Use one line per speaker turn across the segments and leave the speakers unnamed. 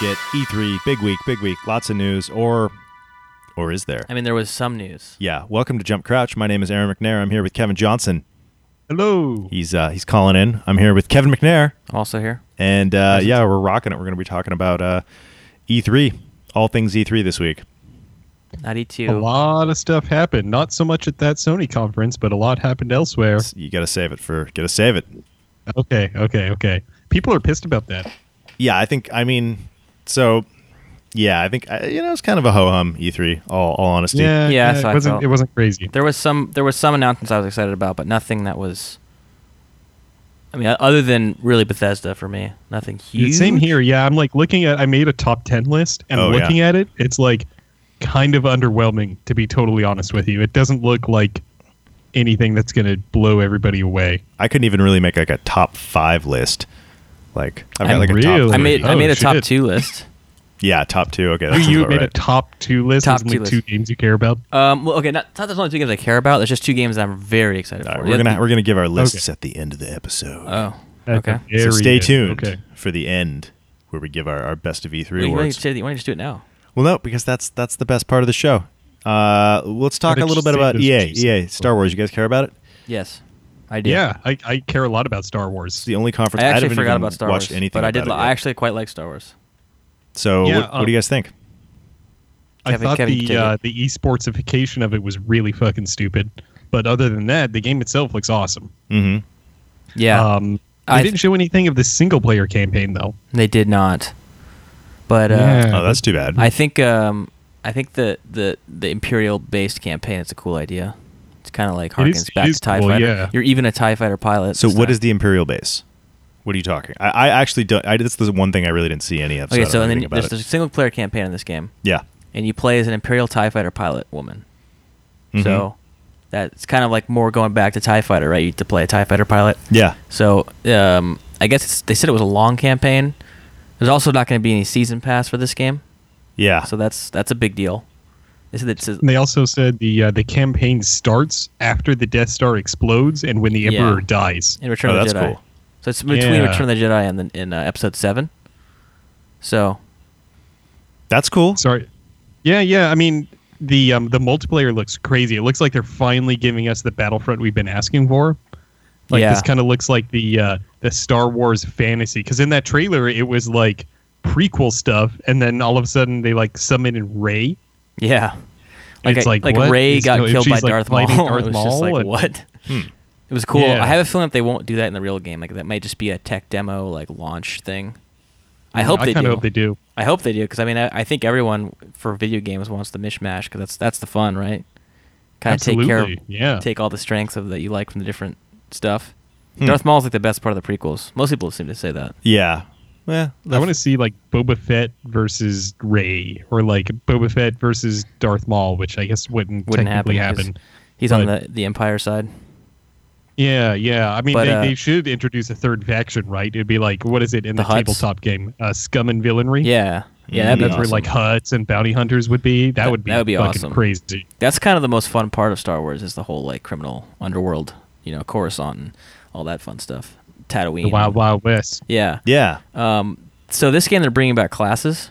get E3, E big week, big week, lots of news, or or is there?
I mean, there was some news.
Yeah. Welcome to Jump Crouch. My name is Aaron McNair. I'm here with Kevin Johnson.
Hello.
He's uh, he's calling in. I'm here with Kevin McNair,
Also here.
and uh, yeah, we're rocking it. We're going to be talking about uh, E3, all things E3 this week.
Not E
A
E2.
lot of stuff happened. Not so much at that Sony conference, but a lot happened elsewhere.
You got to save it for got to save it.
Okay, okay, okay. People are pissed about that.
Yeah, I think I mean so. Yeah, I think uh, you know it's kind of a ho hum E3. All all honesty.
Yeah,
Yeah, that's
it
how I
wasn't
felt.
it wasn't crazy.
There was some. There was some announcements I was excited about, but nothing that was. I mean, o- other than really Bethesda for me, nothing huge.
Same here. Yeah, I'm like looking at. I made a top ten list, and
Oh,
looking
yeah.
at it, it's like kind of underwhelming. To be totally honest with you, it doesn't look like anything that's going to blow everybody away.
I couldn't even really make like a top five list. Like I've got
I'm
like a top.
really-
Three.
I made. I
Oh,
made a top
shit.
two list.
Yeah, top two. Okay, that's
You
about
made
right.
a top two list.
Top
There's only
two list.
two games you care about.
Um. Well, okay. Not, not there's only two games I care about. There's just two games that I'm very excited
All
for.
right,
The
we're
other-
gonna we're gonna give our lists
Okay.
at the end of the episode.
Oh.
That's
Okay.
a
so
very
stay
good-
tuned
Okay.
for the end where we give our, our best of E3
Wait, you wanna
awards.
say that- you want to just do it now?
well, no, because that's that's the best part of the show. Uh, let's talk
did
a little
you
bit
say
about
those
EA.
juicy
EA
people?
Star Wars. You guys care about it?
Yes. I do.
Yeah, I, I care a lot about Star Wars.
It's the only
I
conference I
actually
haven't
forgot
even
about Star
watched
Wars,
anything.
but I did.
about it
Li-
yet.
I actually quite like Star Wars.
So
Yeah,
what, what do
um,
you guys think?
I
Kevin-
thought
Kevin can take
the uh,
it.
the esportsification of it was really fucking stupid. But other than that, the game itself looks awesome.
Mm-hmm.
Yeah.
Um, they
I-
didn't show anything of the single player campaign though.
They did not. But uh,
Yeah.
Oh, that's too
Hmm.
bad.
I think um, I think the the the imperial based campaign is a cool idea. It's kind of like
It is-
harkens
it
back
is
to Tie
cool,
Fighter.
yeah.
You're even a Tie Fighter pilot.
so what is the Imperial base? What are you talking? I, I actually don't. I, that's the one thing I really didn't see any of. so,
okay?
I
So
don't know
and
anything
then there's
about
a
it.
single player campaign in this game,
yeah.
and you play as an imperial Tie Fighter pilot woman.
Mhm.
So that's kind of like more going back to Tie Fighter, right? You get to play a Tie Fighter pilot.
Yeah.
So um, I guess it's, they said it was a long campaign. There's also not going to be any season pass for this game,
Yeah.
so that's that's a big deal. They said it's a-
And they also said the uh, the campaign starts after the Death Star explodes and when the
Yeah.
Emperor dies.
in Return
Oh,
of the
that's
Jedi.
cool.
So it's between
Yeah.
Return of the Jedi and then in uh, Episode Seven. So
that's cool.
Sorry. Yeah, yeah. I mean, the um, the multiplayer looks crazy. It looks like they're finally giving us the Battlefront we've been asking for. Like
Yeah.
this kind of looks like the uh, the Star Wars fantasy because in that trailer it was like prequel stuff, and then all of a sudden they like summon in Ray.
yeah, like
It's
I-
like,
like
what
Ray
is
got
going-
killed by
she's, like,
Darth
fighting
Maul.
Darth
it was just like
Maul and-
what. It was cool.
Yeah.
I have a feeling that they won't do that in the real game. Like that might just be a tech demo, like launch thing. I hope
I
they
kind
do.
of hope they do.
I hope they do because I mean I, I think everyone for video games wants the mishmash because that's that's the fun, right? Kind of take care, of,
Absolutely, yeah.
Take all the strengths of that you like from the different stuff.
Hmm.
Darth Maul's like the best part of the prequels. Most people seem to say that.
Yeah. Well,
I want to see like Boba Fett versus Ray, or like Boba Fett versus Darth Maul, which I guess wouldn't,
wouldn't happen.
technically
'cause
happen.
He's on
but-
the, the Empire side.
Yeah, yeah. I mean,
But,
they,
uh,
they should introduce a third faction, right? It'd be like, what is it in
The
the,
Hutts?
tabletop game? Uh, scum and villainry.
Yeah, yeah,
Hmm.
that'd be
that's where
awesome.
like huts and bounty hunters would be. That,
That-
would be
that would be
fucking
awesome.
crazy.
that's kind of the most fun part of Star Wars is the whole like criminal underworld, you know, Coruscant and all that fun stuff. Tatooine.
The Wild Wild West.
Yeah.
Yeah.
Um. So this game they're bringing back classes.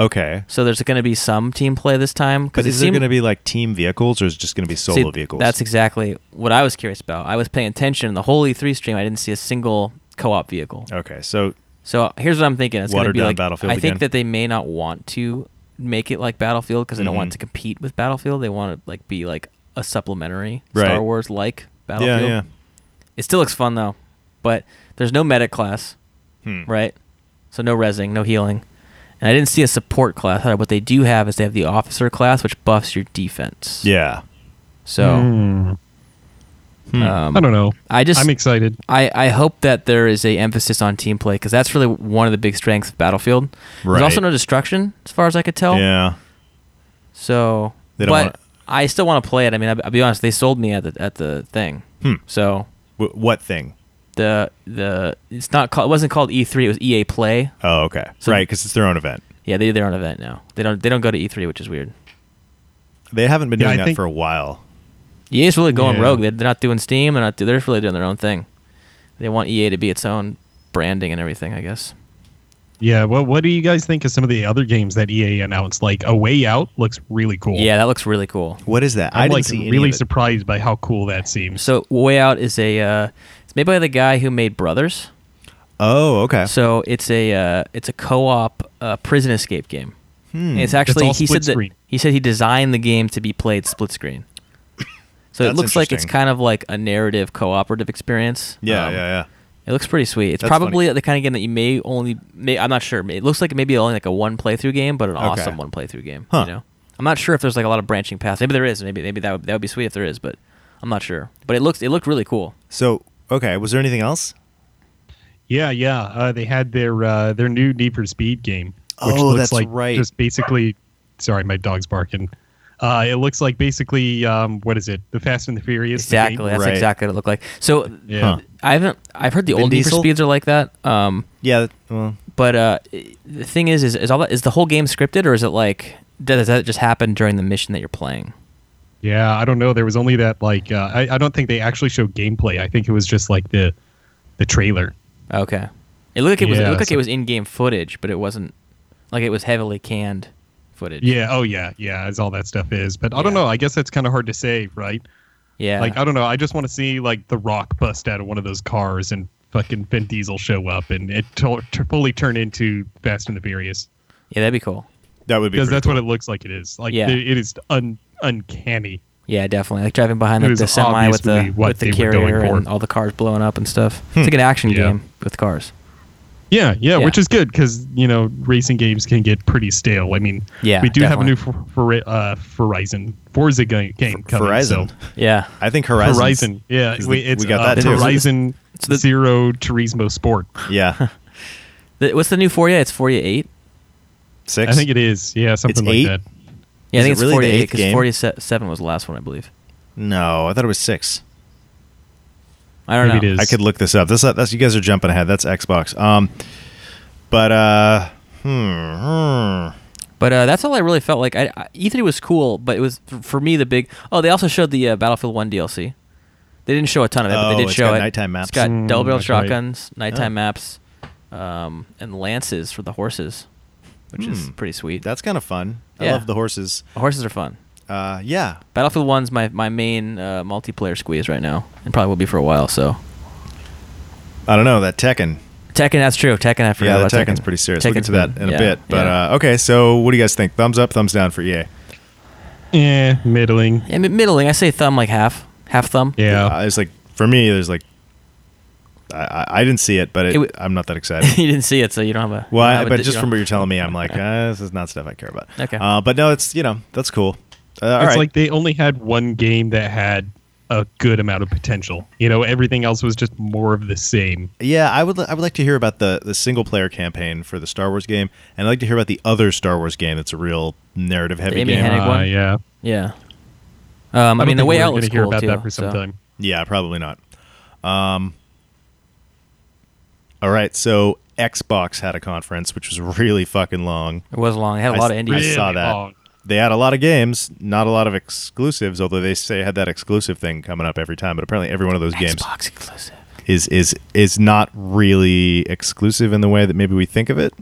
Okay.
So there's going to be some team play this time.
But
because
is there going to be like team vehicles or is it just going to be solo vehicles?
That's exactly what I was curious about. I was paying attention in the whole E3 stream. I didn't see a single co-op vehicle.
okay. So
So here's what I'm thinking. It's going to
Watered
be
down
like
Battlefield
I think
again.
that they may not want to make it like Battlefield because they don't want
Mhm.
it to compete with Battlefield. They want to like be like a supplementary
Right.
Star Wars like
yeah,
Battlefield.
yeah.
It still looks fun though, but there's no medic class,
Hmm.
right? So no resing, no healing. And I didn't see a support class. However, What they do have is they have the officer class, which buffs your defense.
Yeah.
So
Hmm.
Hmm.
um,
I don't know.
I just
I'm excited.
I, I hope that there is a emphasis on team play because that's really one of the big strengths of Battlefield. There's also
Right.
no destruction, as far as I could
Oh.
tell.
yeah.
So,
They
but
don't wanna-
I still want to play it. I mean, I'll, I'll be honest. They sold me at the at the thing.
Hmm.
So
W- what thing?
the the it's not called. It wasn't called E3. It was EA Play.
Oh, okay.
So-
right, because it's their own event.
Yeah, they do their own event now. They don't they don't go to E3, which is weird.
They haven't been
Yeah,
doing
I
that
think-
for a while.
EA's E really going
Yeah.
rogue. They're, they're not doing Steam. They're not. do- E They're really doing their own thing. They want EA to be its own branding and everything. I guess.
Yeah. Well, what do you guys think of some of the other games that EA announced? Like A Way Out looks really cool.
Yeah, that looks really cool.
What is that? I
I'm
didn't
like
see any
really
of it.
surprised by how cool that seems.
So Way Out is a uh, it's made by the guy who made Brothers.
Oh, okay.
So it's a uh, it's a co-op uh, prison escape game.
Hmm.
It's actually
all
he
split
said that,
screen.
he said he designed the game to be played split screen. So it
That's
looks like it's
interesting.
kind of like a narrative cooperative experience.
yeah,
Um,
yeah,
It looks pretty sweet. It's
That's
probably the kind of game that you may only. May, I'm not sure. It looks like maybe only like a one playthrough game, but an
Okay.
awesome one playthrough game.
Huh.
You know, I'm not sure if there's like a lot of branching paths. Maybe there is. Maybe maybe that would, that would be sweet if there is, but I'm not sure. But it looks it looked really cool.
So, okay, was there anything else?
Yeah, yeah. Uh, they had their uh, their new Need for Speed game, which
Oh,
looks
that's
like
right.
just basically. Sorry, my dog's barking. Uh, it looks like basically um, what is it? The Fast and the Furious. the game?
Exactly. That's
Right.
exactly what it looked like. So
Yeah.
Huh.
I haven't. I've heard the
Vin
old Need for
Diesel?
Speeds are like that. Um,
Yeah, that- well,
but uh, i- the thing is, is is all that is the whole game scripted, or is it like does that just happen during the mission that you're playing?
Yeah, I don't know. There was only that like uh, I, I don't think they actually showed gameplay. I think it was just like the the trailer.
Okay. It looked like it was. it
Yeah,
looked like
so-
it was in-game footage, but it wasn't. Like it was heavily canned footage.
Yeah. Oh yeah. Yeah. As all that stuff is, but I don't
Yeah.
know. I guess that's kind of hard to say, right?
Yeah.
Like uh I don't know. I just want to see like the Rock bust out of one of those cars and fucking Vin Diesel show up and it to- to fully turn into Fast and the Furious
yeah, that'd be cool.
that would be
because
pretty
that's
cool.
what it looks like. It is like
Yeah.
it- it is un- uncanny.
Yeah, definitely. Like driving behind
It
like,
was
the semi with the
obviously what
with the
they were going
carrier
for.
and all the cars blowing up and stuff. It's like an action
Yeah.
game with cars.
Yeah, yeah,
Yeah.
which is good because you know racing games can get pretty stale. I mean,
Yeah,
we do have a new
definitely.
for, for, uh, Verizon Forza ga- game coming.
Verizon.
so-
Yeah.
I think Horizon.
Horizon, yeah,
is the-
we, it's,
we got that
uh,
too.
Horizon
It's the-
Zero Turismo Sport.
Yeah,
The, what's the new Fourier? It's Fourier eight.
six.
I think it is. Yeah, something like
eight?
that.
Yeah, I
Is
think
it
it's
really the
Fourier eight
eighth
because
game?
Fourier se- seven was the last one, I believe.
no, I thought it was six.
I don't
Maybe
know.
it is.
I could look this up. This uh, that's you guys are jumping ahead. That's Xbox. Um, but uh, hmm, hmm.
But uh, that's all I really felt like. I, I, E3 was cool, but it was f- for me the big. Oh, they also showed the uh, Battlefield One DLC. They didn't show a ton of it, but
Oh,
they did
it's
show
got
it.
nighttime maps.
It's got
Mm,
double barrel
that's right.
shotguns, nighttime
Oh.
maps, um, and lances for the horses, which is
Hmm.
pretty sweet.
that's kind of fun. I
Yeah.
love the horses.
horses are fun.
Uh, yeah,
Battlefield One's my my main uh, multiplayer squeeze right now, and probably will be for a while. So
I don't know that Tekken.
Tekken, that's true. Tekken, I forgot
Yeah, the
about
Tekken's
Tekken.
pretty serious. we'll get
Tekken's
to that
been-
in
yeah,
a bit. But
yeah.
uh, okay, so what do you guys think? Thumbs up, thumbs down for E EA.
Eh, middling.
yeah, mi- middling. I say thumb like half, half thumb.
Yeah.
Uh, it's like for me, there's like I, I, I didn't see it, but it,
It w-
I'm not that excited.
you didn't see it, so you don't have a.
Well,
you don't
I,
have a
but
di-
just
you
from
don't-
what you're telling me, I'm like, uh, this is not stuff I care about.
Okay.
Uh, but no, it's you know that's cool. Uh, all
it's
right.
like they only had one game that had a good amount of potential. You know, everything else was just more of the same.
Yeah, I would. li- I would like to hear about the the single player campaign for the Star Wars game, and I'd like to hear about the other Star Wars game that's a real narrative heavy
Amy
game.
Hennig- Big one?
yeah.
Yeah. Um, I,
don't
mean, the
think
way
we're
out
gonna
was
hear
cool
about
too.
that for
so-
some time.
yeah, probably not. Um. All right, so Xbox had a conference, which was really fucking long.
It was long. It had a
I
lot
s-
of
I
indies.
saw
Really
that.
long.
They had a lot of games, not a lot of exclusives. Although they say had that exclusive thing coming up every time, but apparently every one of those games
Xbox exclusive.
is is is not really exclusive in the way that maybe we think of it.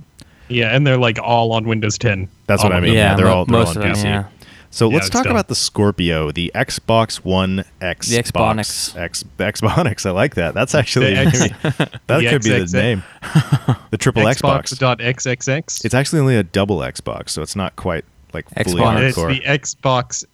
Yeah, and they're like all on Windows 10.
That's what
All
I
of
mean.
them.
Yeah,
Yeah,
they're
mo-
all they're all
most
on
of them,
PC.
yeah.
So
Yeah,
let's
it's
talk
dumb.
about the Scorpio, the Xbox One X,
The Xbonics.
X, Xbonics. I like that. That's actually
The X-
that
the
could be
XXX.
the name. The triple Xbox.
Xbox.xxx.
It's actually only a double Xbox, so it's not quite like fully
Xbonics.
It's
hardcore.
the Xbox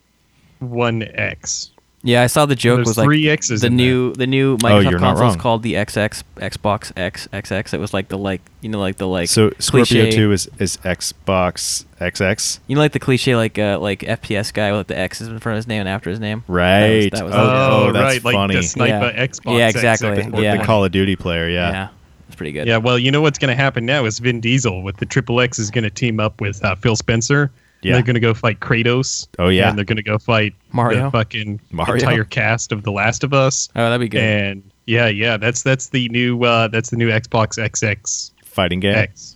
One X.
Yeah, I saw the joke
There's
was like
three X's
the
in there.
new the new
Oh, you're not
Microsoft console is
wrong.
called the XX Xbox X XX. It was like the like you know like the like
so Scorpio
cliche,
Two is is Xbox XX.
you know like the cliche like uh like FPS guy with like, the X is in front of his name and after his name.
Right.
That was, that was the-
Oh,
Oh,
that's
right, like
funny.
the sniper
Yeah.
Xbox.
Yeah,
X,
exactly.
X, X.
Or
Yeah.
The Call of Duty player. Yeah.
yeah, it's pretty good.
Yeah, well, you know what's going to happen now is Vin Diesel with the Triple X is going to team up with uh, Phil Spencer.
Yeah.
Yeah. They're going to go fight Kratos.
Oh, yeah.
And they're going to go fight
Mario.
the fucking
Mario.
entire cast of The Last of Us.
Oh, that'd be good.
And yeah, yeah, that's that's the new uh, that's the new Xbox XX
Fighting game.
X.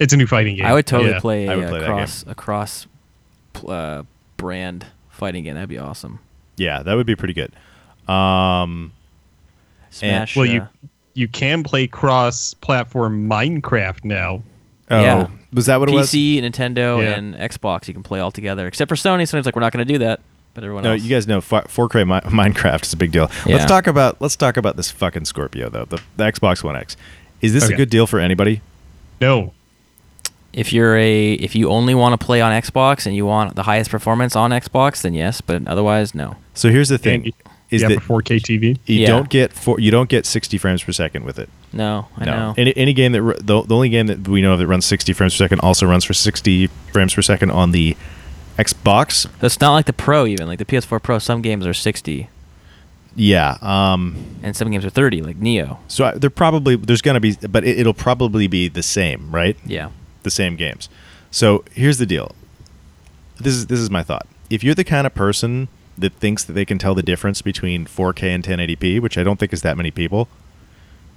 It's a new fighting game.
I would totally
Yeah.
play
I
a
would
uh,
play that game.
cross a cross pl- uh, brand fighting game. That'd be awesome.
Yeah, that would be pretty good. Um,
Smash.
Well, you
uh,
you can play cross-platform Minecraft now
Oh,
Yeah.
was that what it was?
PC, Nintendo,
Yeah.
and Xbox you can play all together. Except for Sony, Sony's like we're not going to do that. But everyone
No,
else,
you guys know Far, Far Cry Mi- Minecraft is a big deal.
Oh. Yeah.
Let's talk about let's talk about this fucking Scorpio though. The, the Xbox One X. Is this
Okay.
a good deal for anybody?
No.
if you're a if you only want to play on Xbox and you want the highest performance on Xbox, then yes. But otherwise, no.
So here's the
Thing.
thing: is
yeah,
that
for 4K TV.
you
Yeah.
don't get four, you don't get 60 frames per second with it.
No, I
no.
know.
Any, any game that ru- the, the only game that we know of that runs 60 frames per second also runs for 60 frames per second on the Xbox.
So it's not like the Pro even. Like the PS4 Pro, some games are 60
Yeah. Um.
and some games are 30, like Neo.
So I, they're probably there's gonna be, but it, it'll probably be the same, right?
Yeah.
the same games. So here's the deal. This is this is my thought. If you're the kind of person that thinks that they can tell the difference between 4K and 1080p, which I don't think is that many people,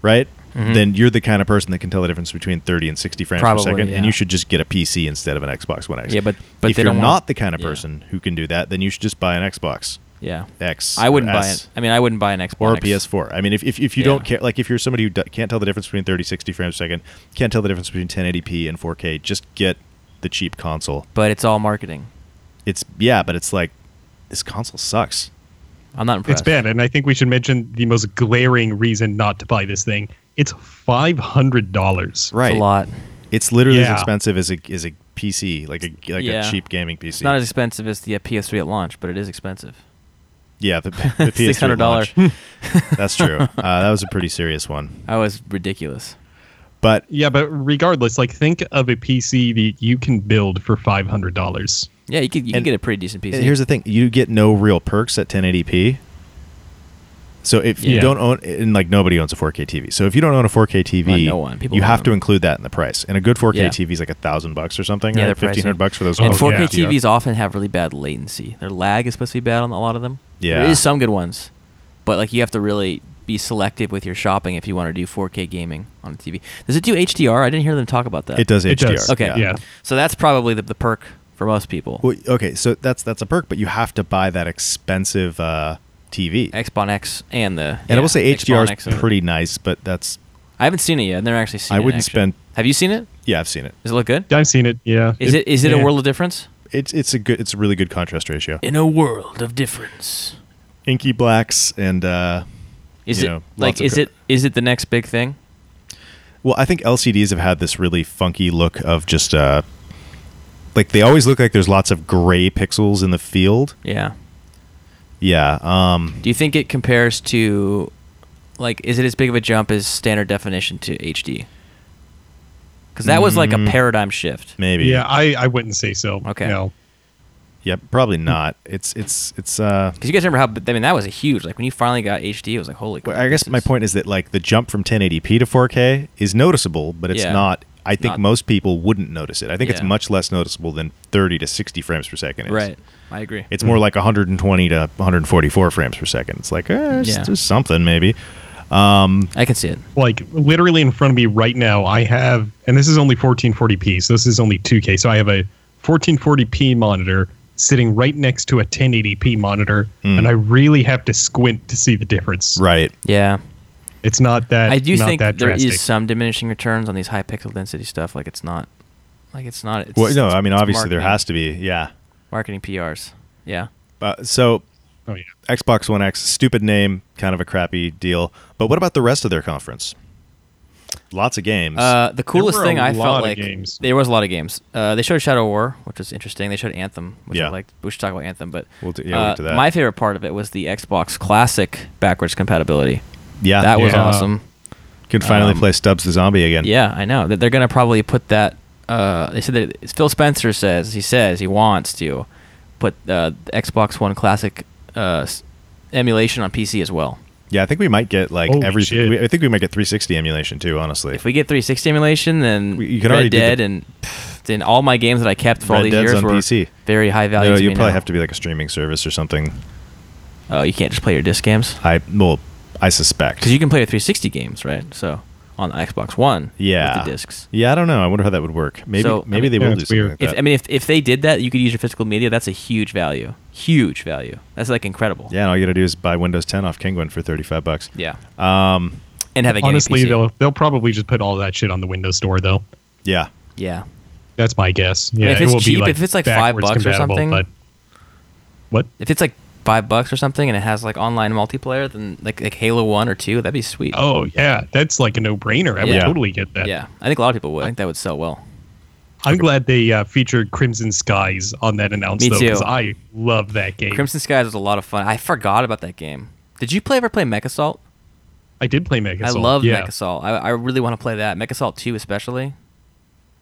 right?
Mhm.
Then you're the kind of person that can tell the difference between 30 and 60 frames
Probably,
per second,
yeah.
and you should just get a PC instead of an Xbox One X.
Yeah, but- but
if
they
you're
don't
not
want-
the kind of
yeah.
person who can do that, then you should just buy an Xbox
Yeah.
X.
I
or
wouldn't buy
S
it. I mean, I wouldn't buy an Xbox
or a PS4. I mean, if, if, if you
Yeah.
don't care, like if you're somebody who d- can't tell the difference between 30, 60 frames per second, can't tell the difference between 1080p and 4K, just get the cheap console.
But it's all marketing.
It's yeah, but it's like this console sucks.
I'm not
It's
impressed.
bad, and I think we should mention the most glaring reason not to buy this thing. It's five hundred dollars.
It's a lot.
It's literally
Yeah.
as expensive as a as a PC, like a like
Yeah.
a cheap gaming PC.
It's not as expensive as the uh, PS3 at launch, but it is expensive.
yeah, the, the PS3
$600
launch. That's true. Uh, that was a pretty serious one.
I was ridiculous.
But
Yeah, but regardless, like think of a PC that you can build for five hundred dollars.
Yeah, you could you could
And-
get a pretty decent PC.
And here's the thing: you get no real perks at 1080p. So if you
Yeah.
don't own, and like nobody owns a 4K TV, so if you don't own a 4K
Well,
TV,
no one. People
you
don't
have to
own.
include that in the price. And a good 4K
Yeah.
TV is like a thousand bucks or something.
Yeah,
Yeah, or
they're
fifteen hundred
pricey.
bucks for those.
and
Oh,
4K
yeah.
TVs often have really bad latency. Their lag is supposed to be bad on a lot of them.
Yeah.
there is some good ones, but like you have to really be selective with your shopping if you want to do 4K gaming on a TV. Does it do HDR? I didn't hear them talk about that.
It does
It
HDR.
does.
Okay.
Yeah. Yeah.
So that's probably the, the perk for most people.
Well, okay. So that's that's a perk, but you have to buy that expensive uh, TV.
Xbox X and the
and I will say HDR
Xbox X and
is
the-
pretty nice, but that's
I haven't seen it yet. I've never actually seen
I
it.
wouldn't
actually.
spend-
Have you seen it?
yeah, I've seen it.
Does it look good?
I've seen it. Yeah.
Is it is it
yeah.
a world of difference?
It's it's a good it's a really good contrast ratio.
In a world of difference.
Inky blacks and uh,
Is
you
it
know, lots
like
of
is
cra-
it is it the next big thing?
Well, I think LCDs have had this really funky look of just uh like they always look like there's lots of gray pixels in the field.
Yeah.
Yeah. Um
Do you think it compares to like is it as big of a jump as standard definition to HD? Cuz that was like a
Mm.
paradigm shift.
maybe.
Yeah, I, I wouldn't say so.
Okay.
No.
Yeah, probably not. It's it's it's uh
Cuz you guys remember how I mean that was a huge like when you finally got HD it was like holy crap.
well, I guess
this
my
is-
point is that like the jump from 1080p to 4K is noticeable, but it's
Yeah.
not I think
Not-
most people wouldn't notice it. I think it's
Yeah.
much less noticeable than 30 to 60 frames per second. Is.
Right. I agree.
It's more like 120 to 144 frames per second. It's like, eh, it's
Yeah.
just something maybe.
I can see it.
Like literally in front of me right now, I have, and this is only 1440p, so this is only 2K. So I have a 1440p monitor sitting right next to a 1080p monitor,
Hmm.
and I really have to squint to see the difference.
Right.
Yeah.
It's not that.
I do
not
think
that
there
drastic.
is some diminishing returns on these high pixel density stuff. Like it's not, like it's not. It's,
Well, no,
it's-
I mean
it's
obviously there
marketing-
has to be. Yeah.
marketing PRs. Yeah,
Uh, so
Oh yeah.
Xbox One X, stupid name, kind of a crappy deal. But what about the rest of their conference? Lots of games.
uh, the coolest
were a
thing I felt
lot of
like
games.
there was a lot of games. Uh, they showed Shadow War, which was interesting. They showed Anthem, which I
Yeah.
liked. We should talk about Anthem, but
We'll do- yeah, we'll
uh,
do that.
my favorite part of it was the Xbox Classic backwards compatibility.
Ah, yeah,
That was
Yeah.
awesome.
Could finally
um,
play Stubbs the Zombie again.
Yeah, I know that they're gonna probably put that. Uh, they said that Phil Spencer says he says he wants to put uh, the Xbox One Classic uh, s- emulation on PC as well.
Yeah, I think we might get like
Holy
every.
shit.
we- I think we might get 360 emulation too. Honestly,
If we get 360 emulation, then
We- you can
Red
already do
Dead
the-
and pff, then all my games that I kept for all
Red
these
Dead's
years
on
were
PC.
very high value.
no,
to
you
me
probably
now.
have to be like a streaming service or something.
Oh, you can't just play your disc games
I well, I suspect
because you can play your 360 games, right? So on the Xbox One,
Yeah,
with the discs.
Yeah, I don't know. I wonder how that would work. Maybe
So, I
maybe
mean-
they
Yeah,
will
it's
do something
weird.
like
If
that.
I mean, if if they did that, you could use your physical media. That's a huge value, huge value. That's like incredible.
yeah, and all you gotta do is buy Windows 10 off Kingwin for 35 bucks.
Yeah.
Um,
And have a game
Honestly,
PC.
they'll they'll probably just put all that shit on the Windows Store though.
yeah,
Yeah.
That's my guess. Yeah,
if it's
it will
cheap,
be like
if it's like five
backwards
bucks or
compatible,
something-
But what?
If it's like five bucks or something and it has like online multiplayer, then like like Halo One or two, that'd be sweet.
Oh yeah, that's like a no-brainer. I would
Yeah.
totally get that.
Yeah, I think a lot of people would. I think that would sell well.
I'm glad they uh, featured Crimson Skies on that announce
Me
though,
too.
because I love that game.
Crimson Skies was a lot of fun. I forgot about that game. Did you play ever play Mech Assault?
I did play Mech Assault.
I love
yeah.
Mech Assault. I, I really want to play that. Mech Assault 2 especially.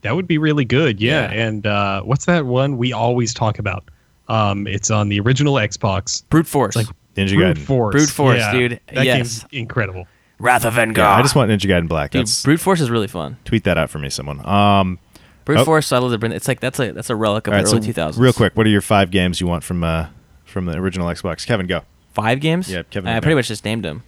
That would be really good. Yeah.
Yeah.
And uh, what's that one we always talk about? Um, it's on the original Xbox.
Brute Force.
like-
Ninja Gaiden.
Brute Force.
Brute Force,
Yeah.
dude.
That
Yes.
game's incredible.
Wrath of Vanguard.
Yeah, I just want Ninja Gaiden Black.
Dude,
That's
Brute Force is really fun.
tweet that out for me, someone. Um,
Brute
Oh.
Force, I love the brand. It's like that's a that's a relic of
all right,
the
so
early 2000s.
real quick, what are your five games you want from uh, from the original Xbox? Kevin, go.
Five games?
Yeah, Kevin
I
McNabb.
pretty much just named them.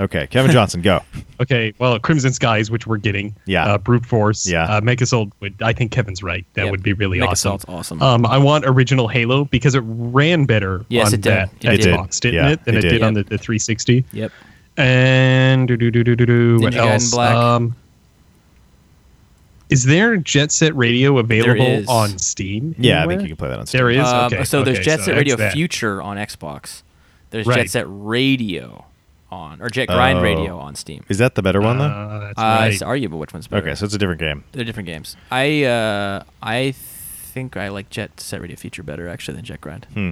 Okay, Kevin Johnson, go.
Okay, well, Crimson Skies, which we're getting.
Yeah.
Uh, Brute Force.
Yeah.
Uh, Mech Assault. Would, I think Kevin's right. That
Yep.
would be really
Mech
awesome.
Assault's awesome.
Um, I want original Halo because it ran better
Yes,
on
it did.
that
It did.
Xbox, didn't
Yeah,
it? Than
it
it,
did.
did on the, the 360.
yep.
And do do do do do do. What
Ninja Gaiden
else?
Black.
Um, is there Jet Set Radio available
is.
on Steam?
Yeah, I
anywhere?
think you can play that on Steam.
There is.
Um,
okay.
so there's
okay,
Jet Set
that's
Radio
that.
Future on Xbox. There's Jet
Right.
Set Radio on or Jet Grind
Oh.
Radio on Steam.
Is that the better one though?
Uh, that's
Uh,
right.
It's arguable which one's better.
okay, so it's a different game.
They're different games. I uh, I think I like Jet Set Radio Future better actually than Jet Grind.
Hmm.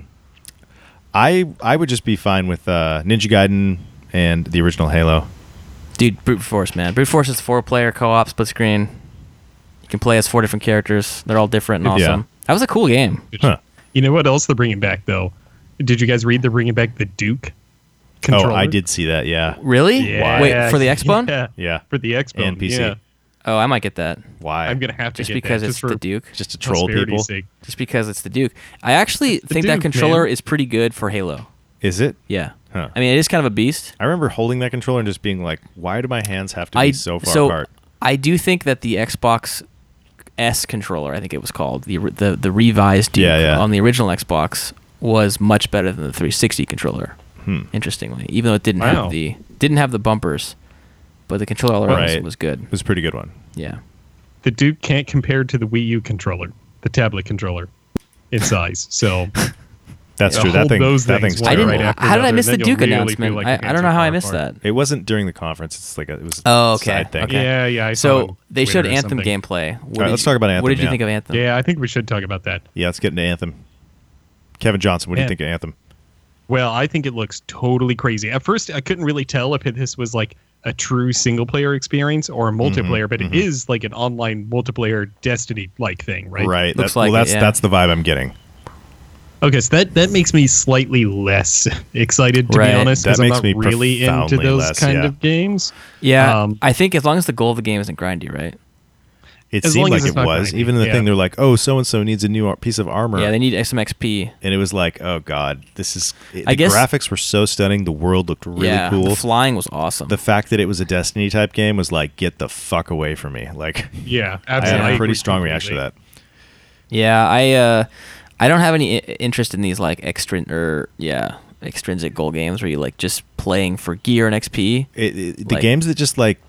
I I would just be fine with uh, Ninja Gaiden and the original Halo.
Dude, Brute Force, man. Brute Force is four player co op split screen. You can play as four different characters. They're all different and
Yeah.
awesome. That was a cool game.
Huh.
You know what else they're bringing back though? Did you guys read they're bringing back the Duke controller?
Oh, I did see that. Yeah,
Really?
Yeah,
Wait, for the X Bone?
Yeah,
yeah.
for the X Bone
And PC.
Yeah.
Oh, I might get that.
Why?
I'm gonna have to
Just
get
because
that,
it's
just for
the Duke.
just to troll
prosperity's
people.
sake.
Just because it's the Duke. I actually
the
think that
Duke,
controller
man.
is pretty good for Halo.
Is it?
Yeah.
Huh.
I mean, it is kind of a beast.
I remember holding that controller and just being like, "Why do my hands have to be
I
so far
so
apart?"
I do think that the Xbox S controller, I think it was called the the the revised Duke
Yeah, yeah.
on the original Xbox was much better than the 360 controller. Interestingly, even though it didn't
Hmm. Wow.
have the didn't have the bumpers, but the controller all around was-
Right.
was good.
It was a pretty good one.
Yeah.
The Duke can't compare to the Wii U controller, the tablet controller, in size. So
That's
Yeah,
true. That
hold
thing.
those
that
things
thing's
one
I
terrible.
didn't.
right after
how did I
another,
miss the
and then you'll
Duke
really feel
announcement?
like
I,
your
I
hands
don't know
are
how I
far
missed
apart.
that.
It wasn't during the conference. It's like a, it was.
Oh,
a
okay,
Side thing.
okay.
Yeah, yeah. I saw it
So
on
they
Twitter
showed
or
Anthem
something.
gameplay. What
right,
did
let's
you-
talk about
What did
Anthem,
you think
yeah.
of Anthem?
Yeah, I think we should talk about that.
Yeah, let's get into Anthem. Kevin Johnson, what do you
Man.
think of Anthem?
Well, I think it looks totally crazy. At first, I couldn't really tell if it, this was like a true single player experience or a
Mm-hmm,
multiplayer, but it is like an online multiplayer Destiny like thing, right?
Right.
Looks
that-
like
well,
it,
that's
yeah.
that's the vibe I'm getting.
Okay, so that that makes me slightly less excited to
Right.
be honest,
That
because I'm
makes
not
me
really into
profoundly
those
less,
kind
yeah.
of games.
Yeah,
Um,
I think as long as the goal of the game isn't grindy, right?
It
As
seemed
long as
like it
it's not
was.
grindy,
Even the
yeah.
thing they're like, oh, so and so needs a new ar- piece of armor.
Yeah, they need some XP.
and it was like, oh god, this is. It,
I
the
guess-
graphics were so stunning. The world looked really
yeah,
cool.
The flying was awesome.
the fact that it was a Destiny type game was like, get the fuck away from me. Like,
Yeah,
I
absolutely.
had a
agree
pretty strong reaction to
completely.
that.
yeah, I uh, I don't have any I- interest in these like extrin or yeah extrinsic goal games where you like just playing for gear and XP.
It, it, the
Like-
games that just like,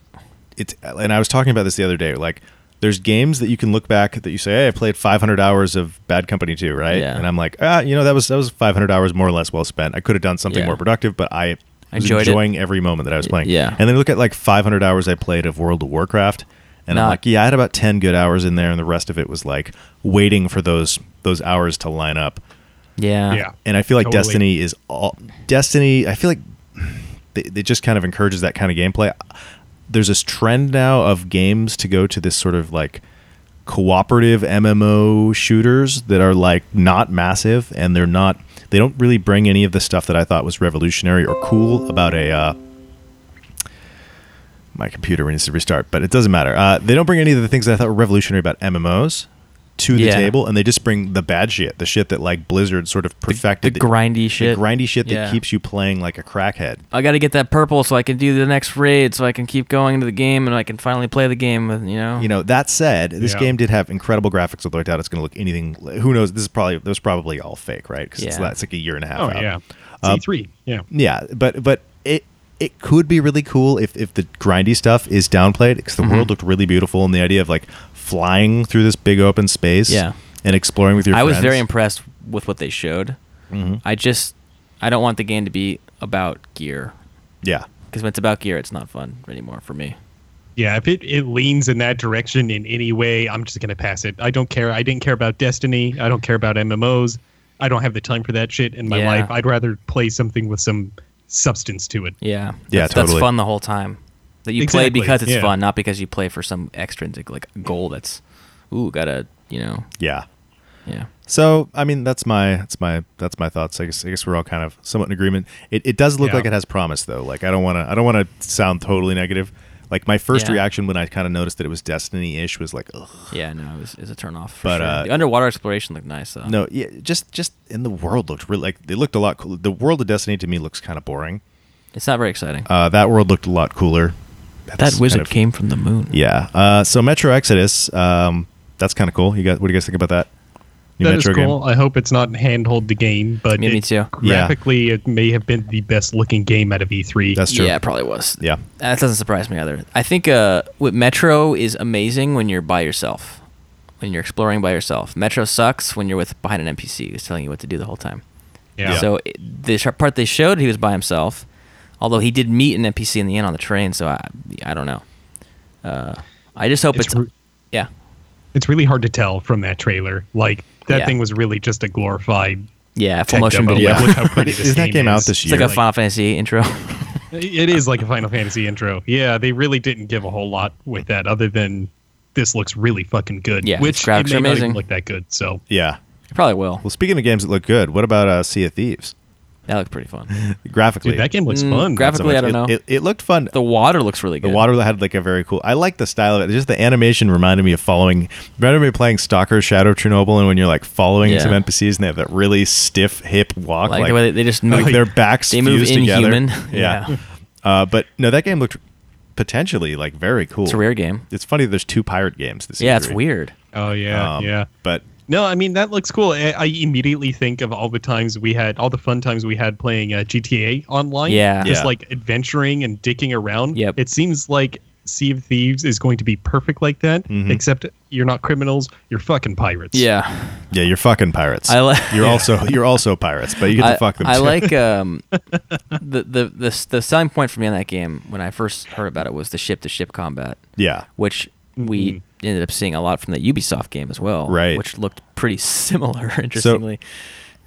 it's. And I was talking about this the other day. Like, there's games that you can look back that you say, hey, I played 500 hours of Bad Company 2, right?
Yeah.
And I'm like, ah, you know, that was that was 500 hours more or less well spent. I could have done something
Yeah.
more productive, but I.
I
Was
enjoyed it.
enjoying every moment that I was playing.
yeah.
And then I look at like 500 hours I played of World of Warcraft, and I'm
Not-
like, yeah, I had about 10 good hours in there, and the rest of it was like waiting for those those hours to line up.
Yeah,
Yeah.
and I feel like
Totally.
Destiny is all Destiny. I feel like they, they just kind of encourages that kind of gameplay. There's this trend now of games to go to this sort of like cooperative MMO shooters that are like not massive and they're not they don't really bring any of the stuff that I thought was revolutionary or cool about a uh, my computer needs to restart, but it doesn't matter. Uh, they don't bring any of the things that I thought were revolutionary about MMOs to the
Yeah.
table, and they just bring the bad shit, the shit that like Blizzard sort of
the
perfected,
grindy shit.
grindy shit that
Yeah.
keeps you playing like a crackhead.
I got to get that purple so I can do the next raid, so I can keep going into the game, and I can finally play the game. With you know,
You know. That said, this
Yeah.
game did have incredible graphics, although I doubt it's going to look anything. Who knows? This is probably that was probably all fake, right? Because it's,
Yeah.
that's like a year and a half.
Oh
out.
yeah,
Uh,
C three. Yeah,
yeah, but but it. it could be really cool if, if the grindy stuff is downplayed because the
Mm-hmm.
world looked really beautiful and the idea of like flying through this big open space
Yeah.
and exploring with your
I was
friends.
very impressed with what they showed. I just I don't want the game to be about gear
yeah
because when it's about gear, it's not fun anymore for me.
Yeah, if it, it leans in that direction in any way, I'm just gonna pass it. I don't care. I didn't care about Destiny. I don't care about MMOs. I don't have the time for that shit in my
Yeah.
life. I'd rather play something with some substance to it.
Yeah,
Yeah,
that's,
totally.
that's fun the whole time. That you play
Exactly,
because it's
yeah.
fun, not because you play for some extrinsic like goal. That's ooh, gotta you know,
yeah
yeah.
So I mean that's my that's my that's my thoughts. I guess I guess we're all kind of somewhat in agreement. It, it does look
Yeah.
like it has promise though. Like I don't want to I don't want to sound totally negative. Like my first
Yeah.
reaction when I kind of noticed that it was Destiny ish was like, ugh.
Yeah, no, it was, it was a turn off. For
But,
sure.
uh,
the underwater exploration looked nice though.
No, yeah, just just in the world looked really like it looked a lot cool. The world of Destiny to me looks kind of boring.
it's not very exciting.
Uh, that world looked a lot cooler.
that
That's
wizard
kind of-
came from the moon.
Yeah. Uh, so Metro Exodus, um, that's kind of cool. You guys, what do you guys think about that? New
That is
Metro game?
cool. I hope it's not handhold the game, but
Yeah, me
it-
too.
graphically it may have been the best looking game out of E E3.
That's true.
Yeah, it probably was.
Yeah.
That doesn't surprise me either. I think uh, with Metro is amazing when you're by yourself, when you're exploring by yourself. Metro sucks when you're with behind an NPC who's telling you what to do the whole time.
yeah.
So it, the sh- part they showed, he was by himself, although he did meet an NPC in the end on the train. So I, I don't know. Uh, I just hope
It's
it's,
re-
yeah,
it's really hard to tell from that trailer. Like that
Yeah.
thing was really just a glorified
yeah, full
tech
motion
demo.
video.
Like, look how pretty this
Isn't that
game
game out
is.
this
It's like
year?
a Final Fantasy intro.
It is like a Final Fantasy intro. Yeah, they really didn't give a whole lot with that, other than this looks really fucking good.
Yeah,
which
its graphics
it may
are
not
amazing.
even look that good. So
Yeah.
it probably will.
Well, speaking of games that look good, what about uh, Sea of Thieves?
That looked pretty fun.
Graphically,
dude, that game looks
Mm,
fun.
not so
graphically,
much.
I don't know.
It, it, it looked fun. The,
The water looks really good.
water had like a very cool. I like the style of it. Just the animation reminded me of following. Remember me playing Stalker: Shadow of Chernobyl, and when you're like following
Yeah.
some NPCs, and they have that really stiff hip walk,
like,
like,
the way they, they just move
like their backs
they move
fused together.
inhuman.
Yeah.
Yeah.
Uh, but no, that game looked potentially like very cool.
It's a rare game.
It's funny. There's two pirate games this
Yeah,
E3.
it's weird.
Oh yeah,
Um,
yeah.
But
No, I mean that looks cool. I, I immediately think of all the times we had, all the fun times we had playing uh, GTA online.
Yeah.
just
Yeah.
like adventuring and dicking around.
Yep.
It seems like Sea of Thieves is going to be perfect like that.
Mhm.
Except you're not criminals. You're fucking pirates.
Yeah,
yeah, you're fucking pirates.
I like.
you're also you're also pirates, but you get to
I,
fuck them.
I
too.
like um, the, the the the selling point for me on that game when I first heard about it was the ship to ship combat,
Yeah.
which we ended up seeing a lot from the Ubisoft game as well,
Mm-hmm. Right.
Which looked pretty similar, interestingly.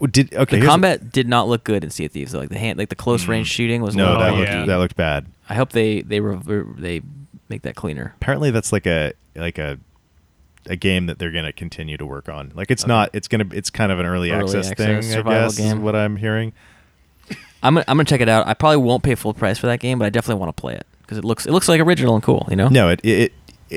Well, Did okay.
the
here's- Mm.
combat did not look good in Sea of Thieves. Like the hand, like the close range shooting was. a
No,
little
that
Oh,
looked
yeah.
that looked bad.
I hope they they rever- they make that cleaner.
Apparently, that's like a like a a game that they're gonna continue to work on. Like it's not. It's gonna. It's kind of an early,
Early
access,
access
thing. I
survival
guess is
game.
what I'm hearing.
I'm gonna, I'm gonna check it out. I probably won't pay full price for that game, but I definitely want to play it because it looks it looks like original and cool. You know.
No, it it. it-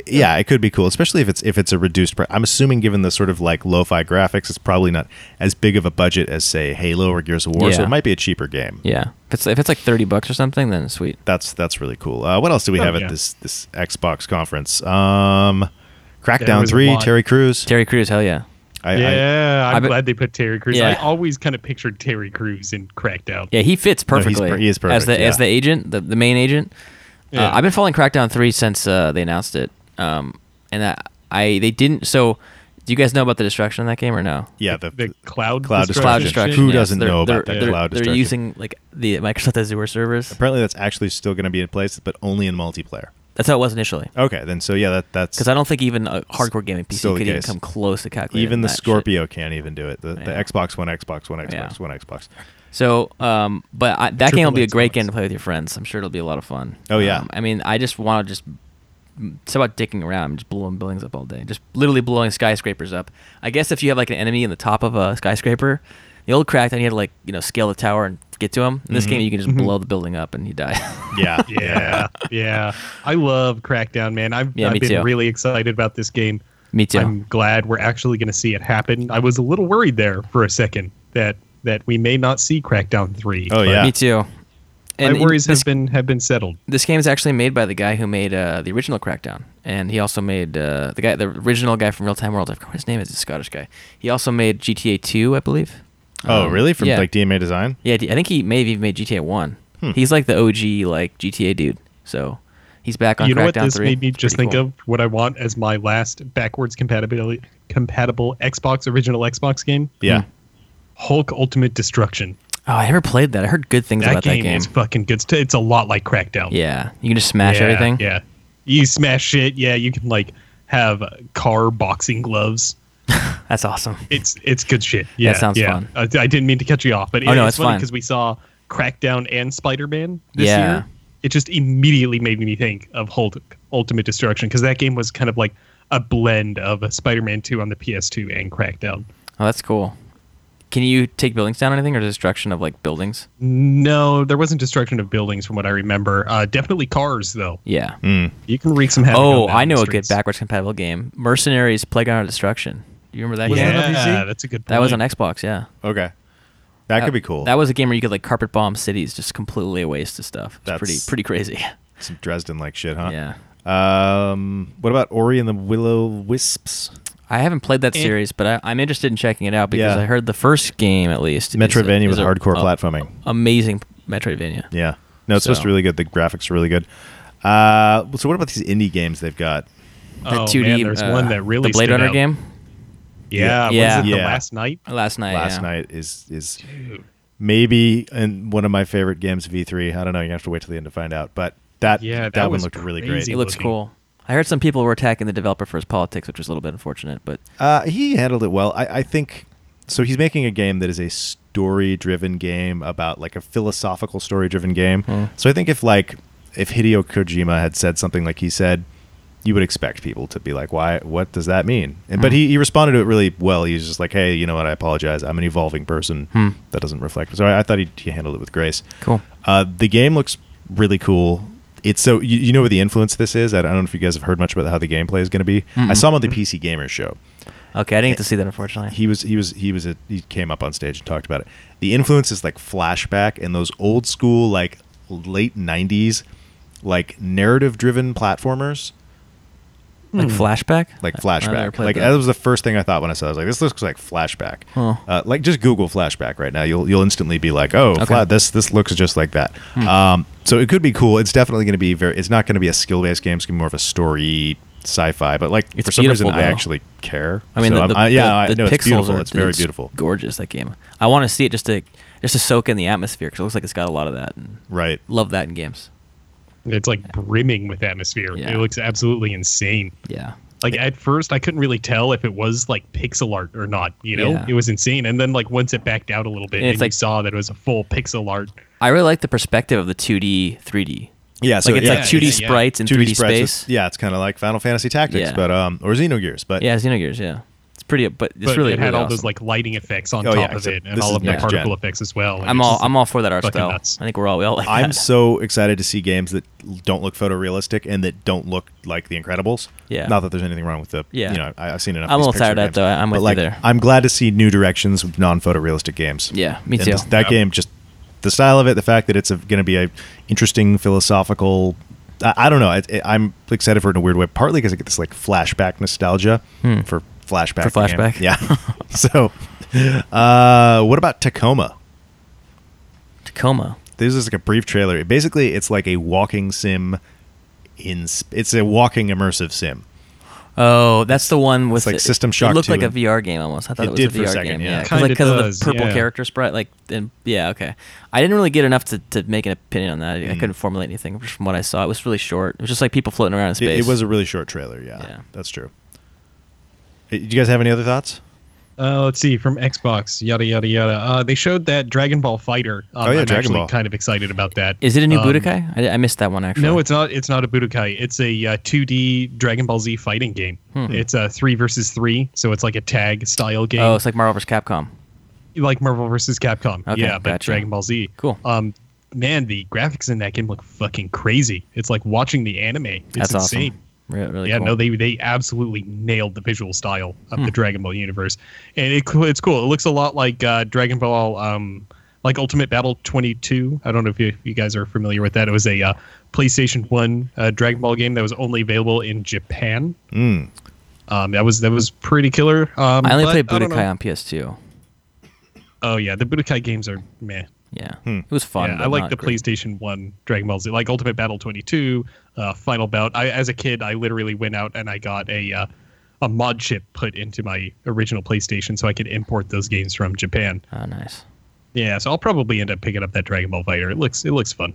yeah, it could be cool, especially if it's if it's a reduced. Pri- I'm assuming, given the sort of like lo-fi graphics, it's probably not as big of a budget as say Halo or Gears of War, so
Yeah.
it might be a cheaper game.
Yeah. If it's if it's like thirty bucks or something, then it's sweet.
that's that's really cool. Uh, what else do we
Oh,
have
yeah.
at this this Xbox conference? Um, Crackdown
was a
Three,
lot.
Terry Crews.
Terry Crews, hell yeah.
I, I,
yeah, I,
I
am
bet-
glad they put Terry Crews. I
Yeah.
always kind of pictured Terry Crews in Crackdown.
Yeah, he fits
No, he's
perfectly.
per- he is perfect,
as the
yeah.
as the agent, the, the main agent.
Yeah.
Uh, I've been following Crackdown three since uh, they announced it, um, and I, I they didn't. So, do you guys know about the destruction in that game or no?
yeah, the,
the,
cloud
cloud
Cloud
Destruction.
destruction.
Who
yes.
doesn't
They're-
know about
they're-
that
They're,
cloud
they're
destruction?
using like the Microsoft Azure servers.
apparently that's actually still going to be in place, but only in multiplayer.
That's how it was initially.
Okay, then so yeah, that that's
Because I don't think even a hardcore gaming PC
Still the
could even
case.
come close to calculating
even the
that shit.
Scorpio can't even do it. The, the
Yeah.
Xbox One, Xbox One, Xbox
Yeah.
One, Xbox.
So, um, but I, that
Triple
game will be a great
Xbox.
game to play with your friends. I'm sure it'll be a lot of fun.
Oh, yeah.
Um, I mean, I just want to just it's about dicking around, just blowing buildings up all day, just literally blowing skyscrapers up. I guess if you have like an enemy in the top of a skyscraper, the old crack, then you had to like you know scale the tower and get to him. In
Mm-hmm.
this game, you can just
Mm-hmm.
blow the building up and you die.
Yeah,
yeah, yeah. I love Crackdown, man. I've,
Yeah,
I've
me
been
too.
really excited about this game.
Me too.
I'm glad we're actually going to see it happen. I was a little worried there for a second that that we may not see Crackdown three.
Oh,
but
yeah.
Me too.
my worries
this,
have been have been settled.
this game is actually made by the guy who made uh, the original Crackdown, and he also made uh, the guy, the original guy from Real Time World. I forgot what his name is. He's a Scottish guy. He also made GTA 2, I believe.
Oh,
Um,
really? From
yeah.
like DMA Design?
yeah, I think he may have even made GTA 1.
Hmm.
He's like the OG like GTA dude. So he's back on
you know what
Crackdown
this
3.
made me
It's
just
pretty
think
cool.
of what i want as my last backwards compatibility compatible xbox original xbox game
Yeah.
Mm-hmm.
hulk ultimate destruction
Oh, I never played that. I heard good things
that
about
game,
that game.
is fucking good st- it's a lot like crackdown
yeah, you can just smash
yeah,
everything.
yeah you smash shit yeah you can like have uh, car boxing gloves
That's awesome.
it's it's good shit yeah
sounds
yeah.
fun.
I, I didn't mean to cut you off but
Oh,
it-
no, it's
it's, funny
fine.
because we saw crackdown and spider-man this
Yeah.
year it just immediately made me think of hulk ultimate destruction because that game was kind of like a blend of spider-man 2 on the ps2 and crackdown
Oh, that's cool. Can you take buildings down or anything, or destruction of like buildings?
no there wasn't destruction of buildings from what i remember uh, definitely cars though
Yeah.
you can wreak some havoc
Oh,
on that on
I know
the
a good
streets.
backwards compatible game. Mercenaries Playground of Destruction. Do you remember that
Wasn't
game?
that on
yeah
PC?
that's a good point.
That was on Xbox, yeah.
Okay. That, could be cool.
That was a game where you could like carpet bomb cities just completely a waste of stuff. It's
That's-
pretty pretty crazy.
Some Dresden like shit,
Uh,
huh?
Yeah.
Um, what about Ori and the Willow Wisps?
I haven't played that
And-
series, but I, I'm interested in checking it out because
Yeah.
I heard the first game at least. is a-
Metroidvania
is oh.
with
a-
hardcore
a-
platforming.
Amazing Metroidvania.
Yeah. No, it's supposed
So-
to be really good. The graphics are really good. Uh, so what about these indie games they've got?
That
Oh,
2D.
man, there's one that really
the Blade
stood
Runner
out.
game
yeah
Yeah.
was it the
Yeah.
last night
last night.
Last
yeah.
night is is maybe and one of my favorite games, V three. I don't know. You have to wait till the end to find out. But that
Yeah, that
one
was
looked really great.
crazy.
It looks
looking.
cool. I heard some people were attacking the developer for his politics, which was a little bit unfortunate, but
Uh, he handled it well. I, I think so. He's making a game that is a story-driven game about like a philosophical story-driven game. So I think if like if Hideo Kojima had said something like he said, you would expect people to be like, "Why? What does that mean?" And but he, he responded to it really well. He was just like, "Hey, you know what? I apologize. I'm an evolving person. That doesn't reflect." So I, I thought he, he handled it with grace.
cool.
Uh, the game looks really cool. It's so you, you know where the influence this is. I don't know if you guys have heard much about how the gameplay is going to be. I saw him on the PC Gamer show
Okay, I didn't get to see that unfortunately.
he was he was he was a, he came up on stage and talked about it. The influence is like flashback and those old school like late '90s like narrative driven platformers
like flashback?
Hmm. like
I never
flashback.
played
Like
that.
that was the first thing I thought when I saw. it. I was like, this looks like flashback.
Huh.
Uh, like just Google flashback right now. You'll you'll instantly be like, oh,
Okay. Hmm.
fla- this this looks just like that. Um, so it could be cool. It's definitely going to be very. It's not going to be a skill based game. It's going to be more of a story sci-fi. But like
It's
for some reason,
beautiful,
I
though.
actually care.
I mean,
So
the,
I'm-
the,
I- yeah,
the-
I-
the
no,
pixels
it's beautiful.
are
it's very
it's
beautiful.
gorgeous. That game. I want to see it just to just to soak in the atmosphere because it looks like it's got a lot of that. And
Right.
love that in games.
It's like brimming with atmosphere.
Yeah.
It looks absolutely insane.
Yeah.
Like at first, I couldn't really tell if it was like pixel art or not. You know,
Yeah.
it was insane. And then like once it backed out a little bit,
And
and,
it's
you
like-
saw that it was a full pixel art.
I really like the perspective of the 2D, 3D.
Yeah, so
like it's
yeah,
like 2D
yeah, yeah.
sprites and 3D,
sprites with-
space.
yeah, it's kind of like Final Fantasy Tactics,
Yeah.
but um, or Xenogears, but
yeah, Xenogears. Yeah, it's pretty. But it's
but
really
it had
really
all those
awesome.
like lighting effects on
Oh,
top
yeah,
of
except
it, and
this
all
is
of the
next gen.
particle effects as well. Like,
I'm
it's
all
just-
I'm all for that art
fucking
style.
nuts.
I think we're all we all like
I'm
that.
so excited to see games that don't look photorealistic and that don't look like The Incredibles.
Yeah.
Not that there's anything wrong with the.
Yeah.
You know, I, I've seen enough.
I'm
of
a
these
little tired
picture
of
games.
that, though. I- I'm
But,
with you
like,
there.
I'm glad to see new directions with non-photorealistic games.
Yeah, me
And
too.
this- that
Yep.
game just the style of it, the fact that it's going to be a interesting philosophical. I, I don't know. It, it, I'm excited for it in a weird way, partly because I get this like flashback nostalgia for flashback.
Hmm.
the
For
game.
Flashback.
Yeah. so, uh, what about Tacoma?
Tacoma.
this is like a brief trailer. Basically, it's like a walking sim. In sp- it's a walking immersive sim.
Oh, that's the one with
like
it-
System
It
Shock
looked
2
like a
and-
VR game almost. I thought
It
it, was
did
a
for a
VR
second,
game.
yeah.
Yeah,
It
because
kinda
of
does,
the purple
yeah.
character sprite. Like, and, yeah, okay. I didn't really get enough to, to make an opinion on that. I- I
Mm.
couldn't formulate anything just from what I saw. It was really short. It was just like people floating around in
It,
space.
it was a really short trailer. Yeah,
Yeah.
that's true. Uh, Do you guys have any other thoughts?
Uh, let's see from Xbox, yada yada yada. Uh, they showed that Dragon Ball Fighter. Um,
Oh, yeah,
I'm
Dragon
actually
Ball.
kind of excited about that.
Is it a new
Um,
Budokai? I, I missed that one actually.
No, it's not. It's not a Budokai. It's a uh, 2D Dragon Ball Z fighting game. It's a three versus three, so it's like a tag style game,
Hmm. oh, it's like Marvel vs. Capcom.
like Marvel versus Capcom.
Okay,
yeah, but
gotcha.
Dragon Ball Z.
Cool.
Um, man, the graphics in that game look fucking crazy. It's like watching the anime. It's
That's
insane.
awesome. Re- really
yeah,
cool.
no, they they absolutely nailed the visual style of the Dragon Ball universe, and it co- it's cool. It looks a lot like uh, Dragon Ball, um, like Ultimate Battle Twenty Two. I don't know if you, you guys are familiar with that. It was a uh, PlayStation One uh, Dragon Ball game that was only available in Japan.
Mm.
Um, that was that was pretty killer. Um,
I only
but
played
I don't know.
Budokai on PS2.
Oh yeah, the Budokai games are meh.
Yeah,
Hmm.
it was fun.
Yeah,
but
I like
not
the
great.
PlayStation One Dragon Ball Z, like Ultimate Battle Twenty Two, uh, Final Bout. I, as a kid, I literally went out and I got a uh, a mod chip put into my original PlayStation so I could import those games from Japan.
Oh, nice.
Yeah, so I'll probably end up picking up that Dragon Ball Fighter. It looks it looks fun.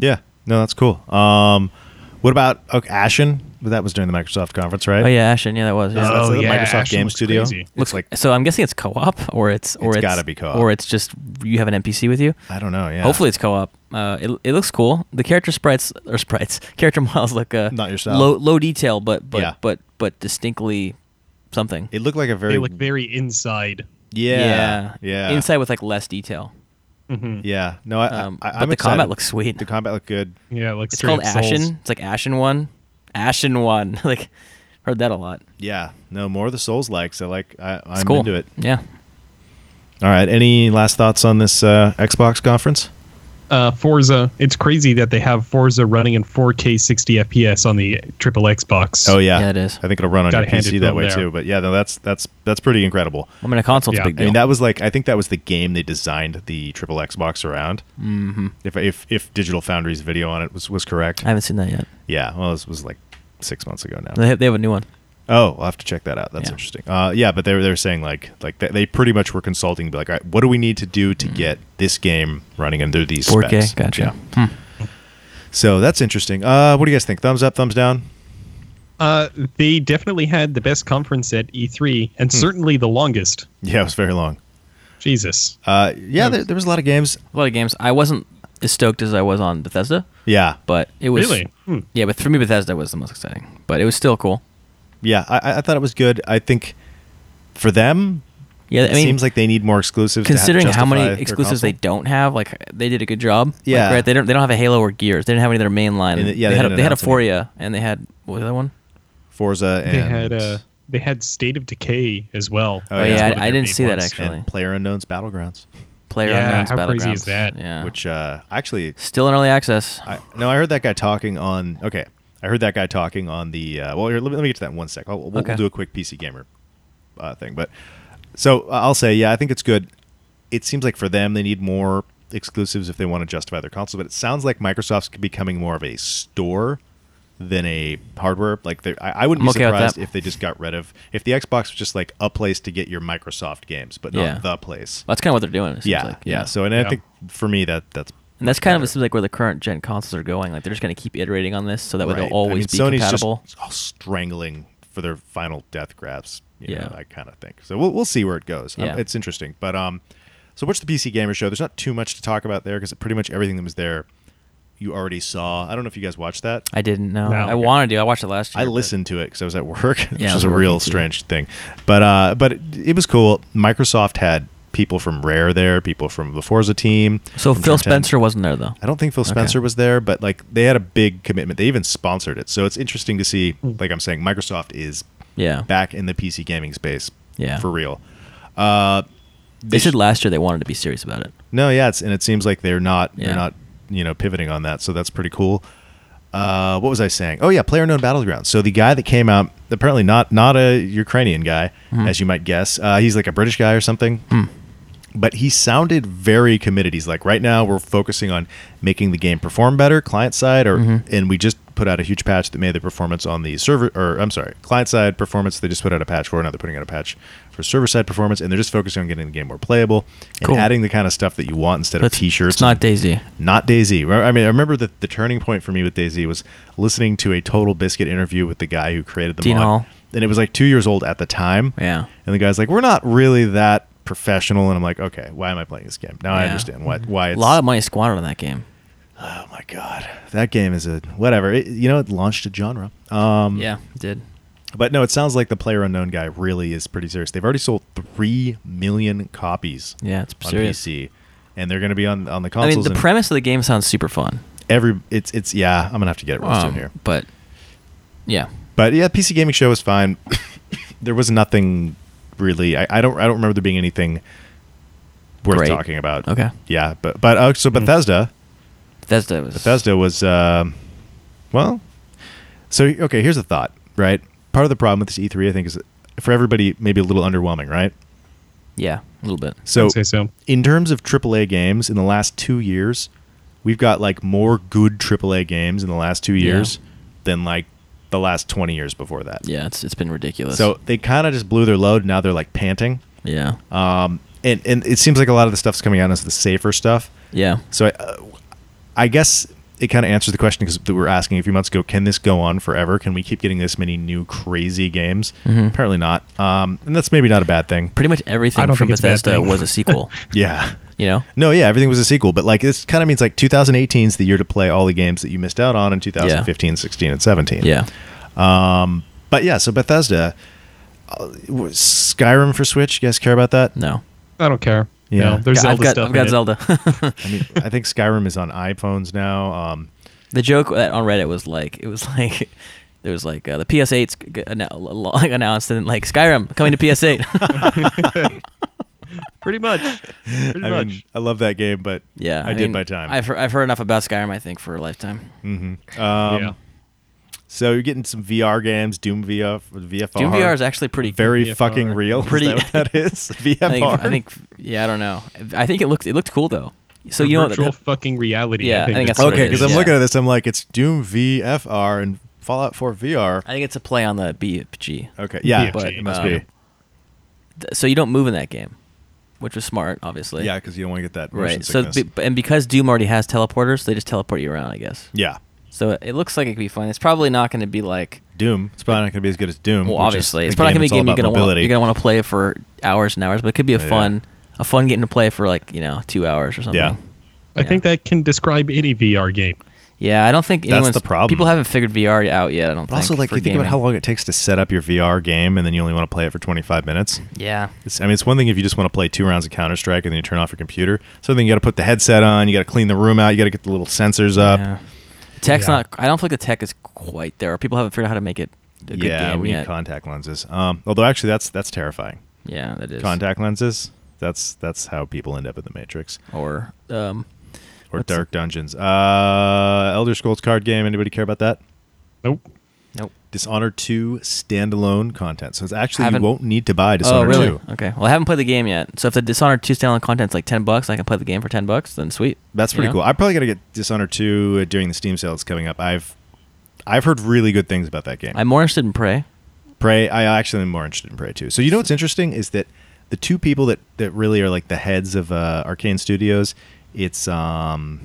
Yeah. No, that's cool. Um, what about okay, Ashen? But that was during the Microsoft conference, right?
Oh yeah, Ashen. Yeah, that was. Yeah.
So that's
Oh,
the
yeah,
Microsoft
Ashen
Game
looks
Studio.
crazy.
Uh, It's
Looks
like
like so. I'm guessing it's co-op, or it's or
It's
it's,
gotta be co-op.
or it's just you have an NPC with you.
I don't know. Yeah.
Hopefully, it's co-op. Uh, it, it looks cool. The character sprites or sprites character models look uh,
Not your style.
Low low detail, but but
Yeah.
but but distinctly something.
it looked like a very
They look very inside.
yeah yeah
Inside with like less detail.
yeah. No, I,
Um,
I, I'm
but the
excited.
combat looks sweet.
The combat looked good.
Yeah, it looks.
It's
straight
called
up Souls.
Ashen. It's like Ashen One, Ashen One. like heard that a lot.
Yeah. No, more of the Souls likes. I like. I,
It's
I'm
cool.
into it.
Yeah.
All right. Any last thoughts on this uh, Xbox conference?
uh, Forza. It's crazy that they have Forza running in 4K 60 FPS on the triple Xbox.
Oh yeah,
Yeah, it is.
I think it'll run on your
Gotta hand
PC
it to
that
them
way
there.
too. But yeah, no, that's that's that's pretty incredible.
I mean, a console's a
Yeah.
big
I
deal.
mean, that was like I think that was the game they designed the triple Xbox around. Mm-hmm. If if if Digital Foundry's video on it was was correct,
I haven't seen that yet.
yeah. Well, this was like six months ago now.
They have, they have a new one.
Oh, I'll have to check that out. That's
Yeah.
interesting. Uh, yeah, but they were they were saying like like they, they pretty much were consulting, be like, all right, what do we need to do to get this game running under these
4K.
specs?
Gotcha.
Yeah. So that's interesting. Uh, what do you guys think? Thumbs up, thumbs down.
Uh, they definitely had the best conference at E3, and
Hmm.
certainly the longest.
Yeah, it was very long.
Jesus.
Uh, yeah, there, there was a lot of games.
A lot of games. I wasn't as stoked as I was on Bethesda,
Yeah,
but it was.
Really? Hmm.
Yeah, but for me, Bethesda was the most exciting. But it was still cool.
yeah, I- I, I thought it was good. I think for them,
Yeah, I
it
mean,
seems like they need more exclusives. to ha-
considering how
justify
many
their
exclusives they
console.
don't have, like they did a good job. Like,
Yeah.
right. They don't. They don't have a Halo or Gears. They didn't have any of their main line.
And the- yeah,
They,
they
had. A,
didn't
they had
announce any.
Euphoria, and they had what was the other one?
Forza and
They had uh, they had State of Decay as well.
Oh,
Oh,
yeah.
yeah,
That's
I, I didn't see that actually.
and Player Unknown's Battlegrounds,
Player
Yeah,
Unknown's
how crazy is
Battlegrounds.
that?
Yeah.
which uh, actually
still in early access.
I, no, I heard that guy talking on. Okay, I heard that guy talking on the. Uh, well, here, let, me, let me get to that in one sec. I'll, we'll,
Okay.
we'll do a quick PC gamer uh, thing, but so uh, I'll say, yeah, I think it's good. It seems like for them, they need more exclusives if they want to justify their console. But it sounds like Microsoft's becoming more of a store than a hardware. Like they- I, I wouldn't
I'm
be
okay with
surprised
that.
if they just got rid of if the Xbox was just like a place to get your Microsoft games, but not
Yeah.
the place.
That's kind of what they're doing. It seems
Yeah,
like.
yeah, So, and I
Yeah.
think for me, that that's
and that's kind of it seems like where the current gen consoles are going. Like they're just going to keep iterating on this, so that way
Right.
they'll always
I mean,
be
Sony's
compatible.
Just s- strangling for their final death grabs, you know,
Yeah.
that kind of thing. So we'll, we'll see where it goes. Um,
Yeah.
it's interesting. But um, so what's the PC Gamer Show? There's not too much to talk about there because pretty much everything that was there you already saw. I don't know if you guys watched that.
I didn't know.
No.
I wanted to. I watched it last year.
I
but-
listened to it because I was at work, which
I
is
was
a real
working too.
strange thing. But uh, but it, it was cool. Microsoft had people from Rare there, people from the Forza team.
So
from
Phil
Gen 10.
Spencer wasn't there though.
I don't think Phil Spencer was there, but like they had a big commitment. They even sponsored it. So it's interesting to see,
Hmm.
like I'm saying, Microsoft is
Yeah.
back in the PC gaming space.
Yeah.
For real. Uh
They
sh-
said last year they wanted to be serious about it.
No, yeah, it's and it seems like they're not they're
Yeah.
not, you know, pivoting on that. So that's pretty cool. Uh, what was I saying? Oh yeah, player known battlegrounds. So the guy that came out, apparently not not a Ukrainian guy,
Hmm.
as you might guess. Uh, he's like a British guy or something. But he sounded very committed. He's like, right now we're focusing on making the game perform better, client side, or
Mm-hmm.
and we just put out a huge patch that made the performance on the server, or I'm sorry, client side performance. They just put out a patch for another, putting out a patch for server side performance, and they're just focusing on getting the game more playable and
Cool.
adding the kind of stuff that you want instead
But
of t-shirts.
It's not Daisy.
not Daisy. I mean, I remember that the turning point for me with Daisy was listening to a Total Biscuit interview with the guy who created the
Dean
mod.
Hall.
and it was like two years old at the time.
Yeah.
And the guy's like, "We're not really that professional," and I'm like, "Okay, why am I playing this game?" Now I
Yeah.
understand why. Why
A
it's
lot of money squandered on that game.
oh my god, that game is a whatever. It, you know, it launched a genre. Um,
yeah, it did.
But no, it sounds like the player unknown guy really is pretty serious. They've already sold three million copies.
Yeah, it's
on
serious.
PC, and they're going to be on on the
I
consoles.
mean, the
and
premise of the game sounds super fun.
every it's it's yeah. I'm gonna have to get it real soon
Um,
here.
But yeah,
But yeah, PC gaming show was fine. there was nothing really. I, I don't I don't remember there being anything worth
Great.
talking about.
Okay. Hmm.
Yeah, but but uh, so Bethesda
Bethesda was.
Bethesda was um well. So okay, here's a E thought. Right, part of the problem with this E3, I think, is for everybody maybe a little underwhelming. Right.
Yeah, a little bit.
So,
I'd say so.
in terms of AAA games, in the last two years, we've got like more good AAA games in the last two years than like the last twenty years before that.
Yeah, it's it's been ridiculous.
So they kind of just blew their load. Now they're like panting.
yeah,
Um, and and it seems like a lot of the stuff's coming out as the safer stuff.
yeah,
So I, uh, I guess it kind of answers the question because we were asking a few months ago: Can this go on forever? Can we keep getting this many new crazy games? Apparently not. Um, and that's maybe not a bad thing.
pretty much
I
everything
don't
from
think it's a bad
Bethesda
thing.
was a sequel.
Yeah.
you know,
No, yeah, everything was a sequel, but like this kind of means like 2018 is the year to play all the games that you missed out on in 2015, 16, and 17.
yeah,
Um, but yeah, so Bethesda, uh, was Skyrim for Switch. You guys care about that?
no.
I don't care.
Yeah.
No, there's
I've
Zelda
got,
stuff.
I've got
in it.
Zelda.
I mean, I think Skyrim is on iPhones now. Um,
the joke that on Reddit was like, it was like, there was like uh, the PS8's g- g- annou- lo- announced and like Skyrim coming to PS8.
Pretty much. Pretty
I
much.
mean, I love that game, but
yeah,
I, did
mean,
my time.
I've heard, I've heard enough about Skyrim, I think, for a lifetime.
mm-hmm. um,
yeah.
So you're getting some VR games, Doom VR, VFR.
Doom VR is actually pretty
very
VFR.
fucking real. Is
Pretty-
that what that is? VFR.
I think, I think, yeah, I don't know. I think it looked it looked cool though. So you know,
virtual
that,
fucking reality.
Yeah,
I think,
I think
is
that's
what
what
okay,
it
because
is,
I'm
yeah.
looking at this, I'm like, it's Doom VFR and Fallout 4 VR.
I think it's a play on the BFG.
Okay, yeah,
But,
it must
uh,
be.
Th- So you don't move in that game, which was smart, obviously.
Yeah, because you don't want to get that motion
Right. So
sickness.
be, and because Doom already has teleporters, they just teleport you around, I guess.
yeah,
So it- it looks like it could be fun. It's probably not going to be like
Doom. It's probably not going to be as good as Doom.
well,
which is
obviously,
a
it's probably
game
going to be a game you're
that's all about
going to want
mobility.
you're going to want to play for hours and hours, but it could be a
Yeah.
fun a fun game to play for like you know two hours or something.
Yeah.
I think that can describe any VR game.
Yeah, I don't think
That's
anyone's
the problem.
People haven't figured VR out yet. I don't.
But
think,
also, like,
for
you think about
gaming.
how long it takes to set up your VR game, and then you only want to play it for 25 minutes.
Yeah.
It's, I mean, it's one thing if you just want to play two rounds of Counter Strike and then you turn off your computer. So then you got to put the headset on, you got to clean the room out, you got to get the little sensors up.
yeah. Tech's
Yeah.
not. I don't think the tech is quite there. People haven't figured out how to make it a good
Yeah,
game
we need
yet.
contact lenses. Um, although actually, that's that's terrifying.
yeah, that is
Contact lenses. That's that's how people end up in the Matrix
or um,
or
What's-
Dark Dungeons. Uh, Elder Scrolls card game. Anybody care about that?
Nope.
nope.
Dishonored 2 standalone content. So it's actually
Haven't-
you won't need to buy
Oh,
Dishonored
really?
2.
Okay. Well, I haven't played the game yet. So if the Dishonored 2 standalone content's like 10 bucks, I can play the game for 10 bucks, then sweet.
That's
You
pretty
know?
cool. I'm probably gonna get Dishonored 2 during the Steam sale that's coming up. I've I've heard really good things about that game.
I'm more interested in Prey.
Prey. I actually am more interested in Prey too. So you know what's interesting is that the two people that that really are like the heads of uh, Arcane Studios, it's um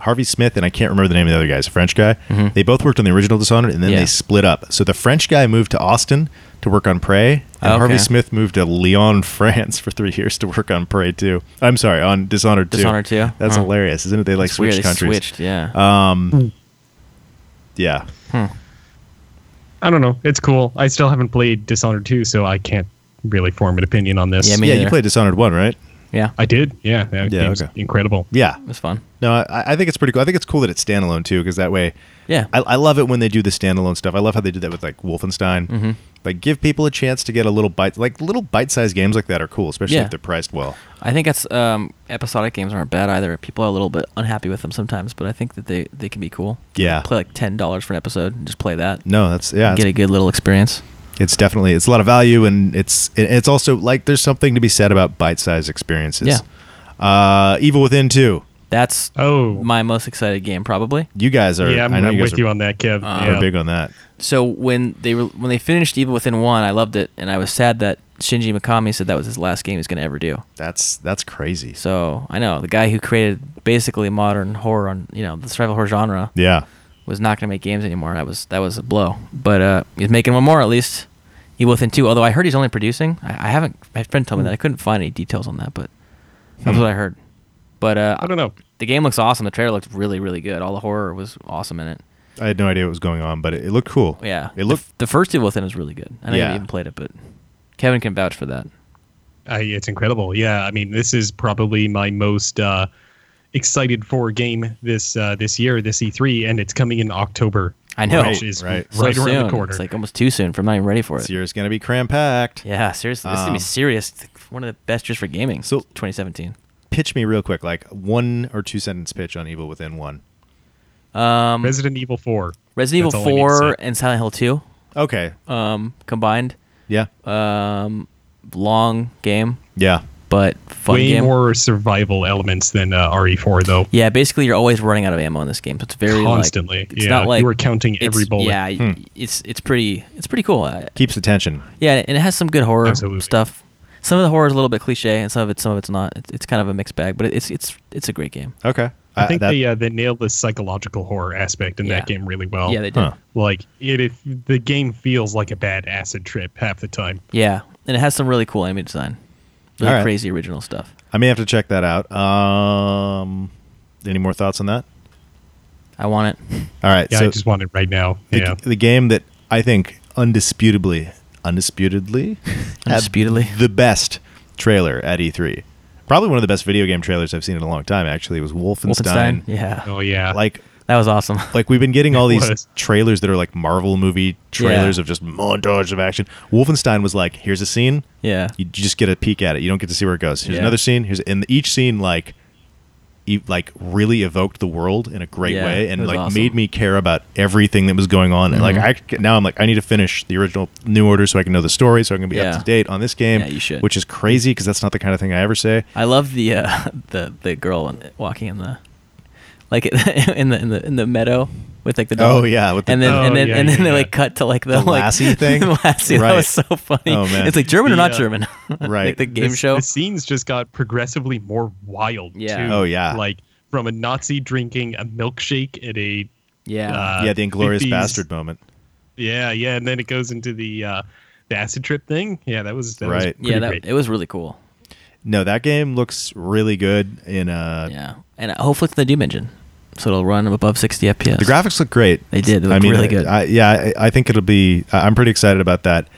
Harvey Smith and I can't remember the name of the other guy. It's a French guy.
Mhm.
They both worked on the original Dishonored and then
Yeah.
they split up. So the French guy moved to Austin to work on Prey, and
Okay.
Harvey Smith moved to Lyon, France, for three years to work on Prey too. I'm sorry, on Dishonored too.
Dishonored 2?
That's
Huh.
hilarious, isn't it? They like
It's
switched
weird, they
countries.
switched, yeah.
Um, yeah.
Hmm.
I don't know. It's cool. I still haven't played Dishonored 2, so I can't really form an opinion on this.
Yeah, me-
yeah, you
neither.
played Dishonored one, right?
Yeah.
I did. Yeah. That
Yeah,
game's
okay.
incredible.
Yeah.
It was fun.
No, I, I think it's pretty cool. I think it's cool that it's standalone too, because that way,
Yeah.
I, I love it when they do the standalone stuff. I love how they do that with like Wolfenstein. Mm-hmm. Like give people a chance to get a little bite, like little bite-sized games like that are cool, especially
Yeah.
if they're priced well.
I think that's um, episodic games aren't bad either. People are a little bit unhappy with them sometimes, but I think that they, they can be cool.
Yeah.
Play like $10 for an episode and just play that.
No, that's yeah.
Get
It's,
a good little experience.
it's definitely it's a lot of value, and it's and it's also like there's something to be said about bite-sized experiences. Yeah. Uh, Evil Within two.
That's
Oh.
my most excited game, probably.
You guys are.
yeah, I'm
I know you guys
with
are, Ah.
you on that, Kev.
are
yeah.
big on that.
So when they were, when they finished Evil Within One, I loved it, and I was sad that Shinji Mikami said that was his last game he's gonna ever do.
That's that's crazy.
So I know the guy who created basically modern horror on you know the survival horror genre
Yeah.
was not going to make games anymore. That was that was a blow. But uh, he's making one more at least. Evil Within two. Although I heard he's only producing. I, I haven't. My friend told me that I couldn't find any details on that, but that's
Hmm.
what I heard. But uh,
I don't know.
The game looks awesome. The trailer looked really really good. All the horror was awesome in it.
I had no idea what was going on, but it, it looked cool.
Yeah.
It looked.
the, the first Evil Within is really good. I know
Yeah.
you even played it, but Kevin can vouch for that.
I, it's incredible. Yeah, I mean, this is probably my most uh, excited for game this uh, this year, this E3, and it's coming in October.
I know.
which is
Right,
right,
So
around
soon.
the corner.
It's like almost too soon. For I'm not even ready for
this
it.
year's gonna be cram packed.
Yeah, seriously, this is gonna
Um,
be serious. One of the best years for gaming.
So-
So 2017.
pitch me real quick, like one or two sentence pitch on Evil Within one.
Um,
Resident Evil 4.
Resident
That's
Evil
all I need to
4
say. Uh,
and Silent Hill 2
Okay.
um, combined.
Yeah.
Um, long game,
Yeah.
but fun
Way
game.
more survival elements than uh, RE4 though.
yeah, basically you're always running out of ammo in this game, so it's very like-
Constantly,
it's
yeah.
not like
you were counting
it's-
every bullet. Hmm.
Yeah, y it's it's pretty it's pretty cool. Uh,
Keeps attention.
yeah, and it has some good horror
Absolutely.
stuff. Some of the horror is a little bit cliche, and some of it some of it's not. It's, it's kind of a mixed bag, but it's it's it's a great game.
Okay.
I think
that-
they uh, they nailed the psychological horror aspect in that
Yeah.
game really well.
yeah, they did.
huh.
like it, if the game feels like a bad acid trip half the time.
Yeah, and it has some really cool image design, really
All right.
crazy original stuff.
I may have to check that out. Um, any more thoughts on that?
I want it.
All right.
Yeah,
so
I just want it right now.
the,
yeah,
the game that I think undisputably, undisputedly,
Uh,
had
Undisputedly.
the best trailer at E3. Probably one of the best video game trailers I've seen in a long time. Actually, was Wolfenstein.
Wolfenstein. Yeah,
oh yeah,
Like,
that was awesome.
like we've been getting all
It
these
was.
trailers that are like Marvel movie trailers
Yeah.
of just montage of action. Wolfenstein was like, here's a scene.
Yeah,
You just get a peek at it. You don't get to see where it goes. Here's
Yeah.
another scene. Here's and each scene like, e- like really evoked the world in a great
Yeah,
way
it
and
was
like
awesome. Mm-hmm.
made me care about everything that was going on. And like I c- now I'm like I need to finish the original New Order so I can know the story so I can be
Yeah.
up to date on this game.
Yeah, you should.
Which is crazy because that's not the kind of thing I ever say.
I love the uh, the the girl in, walking in the like in the in the in the meadow with like the dog.
Oh, yeah, with the-
and then
Oh,
and then
yeah,
and then
yeah,
they
yeah.
like cut to like the,
The
like,
lassie thing?
the lassie that
Right.
was so funny.
Oh, man.
It's like German or not
The, uh,
German,
right.
like the game
This-
show.
The scenes just got progressively more wild.
Yeah.
Too.
Oh, yeah.
Like from a Nazi drinking a milkshake at a
yeah,
uh,
yeah, the inglorious
50s.
bastard moment.
Yeah, yeah, and then it goes into the uh, the acid trip thing. Yeah, that was that Was
Right.
yeah,
pretty
that,
great.
it was really cool.
No, that game looks really good in uh
Yeah, and uh, hopefully it's the Doom engine, so it'll run above 60 FPS.
The graphics look great.
They did. They
I
looked
mean,
really good.
I, yeah, I, I think it'll be. I- I'm pretty excited about that.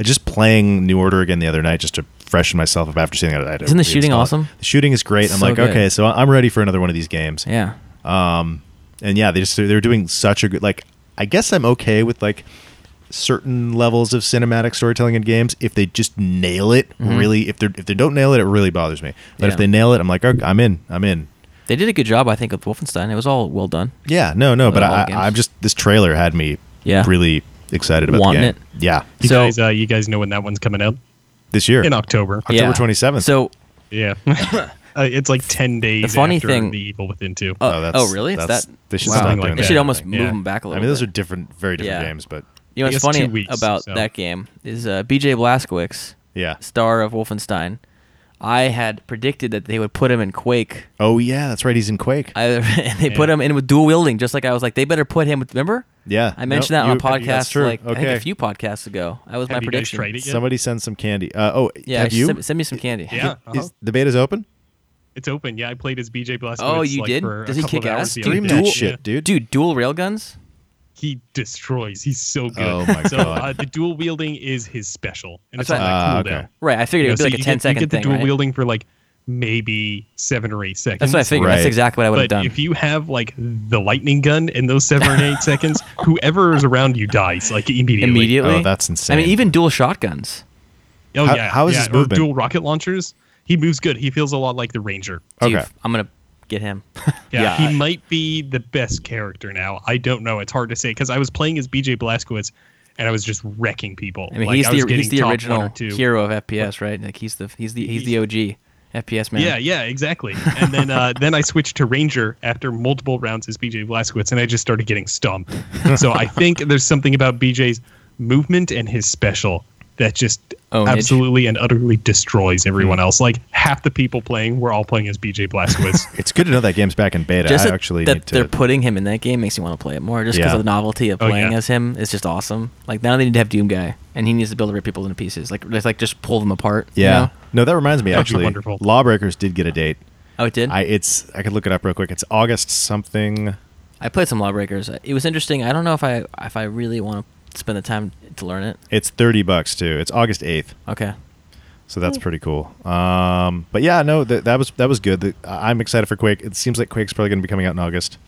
I Just playing New Order again the other night, just to freshen myself up after seeing it. I had to
Isn't the shooting
reinstall it.
awesome?
The shooting is great. I'm
So
like,
good.
okay, so I'm ready for another one of these games.
yeah,
And yeah, they just they're doing such a good. Like, I guess I'm okay with like certain levels of cinematic storytelling in games if they just nail it. Really, if they are if they don't nail it, it really bothers me. But
Mm-hmm. Yeah.
if they nail it, I'm like, okay, I'm in. I'm in.
they did a good job, I think, with Wolfenstein. It was all well done.
Yeah, no, no, but
all
I,
games.
I'm just this trailer had me
Yeah.
really excited about
Wanting
the
it.
game. Yeah,
You
so-
guys, uh, you guys know when that one's coming out
this year
in October.
October 27th.
So,
Yeah, uh, it's like ten days.
funny
after
thing-
the Evil Within two.
oh,
No, that's-
oh really? It's
that's-
that
they should
wow.
stop
Something
doing
like
They
that.
should almost
Yeah.
move them back a
I
little.
mean, those are
bit.
different, very different
Yeah.
games, but
You know
I
what's
guess two
funny
weeks,
about
so.
that game is uh, BJ Blazkowicz,
yeah.
star of Wolfenstein. I had predicted that they would put him in Quake.
Oh yeah, that's right. He's in Quake.
I, and they put
Yeah.
him in with dual wielding, just like I was like, they better put him with. Remember?
Yeah.
I mentioned
Nope,
that on a
you- that's
podcast
true.
like I think
Okay.
a few podcasts ago. That was
Have
my
you guys
prediction.
tried it yet?
Somebody send some candy. Uh, oh,
Yeah,
have you?
Send, send me some candy.
Yeah, uh-huh.
Is, the beta's open.
it's open. Yeah, I played as BJ Blazkowicz.
Oh, you
like,
did?
For a
Does he
couple of
kick
hours
ass?
the
Dude,
other
Stream
day.
dual-
that shit,
Yeah.
dude.
Dude, dual railguns?
he destroys. He's so good.
Oh my
so,
God.
Uh, the dual wielding is his special, and it's
That's
on that
right. Ah,
cooldown.
okay.
Right, I figured
You know,
it would
so
be like
you
a 10
get, you
second
get the
thing,
dual
right?
wielding for like maybe seven or eight seconds.
That's what I figured. That's
Right.
exactly what I would have
But
done.
if you have like the lightning gun in those seven or eight seconds, whoever is around you dies like immediately.
Immediately?
Oh, that's
I
insane.
mean, even dual shotguns.
Oh
How-
yeah.
how is
yeah,
his
or
movement?
Dual rocket launchers. He moves good. He feels a lot like the ranger.
Dude,
Okay.
I'm going to get him.
Yeah,
Yeah,
he
I-
might be the best character now. I don't know. It's hard to say because I was playing as BJ Blazkowicz, and I was just wrecking people.
I mean,
Like,
he's
I was
the he's
getting
the
top one or
original
two.
hero of FPS, right? Like he's the he's the he's the OG FPS man.
Yeah, yeah, exactly. And then uh, then I switched to Ranger after multiple rounds as BJ Blazkowicz, and I just started getting stumped. so I think there's something about BJ's movement and his special that just
Ownage.
absolutely and utterly destroys
Hmm.
everyone else. Like half the people playing, we're all playing as BJ Blazkowicz.
it's good to know that game's back in beta.
Just
I
that-
actually
that
need
they're
to.
putting him in that game makes me want to play it more, just because
Yeah.
of the novelty of
Oh,
playing
yeah.
as him. It's just awesome. Like now they need to have Doom guy, and he needs to be able to rip people into pieces. Like just like just pull them apart. you
yeah.
know?
No, that reminds me.
That'd be
Actually,
wonderful.
Lawbreakers did get a date.
Oh, it did.
I
I,
it's I could look it up real quick. It's August something.
played some Lawbreakers. It was interesting. I don't know if I if I really want to spend the time to learn it.
It's thirty bucks too. It's August eighth.
Okay.
So that's pretty cool. Um, but yeah, no, that, that was that was good. The- I- I'm excited for Quake. It seems like Quake's probably going to be coming out in August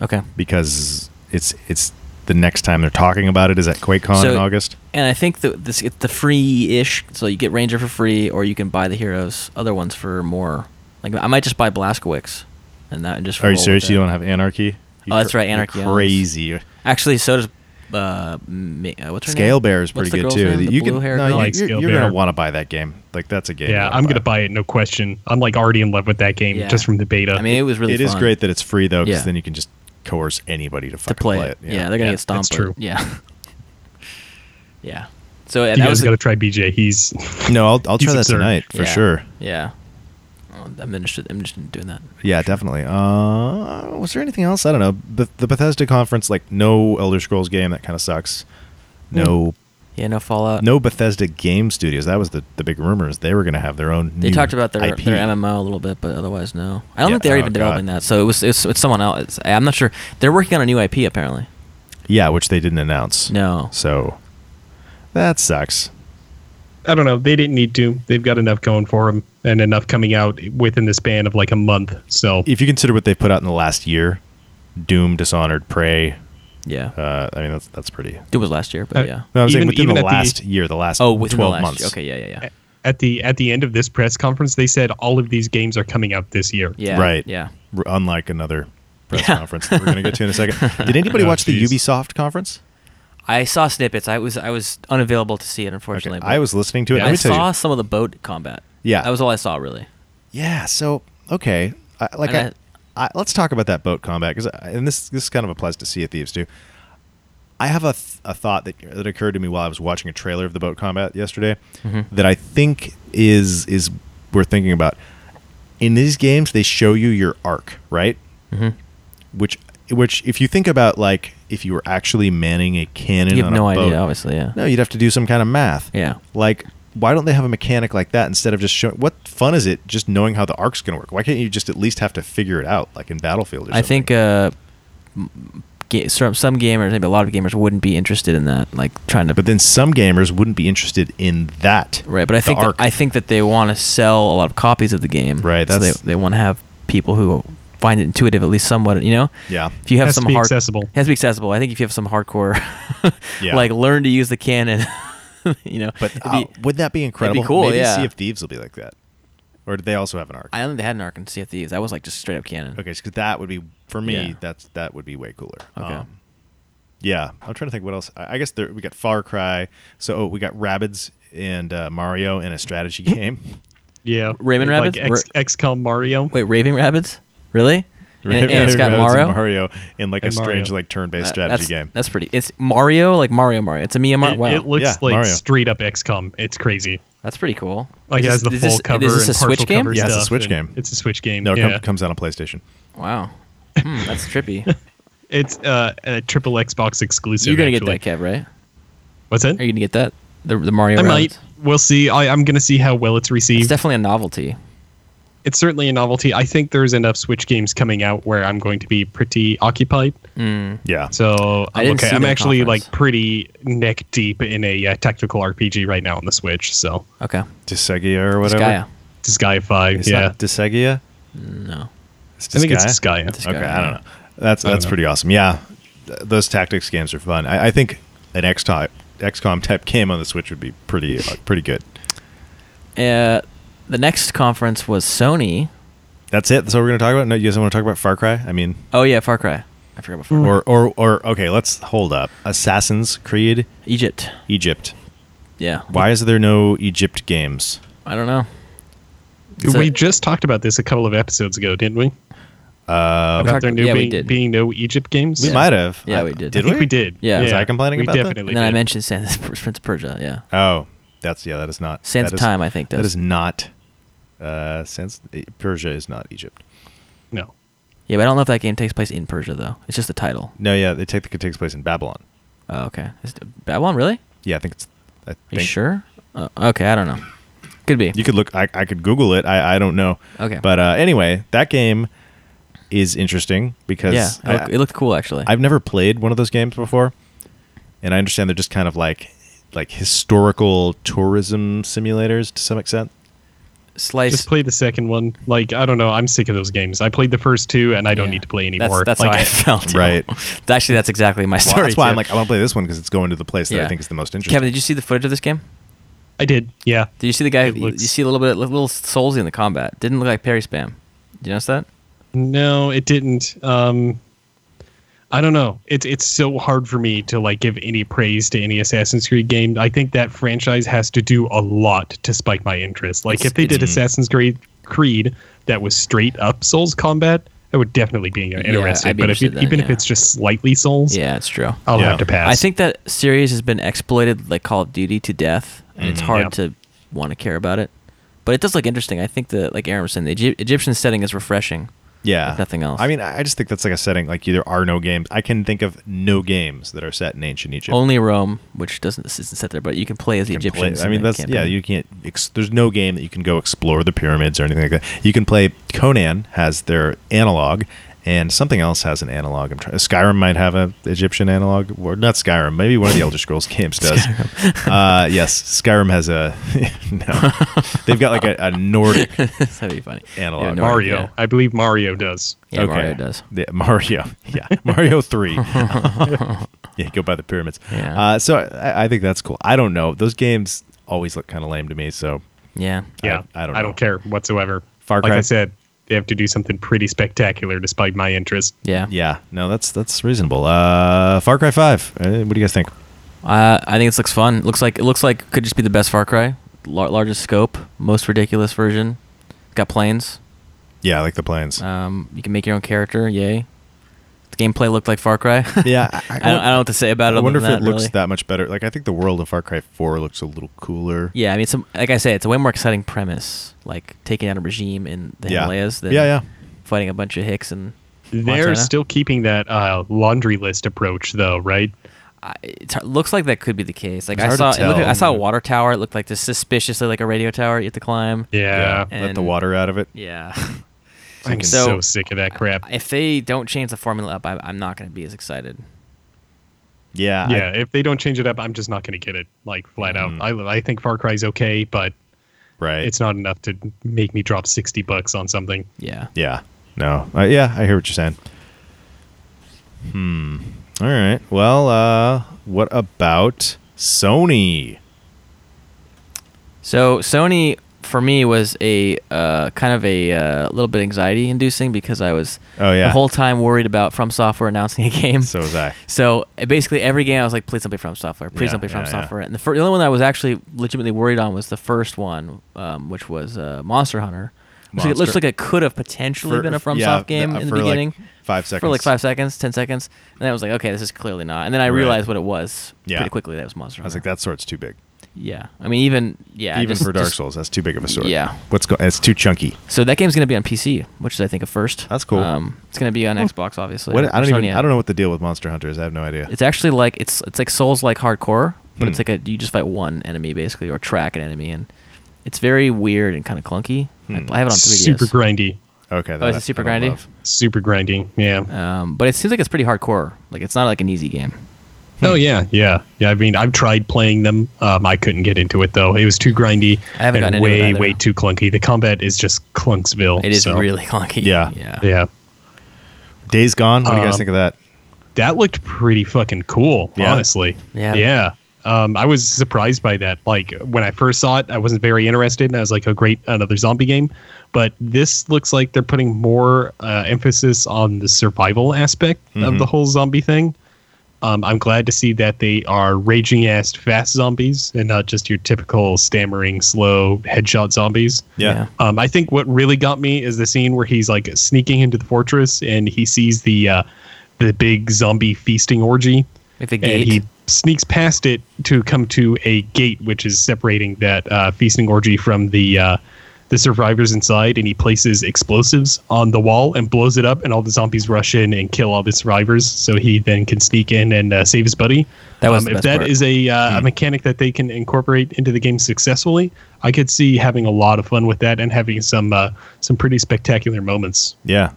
Okay.
because it's it's the next time they're talking about it is at QuakeCon
So-
in August.
And I think the this it's the free ish, so you get Ranger for free, or you can buy the heroes, other ones for more. Like I might just buy Blazkowicz, and that and just.
Are
roll
you
with
serious? You
that.
don't have Anarchy? You
Oh, that's right,
you're
Anarchy, I don't-
Crazy.
Actually, so does uh, ma- uh, what's her
Scale
name?
Bear is pretty
What's the
good
girl's
too.
name? The
you
blue
can,
hair
no,
girl?
you-
like
you're,
Scale
you're gonna
Bear.
want to buy that game. Like that's a game.
Yeah,
you
I'm gonna
buy.
buy it, no question. I'm like already in love with that game
Yeah.
just from the beta.
I mean, it was really.
It is
fun
great that it's free though, because
Yeah.
then you can just coerce anybody to
to
fucking
play, it. Yeah, they're gonna
Yeah,
get stomped.
that's
but-
true.
Yeah, yeah. So yeah,
you
that
guys
was a-
got to try BJ. He's
No, I'll, I'll
He's
try that
absurd.
tonight for
yeah,
sure.
Yeah, Oh, I'm interested. I'm interested in doing that.
Yeah, definitely. Uh, was there anything else? I don't know. The, the Bethesda conference, like no Elder Scrolls game, that kind of sucks. No,
Yeah, no Fallout.
no Bethesda game studios. That was the, the big rumors. They were going to have their own.
They
new
talked about their,
IP.
their MMO a little bit, but otherwise no. I don't
Yeah,
think they're
oh,
even developing
God.
that. So it was it's, it's someone else. I'm not sure. They're working on a new IP apparently.
Yeah, which they didn't announce.
No.
So that sucks.
I don't know. They didn't need to. They've got enough going for them and enough coming out within the span of like a month. So
If you consider what they've put out in the last year, Doom, Dishonored, Prey.
Yeah.
Uh, I mean, that's that's pretty.
it was last year, but
Uh,
yeah.
No, I'm saying
Even-
within
even
the
at the-
last year, the last
Oh, within
twelve
the
months.
last
Uh,
year. Okay, yeah, yeah, yeah.
at the at the end of this press conference, they said all of these games are coming out this year.
Yeah.
Right.
Yeah.
R- unlike another press
Yeah.
conference that we're going to get to in a second. Did anybody
Oh,
watch
geez.
the Ubisoft conference?
I saw snippets. I was I was unavailable to see it
Okay,
unfortunately. but
I was listening to it.
Yeah.
Let
I
me tell
saw
you.
some of the boat combat.
Yeah.
That was all I saw really.
Yeah. So okay, I, like I,
And
I, let's talk about that boat combat because and this this kind of applies to Sea of Thieves too. I have a, th- a thought that that occurred to me while I was watching a trailer of the boat combat yesterday
Mm-hmm.
that I think is is worth thinking about. In these games, they show you your arc, right?
Mm-hmm.
Which which if you think about like if you were actually manning a cannon,
You have
on a
no
boat-
idea, obviously, yeah.
No, you'd have to do some kind of math.
Yeah.
Like, why don't they have a mechanic like that instead of just showing? What fun is it just knowing how the arc's going to work? Why can't you just at least have to figure it out, like in Battlefield or something?
I think uh m- ga- some some gamers, maybe a lot of gamers wouldn't be interested in that like trying to
But then some gamers wouldn't be interested in that.
Right, but I
the
think that,
arc.
I think that they want to sell a lot of copies of the game.
Right,
so they
that's-
they want to have people who find it intuitive at least somewhat. You know,
Yeah.
If you have
Has to
some
be
hard,
accessible.
it has to be accessible. I think if you have some hardcore,
Yeah.
like learn to use the cannon. you know,
But
it'd
uh,
be-
would that be incredible?
cool,
Maybe
yeah.
Sea of Thieves will be like that, or do they also have an arc?
I don't think they had an arc in Sea of Thieves. That was like just straight up cannon.
okay, because that would be for me.
Yeah.
That's that would be way cooler. Um,
Okay.
yeah, I'm trying to think what else. I, I guess there, we got Far Cry. So oh, we got Rabbids and uh, Mario in a strategy game.
Yeah.
Raymond
like
Rabbids?
X, XCOM Mario.
Wait, raving rabbits? Really? And, and it's got
Rabbids and
Mario.
Mario in like a
And Mario.
strange like turn-based
That-
strategy
that's,
game.
That's pretty. It's Mario, like Mario, Mario. It's a Miyamari.
It,
Wow,
it looks
Yeah,
like
Mario.
straight up XCOM. It's crazy.
that's pretty cool.
Like
Is
it has the
this- is
full
this-
cover
Is this
and
a Switch
partial
game?
cover
Yeah, it's a
stuff,
Switch
and
game.
It's a Switch game.
No, it
yeah.
com- comes out on PlayStation.
Wow, Hmm, that's trippy.
it's uh, a triple Xbox exclusive.
You're gonna get
actually.
that, Kev, right?
What's that?
Are you gonna get that? The, the Mario.
I
rounds?
might. We'll see. I, I'm gonna see how well it's
It's
received.
definitely a novelty.
it's certainly a novelty. I think there's enough Switch games coming out where I'm going to be pretty occupied.
Yeah.
So
Mm. I
I'm
didn't
okay.
see
I'm
that
actually
conference.
like pretty neck deep in a uh, tactical RPG right now on the Switch. So
Okay.
Dissegia or whatever.
Gaia.
it's Skyfi.
It's
yeah,
not Dissegia.
No.
It's
I think it's
Disgaea?
Sky.
Disgaea.
Okay, I
yeah.
don't know. That's
I don't
that's
know.
pretty awesome. Yeah, Th- those tactics games are fun. I, I think an X type XCOM type game on the Switch would be pretty uh, pretty good.
Uh, the next conference was Sony.
That's it. That's what we're gonna talk about. No, you guys want to talk about Far Cry? I mean,
Oh yeah, Far Cry. I forgot about Far Cry.
or or or okay, let's hold up. Assassin's Creed
Egypt.
Egypt.
Yeah.
Why is there no Egypt games?
I don't know. It's
we
a-
just talked about this a couple of episodes ago, didn't we?
Uh,
About
talked-
there new
yeah, we
being,
did.
being no Egypt games.
we
Yeah.
might have.
Yeah,
I-
we did.
I
Did
think
we?
we? did.
Yeah. Was I
complaining
we
about that?
definitely
and then I
did.
mentioned Sands Prince of Persia. Yeah.
Oh, that's yeah. That is not
Sands
that
of
is-
Time, I think,
that
does.
is not. Uh, since Persia is not Egypt.
No.
Yeah, but I don't know if that game takes place in Persia though. It's just the title.
No, yeah, they take it takes place in Babylon.
Oh, okay. Is it Babylon really?
Yeah, I think it's. I
Are you
think-
sure? Uh, okay, I don't know. Could be.
You could look. I, I could Google it. I, I don't know.
Okay.
But uh, anyway, that game is interesting because
yeah, it,
I,
looked, it looked cool actually.
I've never played one of those games before, and I understand they're just kind of like like historical tourism simulators to some extent.
Slice.
Just play the second one. Like I don't know. I'm sick of those games. I played the first two, and I don't
yeah.
need to play
That's,
anymore.
that's
like,
how I felt. yeah.
Right.
actually, that's exactly my
Well,
story.
that's why I'm
too.
like I want to play this one because it's going to the place that I think is the most interesting.
Kevin, did you see the footage of this game?
I did. Yeah.
Did you see the guy?
It looks-
you see a little bit, a little soulsy in the combat. Didn't look like parry spam. Did you notice that?
No, it didn't. Um, I don't know. It's it's so hard for me to like give any praise to any Assassin's Creed game. I think that franchise has to do a lot to spike my interest. Like
It's-
if they did
it's-
Assassin's Creed Creed that was straight up Souls combat, I would definitely be interested.
I'd be
but if
interested
it,
then,
even if
yeah.
it's just slightly Souls,
Yeah, it's true.
I'll
Yeah.
have to pass.
I think that series has been exploited like Call of Duty to death, and
Mm-hmm.
it's hard
yeah.
to want to care about it. But it does look interesting. I think the like Aaron was saying, the Egy- Egyptian setting is refreshing.
Yeah.
Like nothing else.
I mean, I I just think that's like a setting. Like, there are no games. I can think of no games that are set in ancient Egypt.
Only Rome, which doesn't isn't set there, but you can play as the
You can play-
Egyptians.
I
in
mean,
the
that's yeah.
campaign.
You can't. Ex- there's no game that you can go explore the pyramids or anything like that. You can play. Conan has their analog, and something else has an analog. I'm trying. Skyrim might have an Egyptian analog, or not Skyrim. Maybe one of the Elder Scrolls games does. uh, yes, Skyrim has a. no, they've got like a, a Nordic.
That'd be funny.
Analog.
Yeah, no,
Mario.
Yeah,
I believe Mario does.
Yeah, Mario does.
Yeah, Mario. Yeah, Mario three. yeah, go by the pyramids.
Yeah.
Uh, so I, I think that's cool. I don't know. Those games always look kind of lame to me. So
Yeah.
Yeah,
I, I don't.
I
know.
don't care whatsoever.
Far
like
Cry-
I said, they have to do something pretty spectacular to spike my interest.
Yeah.
Yeah, no, that's that's reasonable. Uh, Far Cry Five. Uh, what do you guys think?
Uh, I think this looks fun. Looks like it looks like could just be the best Far Cry, Lar- largest scope, most ridiculous version. It's got planes.
Yeah, I like the planes.
Um, you can make your own character. Yay. The gameplay looked like Far Cry.
yeah,
I, don't, I don't know what to say about it.
I
other
wonder if
than
it looks
really.
that much better. Like, I think the world of Far Cry Four looks a little cooler.
Yeah, I mean, some like I say, it's a way more exciting premise, like taking out a regime in the
Yeah.
Himalayas than
Yeah, yeah.
fighting a bunch of hicks and.
They're
Montana?
still keeping that uh, laundry list approach, though, right?
I, it's- it looks like that could be the case. Like
It's
I
hard
saw,
to
it looked,
tell.
I saw a water tower. It looked like this suspiciously like a radio tower you have to climb.
Yeah,
let the
And-
water out of it.
Yeah.
I'm
So-
so, sick of that crap.
if they don't change the formula up, I, I'm not going to be as excited.
Yeah, I-
yeah, if they don't change it up, I'm just not going to get it, like flat out. I, I think Far Cry's okay, but
Mm-hmm. right.
it's not enough to make me drop sixty bucks on something.
Yeah.
yeah, no, uh, yeah, I hear what you're saying. Hmm. All right. Well, uh, what about Sony?
So Sony for me was a uh, kind of a uh, little bit anxiety inducing because I was
Oh, yeah.
the whole time worried about From Software announcing a game.
So was I.
So uh, basically, every game I was like, please don't be from software. Please
Yeah,
don't be from
yeah, yeah.
software. And the, fir- the only one I was actually legitimately worried on was the first one, um, which was uh, Monster Hunter. Looks like, it looks
Monster-
like it could have potentially
For-
been a FromSoft
yeah,
game
uh,
in the
for, like,
beginning.
five
For like
seconds.
five seconds, ten seconds. And then I was like, okay, this is clearly not. And then I
Right.
realized what it was
Yeah.
pretty quickly. That was
I
Monster Hunter.
was like, that sword's too big.
Yeah. I mean, even, yeah.
Even
just-
for Dark
just-
Souls, that's too big of a sword.
Yeah.
What's going? It's too chunky.
So that game's going to be on PC, which is, I think, a first.
That's cool.
Um, it's going to be on Xbox, obviously.
What, I don't
Sony
even.
had-
I don't know what the deal with Monster Hunter is. I have no idea.
It's actually like it's it's like Souls like hardcore, but it's
Hmm.
like a you just fight one enemy basically or track an enemy, and it's very weird and kind of clunky. I,
Hmm.
I have it on 3DS.
Super grindy,
Okay.
Oh, is it super
I don't
grindy?
love.
super grindy. Yeah.
um, but it seems like it's pretty hardcore. Like it's not like an easy game.
oh yeah, yeah, yeah. I mean, I've tried playing them. Um, I couldn't get into it though. It was too grindy
I haven't gotten
and
into it
way,
either.
way too clunky. The combat is just clunksville.
It is
so-
really clunky.
Yeah.
yeah.
Yeah.
Days Gone. What do you guys
Um,
think of that?
that looked pretty fucking cool,
Yeah.
honestly.
Yeah.
Yeah. Um, I was surprised by that. Like when I first saw it, I wasn't very interested, and I was like, "Oh, great, another zombie game." But this looks like they're putting more uh, emphasis on the survival aspect of the whole zombie thing. Um, I'm glad to see that they are raging ass fast zombies and not just your typical stammering, slow headshot zombies.
Yeah.
Um, I think what really got me is the scene where he's like sneaking into the fortress and he sees the uh, the big zombie feasting orgy,
Like the
and
gate.
he sneaks past it to come to a gate which is separating that uh, feasting orgy from the uh, the survivors inside, and he places explosives on the wall and blows it up, and all the zombies rush in and kill all the survivors, so he then can sneak in and uh, save his buddy. Um,
That was the
if
best
that
part. Hmm.
is a, uh, a mechanic that they can incorporate into the game successfully, I could see having a lot of fun with that and having some uh, some pretty spectacular moments.
Yeah.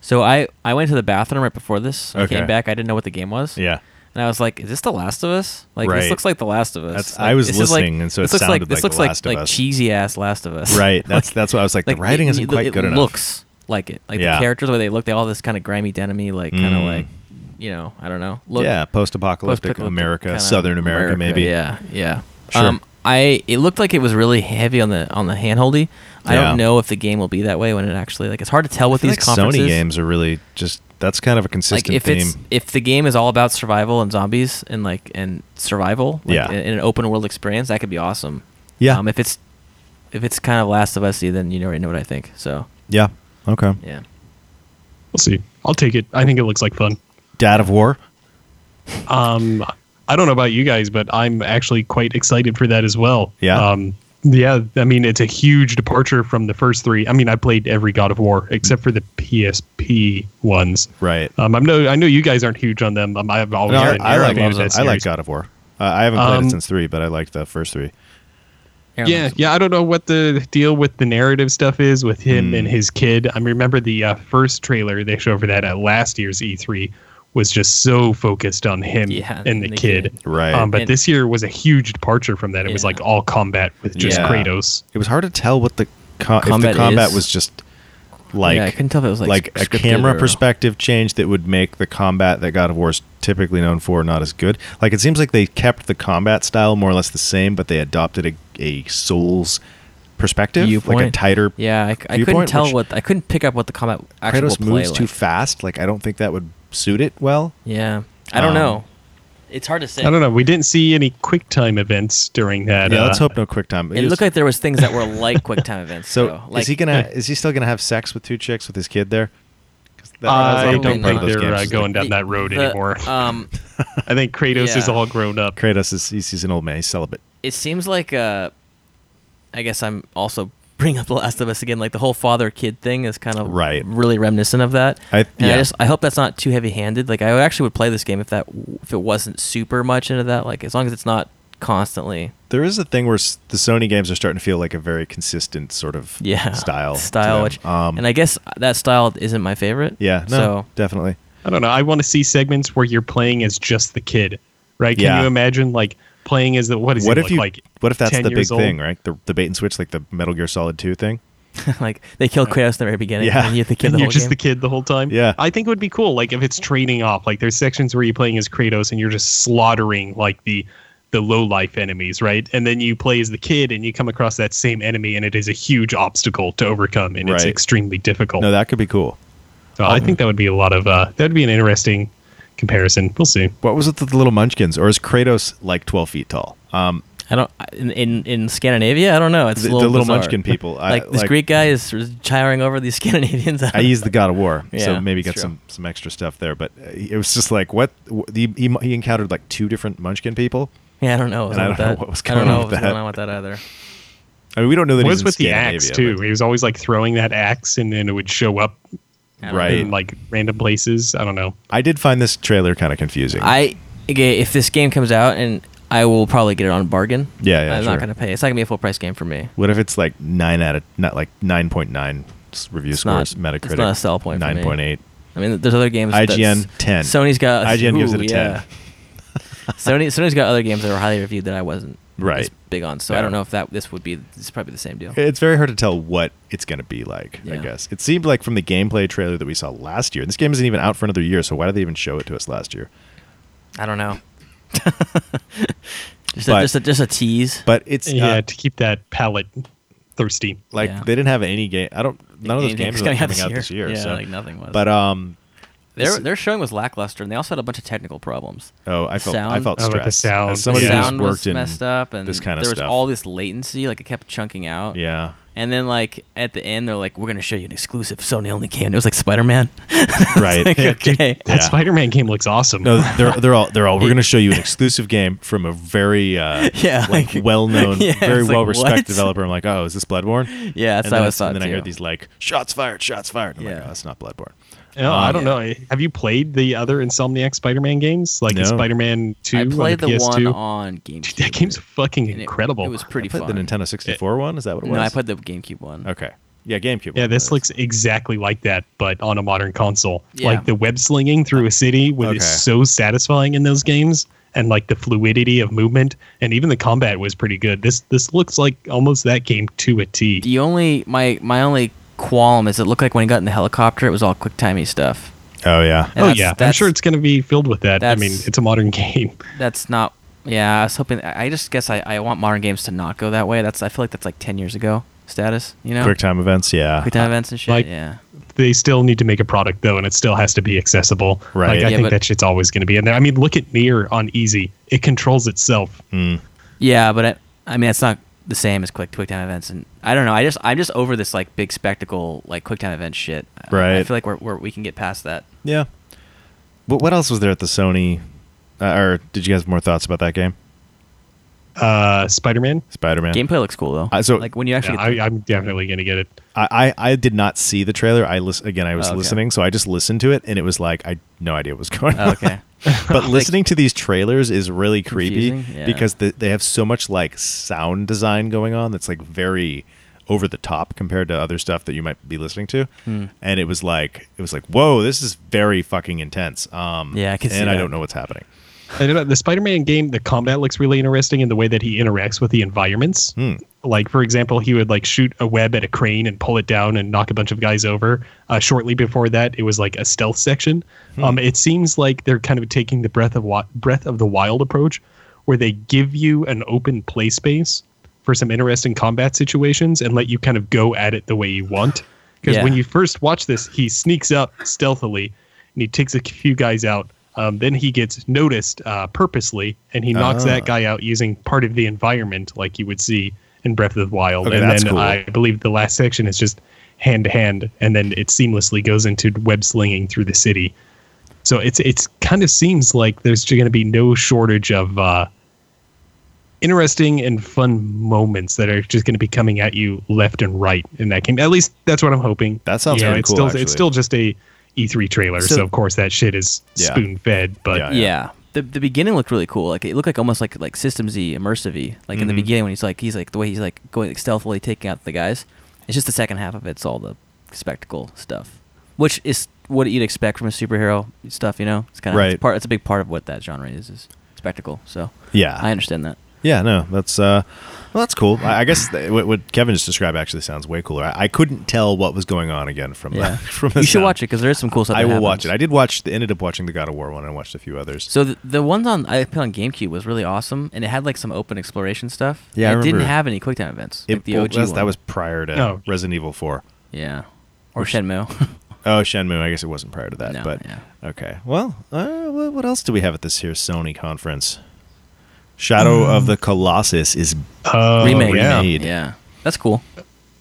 so I I went to the bathroom right before this. I
Okay.
came back. I didn't know what the game was.
Yeah.
And I was like, "Is this The Last of Us? Like
Right.
this looks like The Last of Us."
That's-
Like,
I was
this is like-
listening, and so it
this looks
sounded
like this
like
looks
The
like
Last of
like
Us.
cheesy ass Last of Us.
Right. That's that's what I was like. the writing
it-
isn't
it-
quite
it
good enough.
looks like it. Like
Yeah.
the characters, the way they look, they all this kind of grimy, denomy, like kind of
Mm.
like, you know, I don't know. Look,
yeah. Post-apocalyptic
post-apocalyptic
America,
kinda
Southern America, maybe.
Yeah, yeah.
Sure.
Um, I it looked like it was really heavy on the on the handholdy. I
Yeah.
don't know if the game will be that way when it actually like it's hard to tell
I
with
feel
these
like
conferences.
Sony games are really just that's kind of a
like
consistent
if
theme.
it's um, if the game is all about survival and zombies and like and survival like,
Yeah.
in, in an open world experience that could be awesome
Yeah.
um, if it's if it's kind of last of us then you already know what i think so
yeah. Okay.
yeah
We'll see. I'll take it. I think it looks like fun.
Dad of War.
Um, I don't know about you guys, but I'm actually quite excited for that as well.
Yeah?
Um, yeah. I mean, it's a huge departure from the first three. I mean, I played every God of War except for the PSP ones.
Right.
Um, I'm no, I know you guys aren't huge on them. Um, I've always
No,
been
I, I
a
like
fan of that
I like
series.
God of War. Uh, I haven't played it
Um,
since three, but I liked the first three.
Aaron
Yeah,
likes it.
yeah. I don't know what the deal with the narrative stuff is with him
Hmm.
and his kid. I remember the uh, first trailer they showed for that at last year's E3 was just so focused on him
Yeah,
and the, kid.
Right.
Um, but
And-
this year was a huge departure from that. It was
Yeah.
like all combat with just
Yeah.
Kratos.
it was hard to tell what the, co- if
Combat
the combat
is-
was just like
Yeah, I couldn't tell if it was, like,
a
scripted
camera
or-
perspective change that would make the combat that God of War is typically known for not as good. Like it seems like they kept the combat style more or less the same, but they adopted a, a Souls perspective, like a
Viewpoint.
tighter.
yeah i, c- I couldn't
viewpoint,
tell
which
what i couldn't pick up what the combat actually
Kratos
will play
moves
like.
too fast. Like I don't think that would suit it well.
yeah i don't
Um,
know it's hard to say
I don't know. We didn't see any quick time events during that.
yeah,
uh,
let's hope no quick time.
it looked like there was things that were like quicktime events
so.
though. like
is he gonna? Is he still gonna have sex with two chicks with his kid there? 'Cause that- that's
I
like a big
don't
part
think
of those
they're
games
uh,
is, like,
going down that road
the-
anymore.
um
I think Kratos is
yeah.
all grown up.
Kratos is he's, he's an old man. He's celibate.
it seems like uh I guess I'm also bringing up The Last of Us again. Like the whole father kid thing is kind of
Right.
really reminiscent of that.
I-
and
yeah.
I just I hope that's not too heavy handed. Like I actually would play this game if that if it wasn't super much into that. Like as long as it's not constantly
There is a thing where s- the Sony games are starting to feel like a very consistent sort of
yeah
style to
style.
them. Um,
Which and I guess that style isn't my favorite.
yeah no
So
definitely
I don't know. I want to see segments where you're playing as just the kid, right? Can
Yeah.
you imagine like playing as the what is
what
he
if
look
you
like?
what if that's
10
the big
years old?
thing right the, the bait and switch like the Metal Gear Solid Two thing
like they killed Kratos in the very beginning.
Uh, Yeah.
and you're the kid
And
the
you're
whole
just
game.
the kid the whole time.
Yeah.
I think it would be cool. Like if it's trading off. Like there's sections where you're playing as Kratos and you're just slaughtering like the the low life enemies, right? And then you play as the kid and you come across that same enemy and it is a huge obstacle to overcome and it's
Right.
extremely difficult.
no um, that could be cool
so I think that would be a lot of uh that would be an interesting comparison. We'll see.
what was it the little Munchkins or is Kratos like twelve feet tall um
I don't in in, in Scandinavia. I don't know. It's
The-
a little
the little
bizarre.
munchkin people, I-
like this
like-
Greek guy is chiring over these Scandinavians.
I used the God of War so
Yeah,
maybe
that's
got
true.
some some extra stuff there but uh, it was just like what wh- he, he, he encountered like two different Munchkin people
Yeah, I don't know.
And I
about
don't know
that.
what was
I don't
going on
know
with
what was
that.
going on with that either.
I mean we don't know that
What
he's
was
in
with the axe
Scandinavia,
too?
but-
He was always like throwing that axe and then it would show up
I don't
Right.
know.
in like random places. I don't know.
I did find this trailer kind of confusing
I okay, if this game comes out and I will probably get it on bargain.
Yeah, yeah,
I'm
sure.
not gonna pay. It's not gonna be a full price game for me.
What if it's like nine out of not like nine point nine review
It's not-
scores?
it's
Metacritic
not a sell point for me.
Nine point eight.
I mean, there's other games. that's-
IGN 10.
Sony's got
IGN gives it a
Uh, ooh,
10.
yeah. Sony Sony's got other games that are highly reviewed that I wasn't
Right.
as big on. So
Yeah.
I don't know if that this would be this is probably the same deal.
It's very hard to tell what it's going to be like. I
Yeah.
guess it seemed like from the gameplay trailer that we saw last year. This game isn't even out for another year, so why did they even show it to us last year?
I don't know. just,
But-
a, just a just a tease.
But it's
Yeah,
uh,
to keep that palate thirsty.
like
yeah.
they didn't have any game. I don't. None of those
Anything
games
that's
are coming out this year.
Yeah,
so.
like nothing was.
but um,
Their their showing was lackluster, and they also had a bunch of technical problems.
oh, I felt I
Sound.
felt
Oh,
stressed.
with the sound.
As somebody
the
who's
sound
worked
was
in
messed up, and
this kind of
there was
stuff.
all this latency. Like it kept chunking out.
yeah,
And then like at the end, they're like, "We're gonna show you an exclusive Sony only game." It was like Spider Man.
right.
okay.
That
Yeah.
Spider Man game looks awesome.
No, they're they're all they're all. We're going to show you an exclusive game from a very uh,
Yeah,
like,
like-
well known,
Yeah,
very
it's like,
well respected
what?
developer. I'm like, oh, is this Bloodborne?
Yeah, that's
and
how
then,
I
I-
thought
and then I
too.
heard these like shots fired, shots fired. I'm like,
Yeah.
oh, that's not Bloodborne.
No, Oh, I don't
yeah.
Uh,
know. Have you played the other Insomniac Spider Man games? Like
No.
Spider Man two
I played
on
the,
the, PS2?
one on GameCube.
that game's fucking
and it-
incredible.
It, was
I
pretty
played
fun.
the Nintendo 64 one. Is that what it was?
No, I played the GameCube one.
Okay, yeah, GameCube.
yeah,
one,
this
that
looks exactly like that, but on a modern console.
Yeah.
Like the web slinging through a city was
Okay.
so satisfying in those games, and like the fluidity of movement, and even the combat was pretty good. This this looks like almost that game to a T.
The only my my only qualm is it looked like when he got in the helicopter, it was all quick timey stuff.
Oh yeah,
And
oh
that's-
yeah, I'm
that's-
sure it's going to be filled with that. I mean,
that's-
it's a modern game.
That's not. Yeah, I was hoping. I I just guess I, I want modern games to not go that way. That's I feel like that's like ten years ago status. You know,
quick time events. Yeah,
Quick time events and shit.
Like-
yeah,
they still need to make a product though, and it still has to be accessible.
Right.
Like, I
Yeah,
think
but-
that shit's always going to be in there. I mean, look at Near on easy; it controls itself.
Yeah, but I, I mean, it's not the same as quick QuickTime events, and I don't know. I just I'm just over this like big spectacle like QuickTime event shit. I- I
Right.
feel like we're, we're we can get past that.
Yeah. But what else was there at the Sony? Uh, or did you guys have more thoughts about that game?
Uh, Spider Man.
Spider Man.
Gameplay looks cool though.
Uh, so-
like when you actually
Yeah, I, I'm definitely going to get it.
I, I I did not see the trailer. I lis- again I was
Oh, okay.
listening, so I just listened to it, and it was like I no idea what was going
Oh,
on.
okay.
but listening to these trailers is really creepy
Confusing, yeah.
because the, they have so much like sound design going on that's like very over the top compared to other stuff that you might be listening to.
Hmm.
And it was like it was like whoa, this is very fucking intense. Um,
Yeah, I can
and
see
I
that.
don't know what's happening.
And about the Spider-Man game, the combat looks really interesting in the way that he interacts with the environments. Like for example, he would like shoot a web at a crane and pull it down and knock a bunch of guys over. Uh, shortly before that, it was like a stealth section. Um, it seems like they're kind of taking the breath of wa- breath of the wild approach, where they give you an open play space for some interesting combat situations and let you kind of go at it the way you want. Because
Yeah.
when you first watch this, he sneaks up stealthily and he takes a few guys out. Um, then he gets noticed uh, purposely and he knocks
Ah.
that guy out using part of the environment, like you would see in Breath of the Wild.
Okay,
and
that's
then
cool.
I believe the last section is just hand to hand, and then it seamlessly goes into web slinging through the city. So it's it's kind of seems like there's going to be no shortage of uh, interesting and fun moments that are just going to be coming at you left and right in that game. At least that's what I'm hoping.
That sounds
You know,
really
it's
cool,
Still,
actually.
It's still just a E3 trailer, so,
So-
of course that shit is
Yeah.
spoon fed. But
Oh, Yeah.
yeah. The, the beginning looked really cool. Like it looked like almost like like systems y, immersive y. Like
Mm-hmm.
in the beginning when he's like he's like the way he's like going like, stealthily taking out the guys. It's just the second half of it's all the spectacle stuff, which is what you'd expect from a superhero stuff. You know, it's kind of
Right.
it's part. It's a big part of what that genre is is spectacle. So
Yeah.
I understand that.
Yeah, no, that's uh, well, that's cool. I, I guess th- what, what Kevin just described actually sounds way cooler. I, I couldn't tell what was going on again from
Yeah,
the, from the
you should
sound.
watch it because there is some cool stuff.
I
that
will watch it.
happens.
I did watch. The, ended up watching the God of War one and watched a few others.
So the, the ones on I played on GameCube was really awesome, and it had like some open exploration stuff.
Yeah, I
And it didn't
remember.
have any QuickTime events.
it,
like the
well,
OG
that's- that
one.
was prior to
Oh.
Resident Evil Four.
yeah, or Shenmue.
Oh, Shenmue. I guess it wasn't prior to that,
No,
but
yeah.
okay. Well, uh, wh- what else do we have at this here Sony conference? Shadow
Um,
of the Colossus is
uh,
remake.
yeah.
Yeah. that's cool.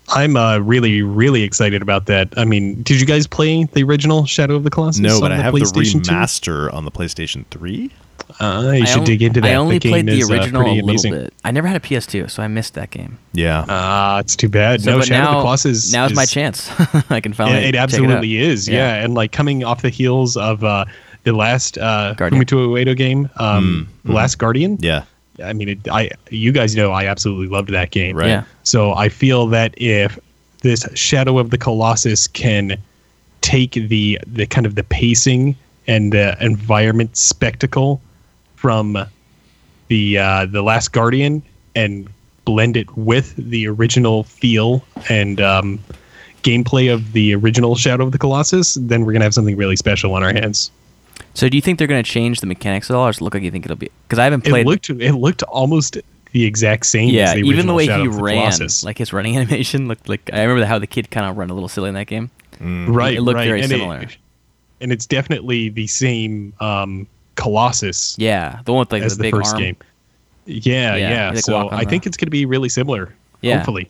I'm uh, really really excited about that. I mean, did you guys play the original Shadow of the Colossus?
no,
on
but I have the
PlayStation 2?
remaster on the PlayStation Three.
Uh, you
I
should
on-
dig into that.
I only
the
played
game
the
is, uh,
original
pretty
a little
amazing.
bit. I never had a PS2, so I missed that game.
Yeah,
Ah, it's too bad.
So,
no,
but
Shadow
now,
of the Colossus.
now is my
is-
chance. I can finally.
Yeah, it
check
absolutely
out.
is, yeah. And like coming off the heels of uh, the last uh,
Guardian.
Fumito Uedo game, um, The Last Guardian.
Mm-hmm. yeah,
I mean, it, I you guys know I absolutely loved that game.
Right.
Yeah.
So I feel that if this Shadow of the Colossus can take the the kind of the pacing and the environment spectacle from the uh, the Last Guardian and blend it with the original feel and um, gameplay of the original Shadow of the Colossus, then we're gonna have something really special on our hands.
So do you think they're going to change the mechanics at all, or just look like you think it'll be? Because I haven't
It
played.
looked it looked almost the exact same.
yeah,
as the
even the
original
way
Shadow
he
of the
ran,
Colossus.
like his running animation looked like. I remember how the kid kind of ran a little silly in that game.
right
Mm-hmm. It looked
right.
very
and
similar.
it, and it's definitely the same um colossus
Yeah, the one with like
as
the
the,
big
first
arm.
game
Yeah,
yeah yeah,
you, like,
so
walk on
i
the-
think it's going to be really similar
Yeah.
hopefully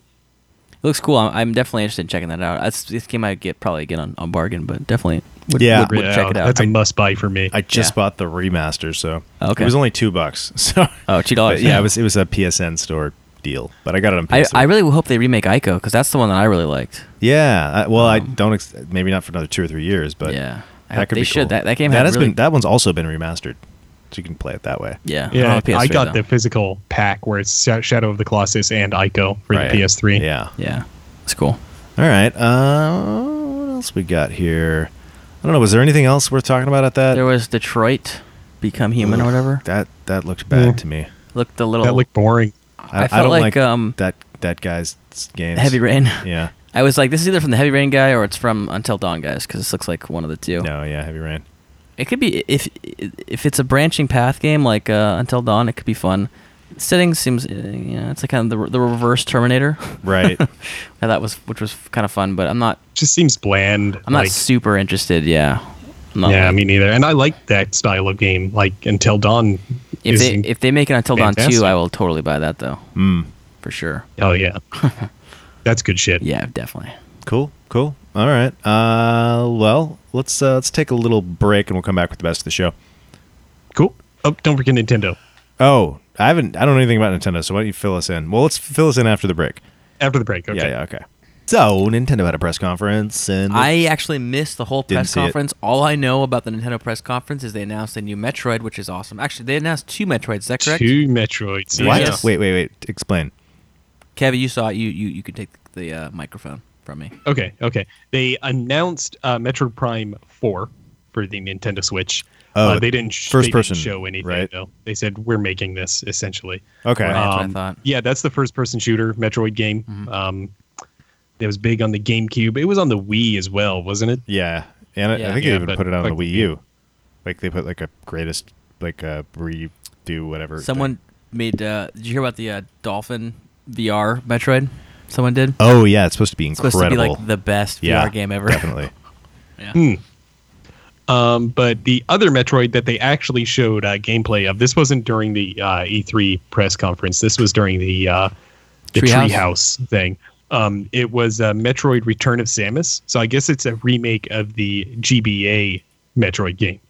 looks cool. I'm, I'm definitely interested in checking that out. That's this game I get probably get on, on bargain, but definitely would,
Yeah.
would, would check it out.
that's a must buy for me
I just
Yeah.
bought the remaster, so
Okay.
it was only two bucks. So
oh, two
But
dollars.
yeah, it was it was a PSN store deal, but I got it on
I,
PS.
I really hope they remake Ico because that's the one that I really liked.
yeah, I, well, I don't ex- maybe not for another two or three years, but
Oh. Yeah. I
that
hope
could
they
be
should.
cool.
That- that game
that
had
has
really-
been that one's also been remastered, so you can play it that way.
Yeah. I don't
yeah
have a
i
PS3
got
though.
the physical pack where it's Sha- shadow of the colossus and ico for
Right.
the ps3
Yeah.
Yeah, it's cool.
All right. Uh, what else we got here? I don't know. Was there anything else worth talking about at that?
There was Detroit Become Human or whatever.
that that looked bad
Mm.
to me.
Looked the little
that looked boring
I,
I
I
felt
don't
like,
like,
um,
that that guy's games.
Heavy Rain.
Yeah.
I was like, this is either from the Heavy Rain guy or it's from Until Dawn guys because this looks like one of the two.
No. Yeah. Heavy Rain.
It could be if if it's a branching path game like uh, Until Dawn, it could be fun. Settings seems, uh, you know, it's like kind of the, the reverse Terminator.
Right.
Now that was, which was kind of fun, but I'm not,
just seems bland.
I'm not
like-
super interested. Yeah. I'm not
yeah,
like-
me neither. And I like that style of game. Like Until Dawn.
if
is
they
in-
if they make it until Dawn two,
fantastic.
I will totally buy that though,
mm.
for sure.
oh yeah, that's good shit.
Yeah, definitely.
Cool. Cool. All right. Uh, well, let's uh, let's take a little break and we'll come back with the best of the show.
Cool. Oh, don't forget Nintendo.
Oh, I haven't. I don't know anything about Nintendo, so why don't you fill us in? Well, let's fill us in after the break.
After the break. Okay.
Yeah. Yeah. Okay. So Nintendo had a press conference, and
I actually missed the whole
Didn't
press
see it.
conference. All I know about the Nintendo press conference is they announced a new Metroid, which is awesome. Actually, they announced two Metroids. Is that correct?
Two Metroids.
what?
yeah.
Yes.
Wait. Wait. Wait. Explain.
Kevin, you saw it. You you you could take the uh, microphone from me.
Okay. Okay. They announced uh, Metro Prime Four for the Nintendo Switch.
Oh,
uh, they didn't sh-
first
they didn't
person,
show anything
right?
though. They said we're making this essentially. Um,
Okay.
Right. That's what I thought. Mm-hmm.
Yeah, that's the first person shooter Metroid game. Um, it was big on the GameCube. It was on the Wii as well, wasn't it?
Yeah, and I- I
Yeah.
think
Yeah,
they even
but
put it on the
like-
Wii U. Like they put like a greatest like a redo whatever. thing.
Someone made. Uh, did you hear about the uh, Dolphin VR Metroid? Someone did.
Oh yeah, it's supposed to be incredible.
supposed to be like the best
yeah,
VR game ever.
Definitely.
yeah.
Um, but the other Metroid that they actually showed uh, gameplay of this wasn't during the uh, E3 press conference. This was during the uh, the
Treehouse?
Treehouse thing. Um, it was uh, Metroid Return of Samus. So I guess it's a remake of the GBA Metroid game.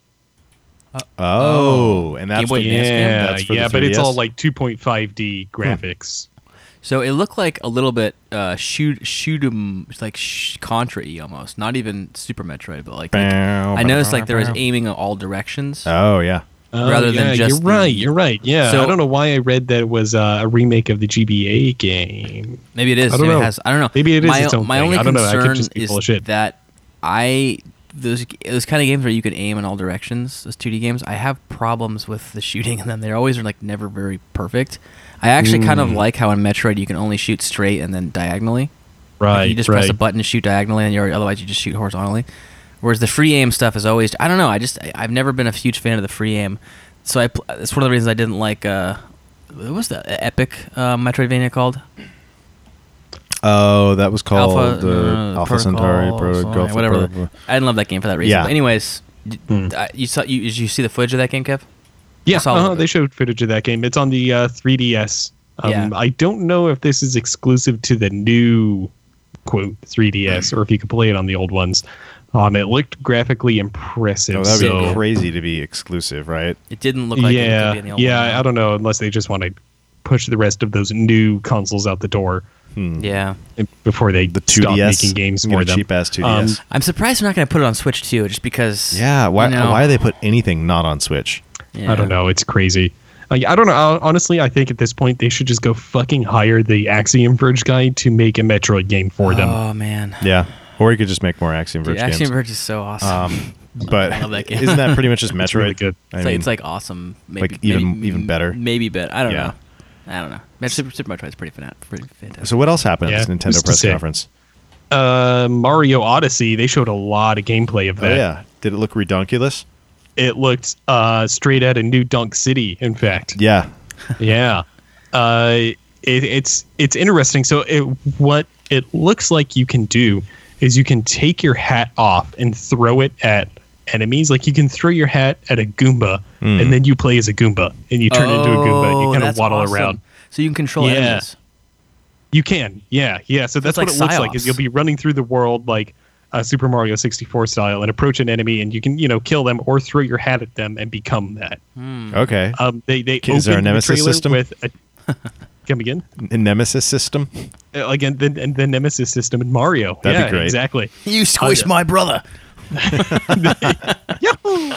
Oh, and that's
Game Boy
the,
Advance game?
yeah,
that's for the
yeah, but it's
3DS?
all like 2.5D graphics.
So it looked like a little bit uh, shoot shoot 'em like sh- Contra y almost. Not even Super Metroid, but like, like
Bow,
I
bow,
noticed like
bow,
there was
bow.
aiming in all directions.
Oh yeah.
Oh,
rather than
yeah,
just
you're
the-
right. You're right. Yeah,
So-
I don't know why I read that it was uh, a remake of the GBA game.
Maybe it is.
I don't
maybe It
know.
has, I don't know.
Maybe it is
My,
its own
my
thing.
only
I don't know. I could
concern
just be
is
full of shit.
that I those those kind of games where you can aim in all directions, those 2D games. I have problems with the shooting in them. They're always like never very perfect. I actually kind
Mm.
of like how in Metroid you can only shoot straight and then diagonally.
Right.
you just
right.
press a button to shoot diagonally, and you're, otherwise you just shoot horizontally. Whereas the free aim stuff is always I don't know. I just I, I've never been a huge fan of the free aim, so I pl- it's one of the reasons I didn't like. uh what was the epic uh, Metroidvania called?
Oh, that was called the
uh,
Alpha Centauri
Protocol,
Proto-
something,
Alpha
whatever.
Proto-
I didn't love that game for that reason.
Yeah.
But anyways, d-
Hmm.
uh, you saw you did you see the footage of that game, Kev?
Yeah,
That's all of
uh-huh,
it.
they showed footage of that game. It's on the uh, 3DS. Um,
Yeah.
I don't know if this is exclusive to the new quote 3DS or if you could play it on the old ones. Um, it looked graphically impressive.
Oh, that'd
so-
be crazy to be exclusive, right?
It didn't look like it
yeah,
could be in the old
yeah.
one.
I don't know unless they just want to push the rest of those new consoles out the door
Yeah,
before they
The 2DS
stop making games
Get a
for them.
cheap ass 2DS.
Um,
I'm surprised they're not going to put it on Switch too, just because.
yeah, why
you know,
why they put anything not on Switch?
yeah.
I don't know. It's crazy. Like, I don't know. Hon- Honestly, I think at this point they should just go fucking hire the Axiom Verge guy to make a Metroid game for them.
Oh man,
Yeah. Or you could just make more Axiom
Dude,
Verge
Axiom
games.
Verge is so awesome.
Um, but
I love that game.
isn't that pretty much just Metroid?
really good.
I
it's, like,
mean,
it's like awesome. Maybe,
like, even-
maybe-
even better.
Maybe better. I don't
Yeah.
know. I don't know. Man, Super, Super Metroid's pretty, fana- pretty fantastic.
so what else happened at
Yeah,
this Nintendo
just to
press
say.
conference?
Uh, Mario Odyssey. They showed a lot of gameplay of
Oh
that.
yeah, did it look redonkulous?
It looked uh, straight at a new Dunk City. In fact,
Yeah,
yeah. Uh, it, it's it's interesting. So it, what it looks like you can do is you can take your hat off and throw it at enemies. Like you can throw your hat at a Goomba,
Hmm.
and then you play as a Goomba, and you turn into a Goomba, and you
Oh,
kind of
that's
waddle
awesome.
around.
So you can control
Yeah.
enemies.
You can, yeah, yeah. So that's
it's like
what it looks like.
Psyops.
Is you'll be running through the world like uh, Super Mario 64 style and approach an enemy, and you can you know kill them or throw your hat at them and become that.
Mm.
okay.
Uh,
Um, they they
Is there a
opened the
nemesis
trailer
system?
with a, come again
A Nemesis system.
Uh, again the, and the nemesis system in Mario.
That'd be
Yeah,
great.
Exactly.
You squished
yeah.
my brother.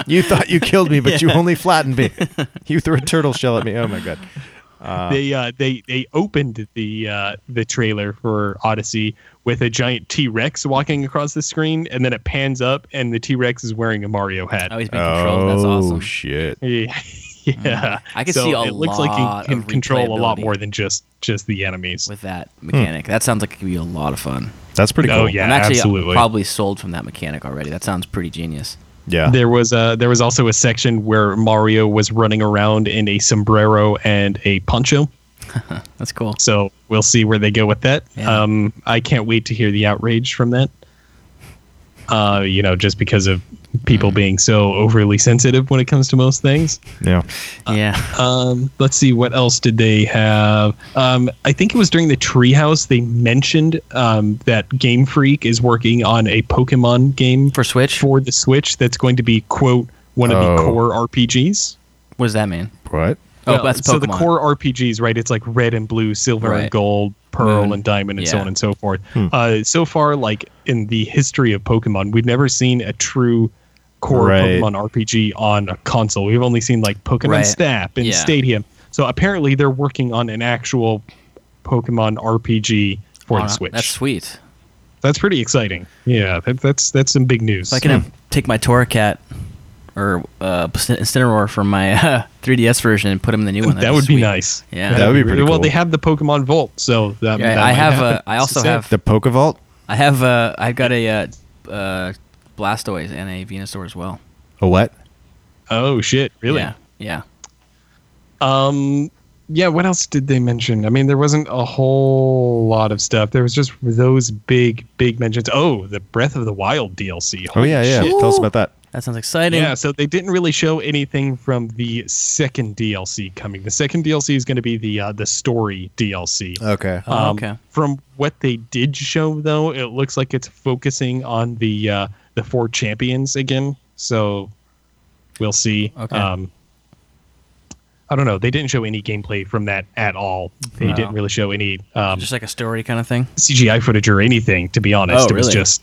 You thought you killed me, but you only flattened me. You threw a turtle shell at me. Oh my god.
they uh, they they opened the uh, the trailer for Odyssey with a giant T Rex walking across the screen, and then it pans up, and the T Rex is wearing a Mario hat.
Oh, he's been controlled. That's
Oh
awesome.
shit.
Yeah, yeah.
Mm-hmm. I could see a
it looks like
lot
you can
of
control a lot
replayability.
more than just just the enemies.
with that
Hmm.
mechanic. That sounds like it could be a lot of fun.
That's pretty
Oh,
cool.
yeah.
I'm actually
absolutely.
probably sold from that mechanic already. That sounds pretty genius.
Yeah.
There was a there was also a section where Mario was running around in a sombrero and a poncho.
That's cool.
So we'll see where they go with that.
Yeah.
Um, I can't wait to hear the outrage from that. Uh, you know, just because of people
Mm-hmm.
being so overly sensitive when it comes to most things.
yeah.
yeah.
Um, let's see, what else did they have? Um, I think it was during the Treehouse they mentioned um, that Game Freak is working on a Pokemon game
For Switch,
for the Switch that's going to be quote one of the
Oh.
core RPGs.
what does that mean?
What?
Oh,
Well,
that's Pokemon.
so the core RPGs, right? It's like red and blue, silver
Right.
and gold, pearl
Moon.
and diamond, and so
Yeah.
on and so forth.
Hmm.
Uh, so far, like in the history of Pokemon, we've never seen a true core
Right.
Pokemon RPG on a console. We've only seen like Pokemon
Right.
Snap and
Yeah.
Stadium. So apparently, they're working on an actual Pokemon RPG for
Oh,
the Switch.
That's
That's,
sweet.
pretty exciting. Yeah, that, that's that's some big news.
So I can uh, take my Torracat or uh, Incin- Incineroar from my uh, 3DS version and put them in the new one.
that
That'd be
would be
sweet.
nice.
Yeah.
That would be
really-
pretty
Well,
cool.
they have the Pokemon Vault, so that,
Yeah,
that
I
might
have.
happen.
Uh, I also
So-
have.
The Poke Vault?
I have. Uh, I've got a uh, uh, Blastoise and a Venusaur as well.
A what?
Oh shit! Really?
Yeah. Yeah.
Um, yeah. What else did they mention? I mean, there wasn't a whole lot of stuff. There was just those big, big mentions. Oh, the Breath of the Wild DLC.
Oh yeah, yeah.
shit.
Tell us about that.
That sounds exciting.
Yeah, so they didn't really show anything from the second DLC coming. The second DLC is going to be the uh, the story DLC.
Okay.
Uh,
Oh, okay.
Um, From what they did show, though, it looks like it's focusing on the uh, the four champions again. So we'll see.
Okay.
Um, I don't know. They didn't show any gameplay from that at all. They
Wow.
didn't really show any um,
Just like a story kind of thing.
CGI footage or anything. To be honest,
Oh,
it was
really?
just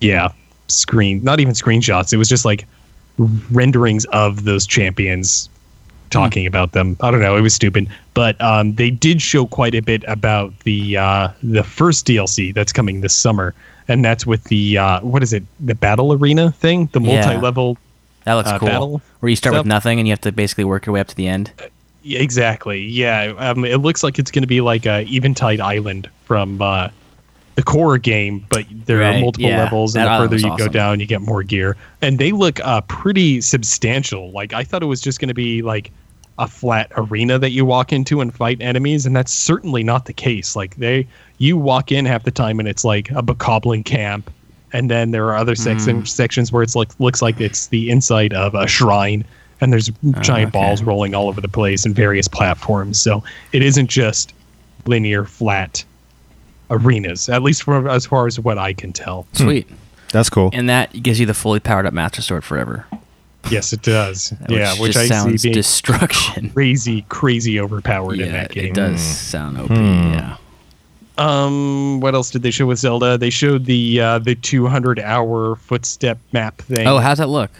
yeah, screen. Not even screenshots. It was just like renderings of those champions
Hmm.
talking about them. I don't know. It was stupid, but um, they did show quite a bit about the uh, the first DLC that's coming this summer, and that's with the uh, what is it? The battle arena thing, the
Yeah.
multi level.
That looks
Uh,
cool.
battle
Where you start
stuff.
with nothing and you have to basically work your way up to the end.
Yeah, exactly. Yeah, um, it looks like it's going to be like uh, Eventide Island from uh, the core game, but there
Right,
are multiple
yeah.
levels, and
That
the
island
further
was
you go
awesome.
down, you get more gear. And they look uh, pretty substantial. Like I thought it was just going to be like a flat arena that you walk into and fight enemies, and that's certainly not the case. Like they, you walk in half the time, and it's like a bokoblin camp. And then there are other section, sections where it's like looks like it's the inside of a shrine, and there's giant
okay.
balls rolling all over the place and various platforms. So it isn't just linear flat arenas, at least from as far as what I can tell.
Sweet.
That's cool.
And that gives you the fully powered up Master Sword forever.
Yes, it does. yeah,
which,
which
just
I
sounds
see being
destruction.
crazy, crazy overpowered in
Yeah,
that game. Hmm.
it does sound OP. Yeah.
Um, what else did they show with Zelda? They showed the uh, the 200 hour footstep map thing.
Oh, how's that look?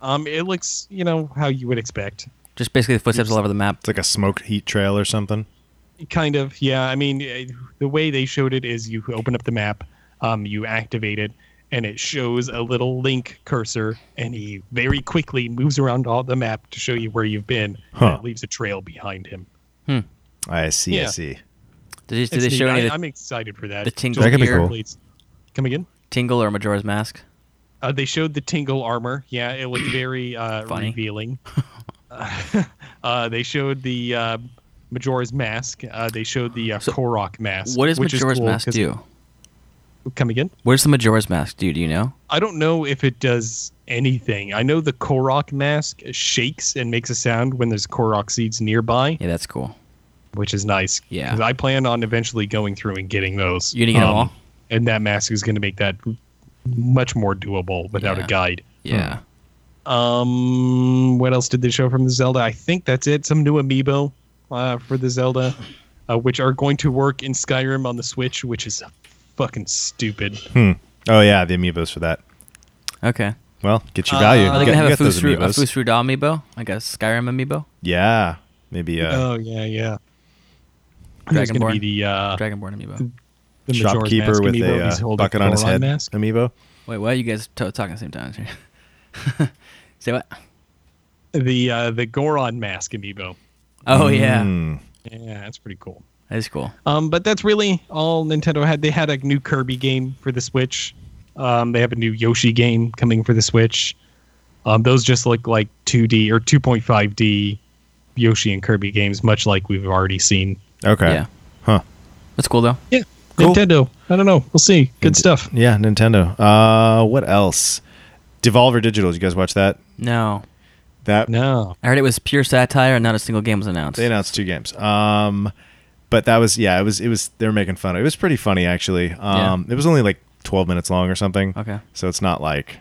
um, it looks you know how you would expect.
Just basically the footsteps all over the map.
It's like a smoked heat trail or something.
kind of yeah i mean eh, the way they showed it is you open up the map um, you activate it and it shows a little link cursor and he very quickly moves around all the map to show you where you've been
Huh.
and it leaves a trail behind him
I see. I
Yeah.
see.
Did, you, did
It's
they
neat.
show any
I,
of the
i'm excited for that
the
Just
tingle
That could be
gear?
cool.
please come again
Tingle or Majora's Mask?
uh, they showed the tingle armor yeah it looked very uh,
Funny.
revealing uh, they showed the uh, majora's mask uh, they showed the uh, korok mask
What does
which is
Majora's
cool
Mask
'cause-
do?
come again
What does the Majora's Mask do? Do you know?
I don't know if it does anything. I know the Korok mask shakes and makes a sound when there's Korok seeds nearby,
Yeah, that's cool.
Hmm.
which is nice.
Yeah.
'Cause I plan on eventually going through and getting those. Um,
You gonna get 'em all?
And that mask is going to make that much more doable without
Yeah.
a guide.
Yeah.
Um, what else did they show from the Zelda? I think that's it. Some new amiibo uh, for the Zelda, uh, which are going to work in Skyrim on the Switch, which is fucking stupid.
Oh yeah, the amiibos for that.
Okay.
Well, get your value.
Are they
Get-
gonna
you
have
got
a
those
Fusru, a
amiibos.
Fusru Da amiibo? Like a Skyrim amiibo?
Yeah. Maybe uh,
Oh yeah, yeah. There's
Dragonborn.
gonna be the uh,
Dragonborn amiibo.
the Majora's
shopkeeper
Mask
with
amiibo.
a
He's
uh,
holding
bucket on his
Goron
head
Mask.
amiibo.
Wait, what? You guys to- talking at the same time? Say what?
The uh, the Goron mask amiibo.
Oh yeah,
Mm.
Yeah, that's pretty cool.
that is cool.
Um, but that's really all Nintendo had. They had a new Kirby game for the Switch. Um, they have a new Yoshi game coming for the Switch. Um, those just look like 2D or 2.5D Yoshi and Kirby games, much like we've already seen.
Okay.
Yeah.
Huh.
That's cool though.
Yeah,
Cool.
Nintendo. I don't know. We'll see. Good stuff.
Yeah, Nintendo. Uh, what else? Devolver Digital. Did you guys watch that?
No,
That
No,
I heard it was pure satire, and not a single game was announced.
they announced two games. Um, but that was yeah, it was it was they were making fun of. It It was pretty funny actually. Um, it was only like twelve minutes long or something.
Okay.
So it's not like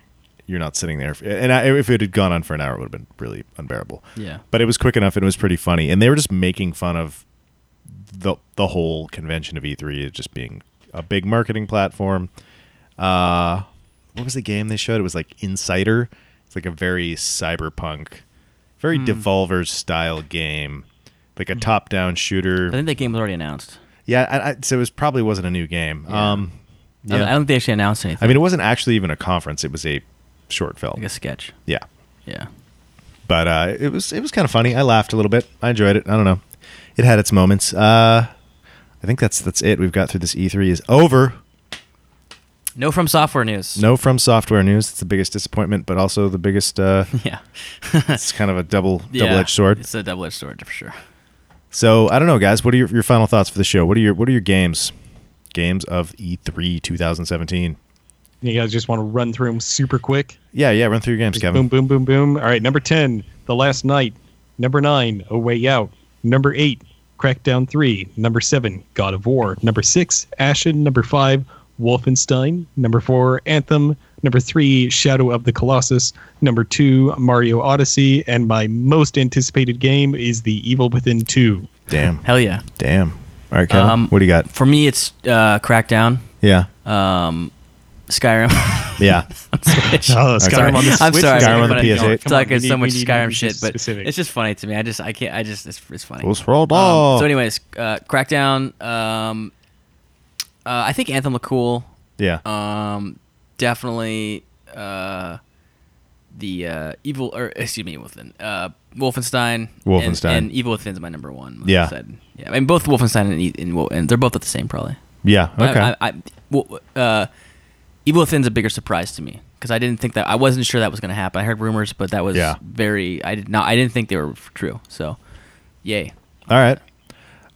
you're not sitting there. And I, if it had gone on for an hour, it would have been really unbearable.
Yeah.
But it was quick enough and it was pretty funny. And they were just making fun of the the whole convention of E3 as just being a big marketing platform. Uh, what was the game they showed? It was like Insider. It's like a very cyberpunk, very
Hmm.
Devolver style game, like a top down
I
shooter.
think that game was already announced.
Yeah, I, I, so it was probably wasn't a new game.
Yeah.
Um,
I don't- I
yeah.
don't think they actually announced anything.
I mean, it wasn't actually even a conference. It was a short film.
like a sketch.
Yeah.
Yeah.
but uh, it was it was kind of funny. I laughed a little bit. I enjoyed it. I don't know. It had its moments. Uh, I think that's that's it. We've got through this E3 is over.
No from software news.
No from software news. It's the biggest disappointment, but also the biggest. Uh,
Yeah.
it's kind of a double
Yeah,
double edged sword.
It's a double edged sword for sure.
So I don't know, guys. What are your, your final thoughts for the show? What are your what are your games? Games of E E3 2017.
you guys just want to run through them super quick.
Yeah, yeah. Run through your games,
Just
Kevin.
Boom, boom, boom, boom. All right, number 10, The Last Night. Number 9, A Way Out. Number 8, Crackdown 3. Number 7, God of War. Number 6, Ashen. Number 5, Wolfenstein. Number 4, Anthem. Number 3, Shadow of the Colossus. Number 2, Mario Odyssey. And my most anticipated game is The Evil Within 2.
Damn,
Hell yeah.
damn. All right, Kevin.
Um,
what do you got?
For me, it's uh, Crackdown,
Yeah,
um, Skyrim.
yeah.
Switch.
Oh, Skyrim
sorry.
on the
I'm
Switch
sorry,
is
Skyrim on the
everybody
PS8.
going.
It's
Come on,
talking
we
so much
need- we need- we
Skyrim
need
shit, but
specifics.
it's just funny to me. I just I can't. I just it's, it's funny.
Let's roll
Um,
ball.
so, anyways, uh, Crackdown. Um, uh, I think Anthem looked cool.
yeah.
Um, definitely uh, the uh, evil or excuse me, Within. Uh, Wolfenstein. and-
Wolfenstein.
and, Evil Within's my number one. like I
Yeah.
said. yeah. I mean, both Wolfenstein and, E- and, Wo- and they're both at the same probably.
yeah.
But
Okay.
I, I, I- well, uh, Evil Within's a bigger surprise to me because I didn't think that I wasn't sure that was going to happen. I heard rumors, but that was
Yeah.
very. I did not. I didn't think they were true. So, yay.
All right.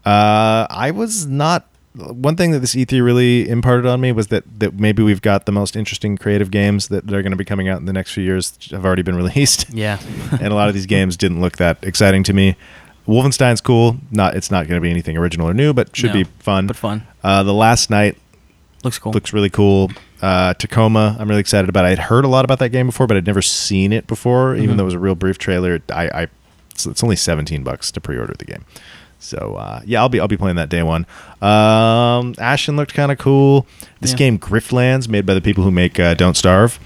Uh, I was not. One thing that this E3 really imparted on me was that that maybe we've got the most interesting creative games that, that are going to be coming out in the next few years have already been released,
Yeah.
and a lot of these games didn't look that exciting to me. Wolfenstein's cool. Not it's not going to be anything original or new, but should be
No,
fun.
but fun.
Uh, the last night
Looks cool.
looks really cool. Uh, Tacoma, I'm really excited about. I'd heard a lot about that game before, but I'd never seen it before.
Mm-hmm.
Even though it was a real brief trailer, I, I it's, it's only 17 bucks to pre-order the game. So uh, yeah, I'll be I'll be playing that day one. Um, Ashen looked kind of cool. This
Yeah.
game Grifflands, made by the people who make uh, Don't Starve.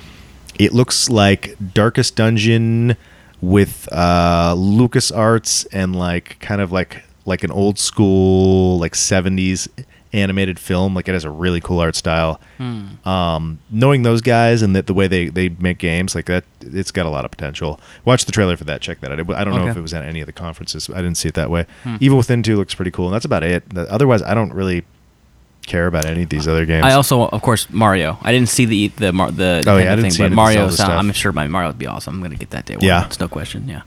It looks like Darkest Dungeon with uh, Lucas Arts and like kind of like like an old school like 70s animated film. Like it has a really cool art style.
Hmm.
Um, knowing those guys and that the way they they make games like that, it's got a lot of potential. Watch the trailer for that. Check that out. I don't know
Okay. Hmm.
if it was at any of the conferences. I didn't see it that way. Evil Within Two looks pretty cool, and that's about it. The- Otherwise, I don't really care about any of these other games.
I also, of course, Mario. I didn't see the E, the Mar- the
Oh, yeah, I
Nintendo
didn't
thing,
see any of
but
the
Mario.
Zelda
Sound,
stuff.
I'm sure my Mario would be awesome. I'm gonna get that day one.
Yeah.
it's no question. Yeah,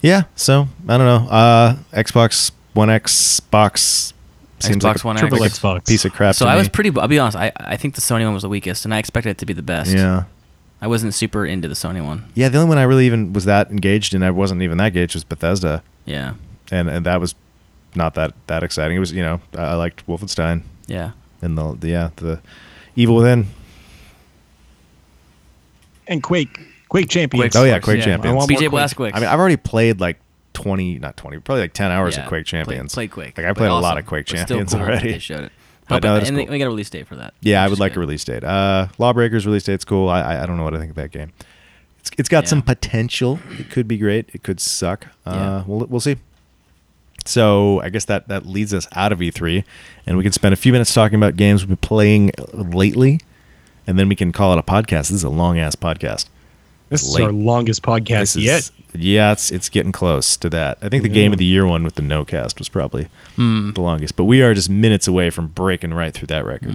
Yeah. So I don't know. Uh, Xbox One X box seems like
Xbox
a
One
triple
X.
Xbox piece of crap.
so
to
I
me.
was pretty. I'll be honest. I, I think the Sony one was the weakest, and I expected it to be the best.
Yeah.
I wasn't super into the Sony one.
Yeah. The only one I really even was that engaged in, I wasn't even that engaged, was Bethesda,
Yeah,
and and that was not that that exciting. It was you know I, I liked Wolfenstein
yeah.
and the, the yeah the Evil Within.
And Quake. Quake Champions.
Oh
Of
yeah,
course,
Quake
yeah.
Champions.
I want
BJ
more
Blazkowicz.
Quake.
I mean, I've already played like twenty, not twenty, probably like ten hours
Yeah,
of Quake
play-
Champions.
Play, Quake.
Like I
But
played a lot
awesome.
of Quake
But still
Champions
cool that
already.
They showed it.
But
But,
no, that is
and they-
cool.
we got a release date for that.
Yeah, I
which
would
is
like
good.
a release date. Uh, Lawbreakers release date's cool. I, I I don't know what I think of that game. It's it's got
Yeah.
some potential. It could be great. It could suck. Uh,
Yeah.
We'll we'll see. So I guess that that leads us out of E3, and we can spend a few minutes talking about games we've been playing lately, and then we can call it a podcast. This is a long ass podcast.
This is
Late.
our longest
This
podcast
is
yet.
yeah, it's it's getting close to that. I think the game of the year one with the no cast was
Hmm. Mm.
probably the longest, but we are just minutes away from breaking right through that record.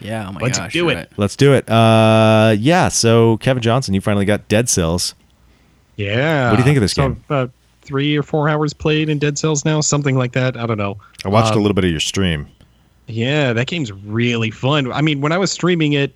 Yeah. Oh my
Let's
gosh.
do
you're
it.
right.
Let's do it. Uh, yeah. So Kevin Johnson, you finally got Dead Cells.
Yeah.
What do you think of this
so
game?
About three or four hours played in Dead Cells now, something like that. I don't know.
I watched
Um,
a little bit of your stream.
Yeah, that game's really fun. I mean, when I was streaming it,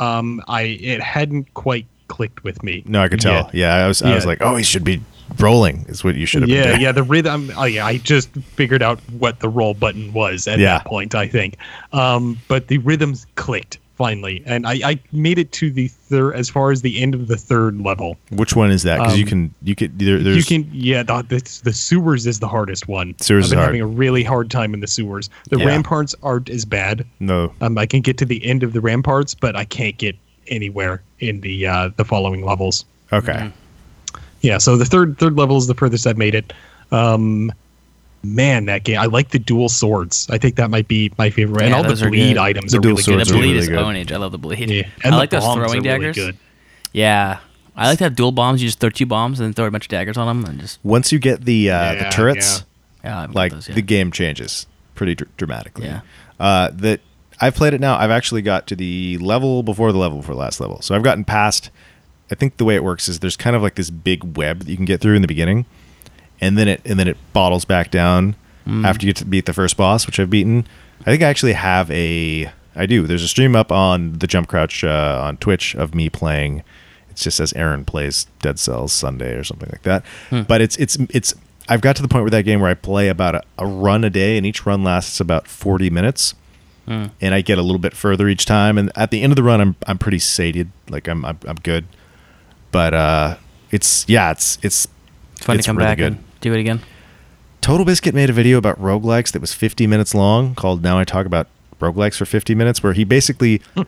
um, I it hadn't quite clicked with me.
No, I could
yet.
tell. Yeah, I was. I was
Yeah.
like, oh, he should be rolling. Is what you should have. been
Yeah,
doing.
yeah, the rhythm. Oh, yeah, I just figured out what the roll button was at
Yeah.
that point. I think, um, but the rhythms clicked finally, and I, I made it to the third as far as the end of the third level.
Which one is that? Because you
Um,
can. You could. There, there's.
you can, yeah, the, the, the sewers is the hardest one.
Sewers
I've
is
been
hard.
having a really hard time in the sewers. The
Yeah.
ramparts aren't as bad.
no.
Um, I can get to the end of the ramparts, but I can't get anywhere in the uh, the following levels.
Okay.
Mm-hmm. Yeah, so the third third level is the furthest I've made it. Um, man, that game! I like the dual swords. I think that might be my favorite, and
Yeah,
all
those
the
are
bleed
good.
items
The
are
dual
really
swords are
the
good.
bleed
really
is
good.
ownage. I love the bleed.
Yeah.
I
And the
like those
bombs are
throwing
really
daggers.
good.
Yeah. I like to have dual bombs. You just throw two bombs and throw a bunch of daggers on them, and just
Once you get the uh,
Yeah,
the turrets,
yeah, I've got
like
those, yeah.
the game changes pretty dr- dramatically.
Yeah.
Uh, that I've played it now. I've actually got to the level before the level before the last level. So I've gotten past. I think the way it works is there's kind of like this big web that you can get through in the beginning, and then it and then it bottles back down
Mm.
after you get to beat the first boss, which I've beaten. I think I actually have a. I do. There's a stream up on the Jump Crouch uh, on Twitch of me playing. It just says Aaron plays Dead Cells Sunday or something like that.
Hmm.
But it's it's it's. I've got to the point with that game where I play about a, a run a day, and each run lasts about 40 minutes
Hmm.
and I get a little bit further each time. And at the end of the run, I'm I'm pretty sated. Like I'm I'm, I'm good. But uh, it's yeah, it's it's
It's fun
it's
to come
really
back
good.
and do it again.
Total Biscuit made a video about roguelikes that was 50 minutes long called Now I Talk About Roguelikes for 50 Minutes, where he basically.
Hmm.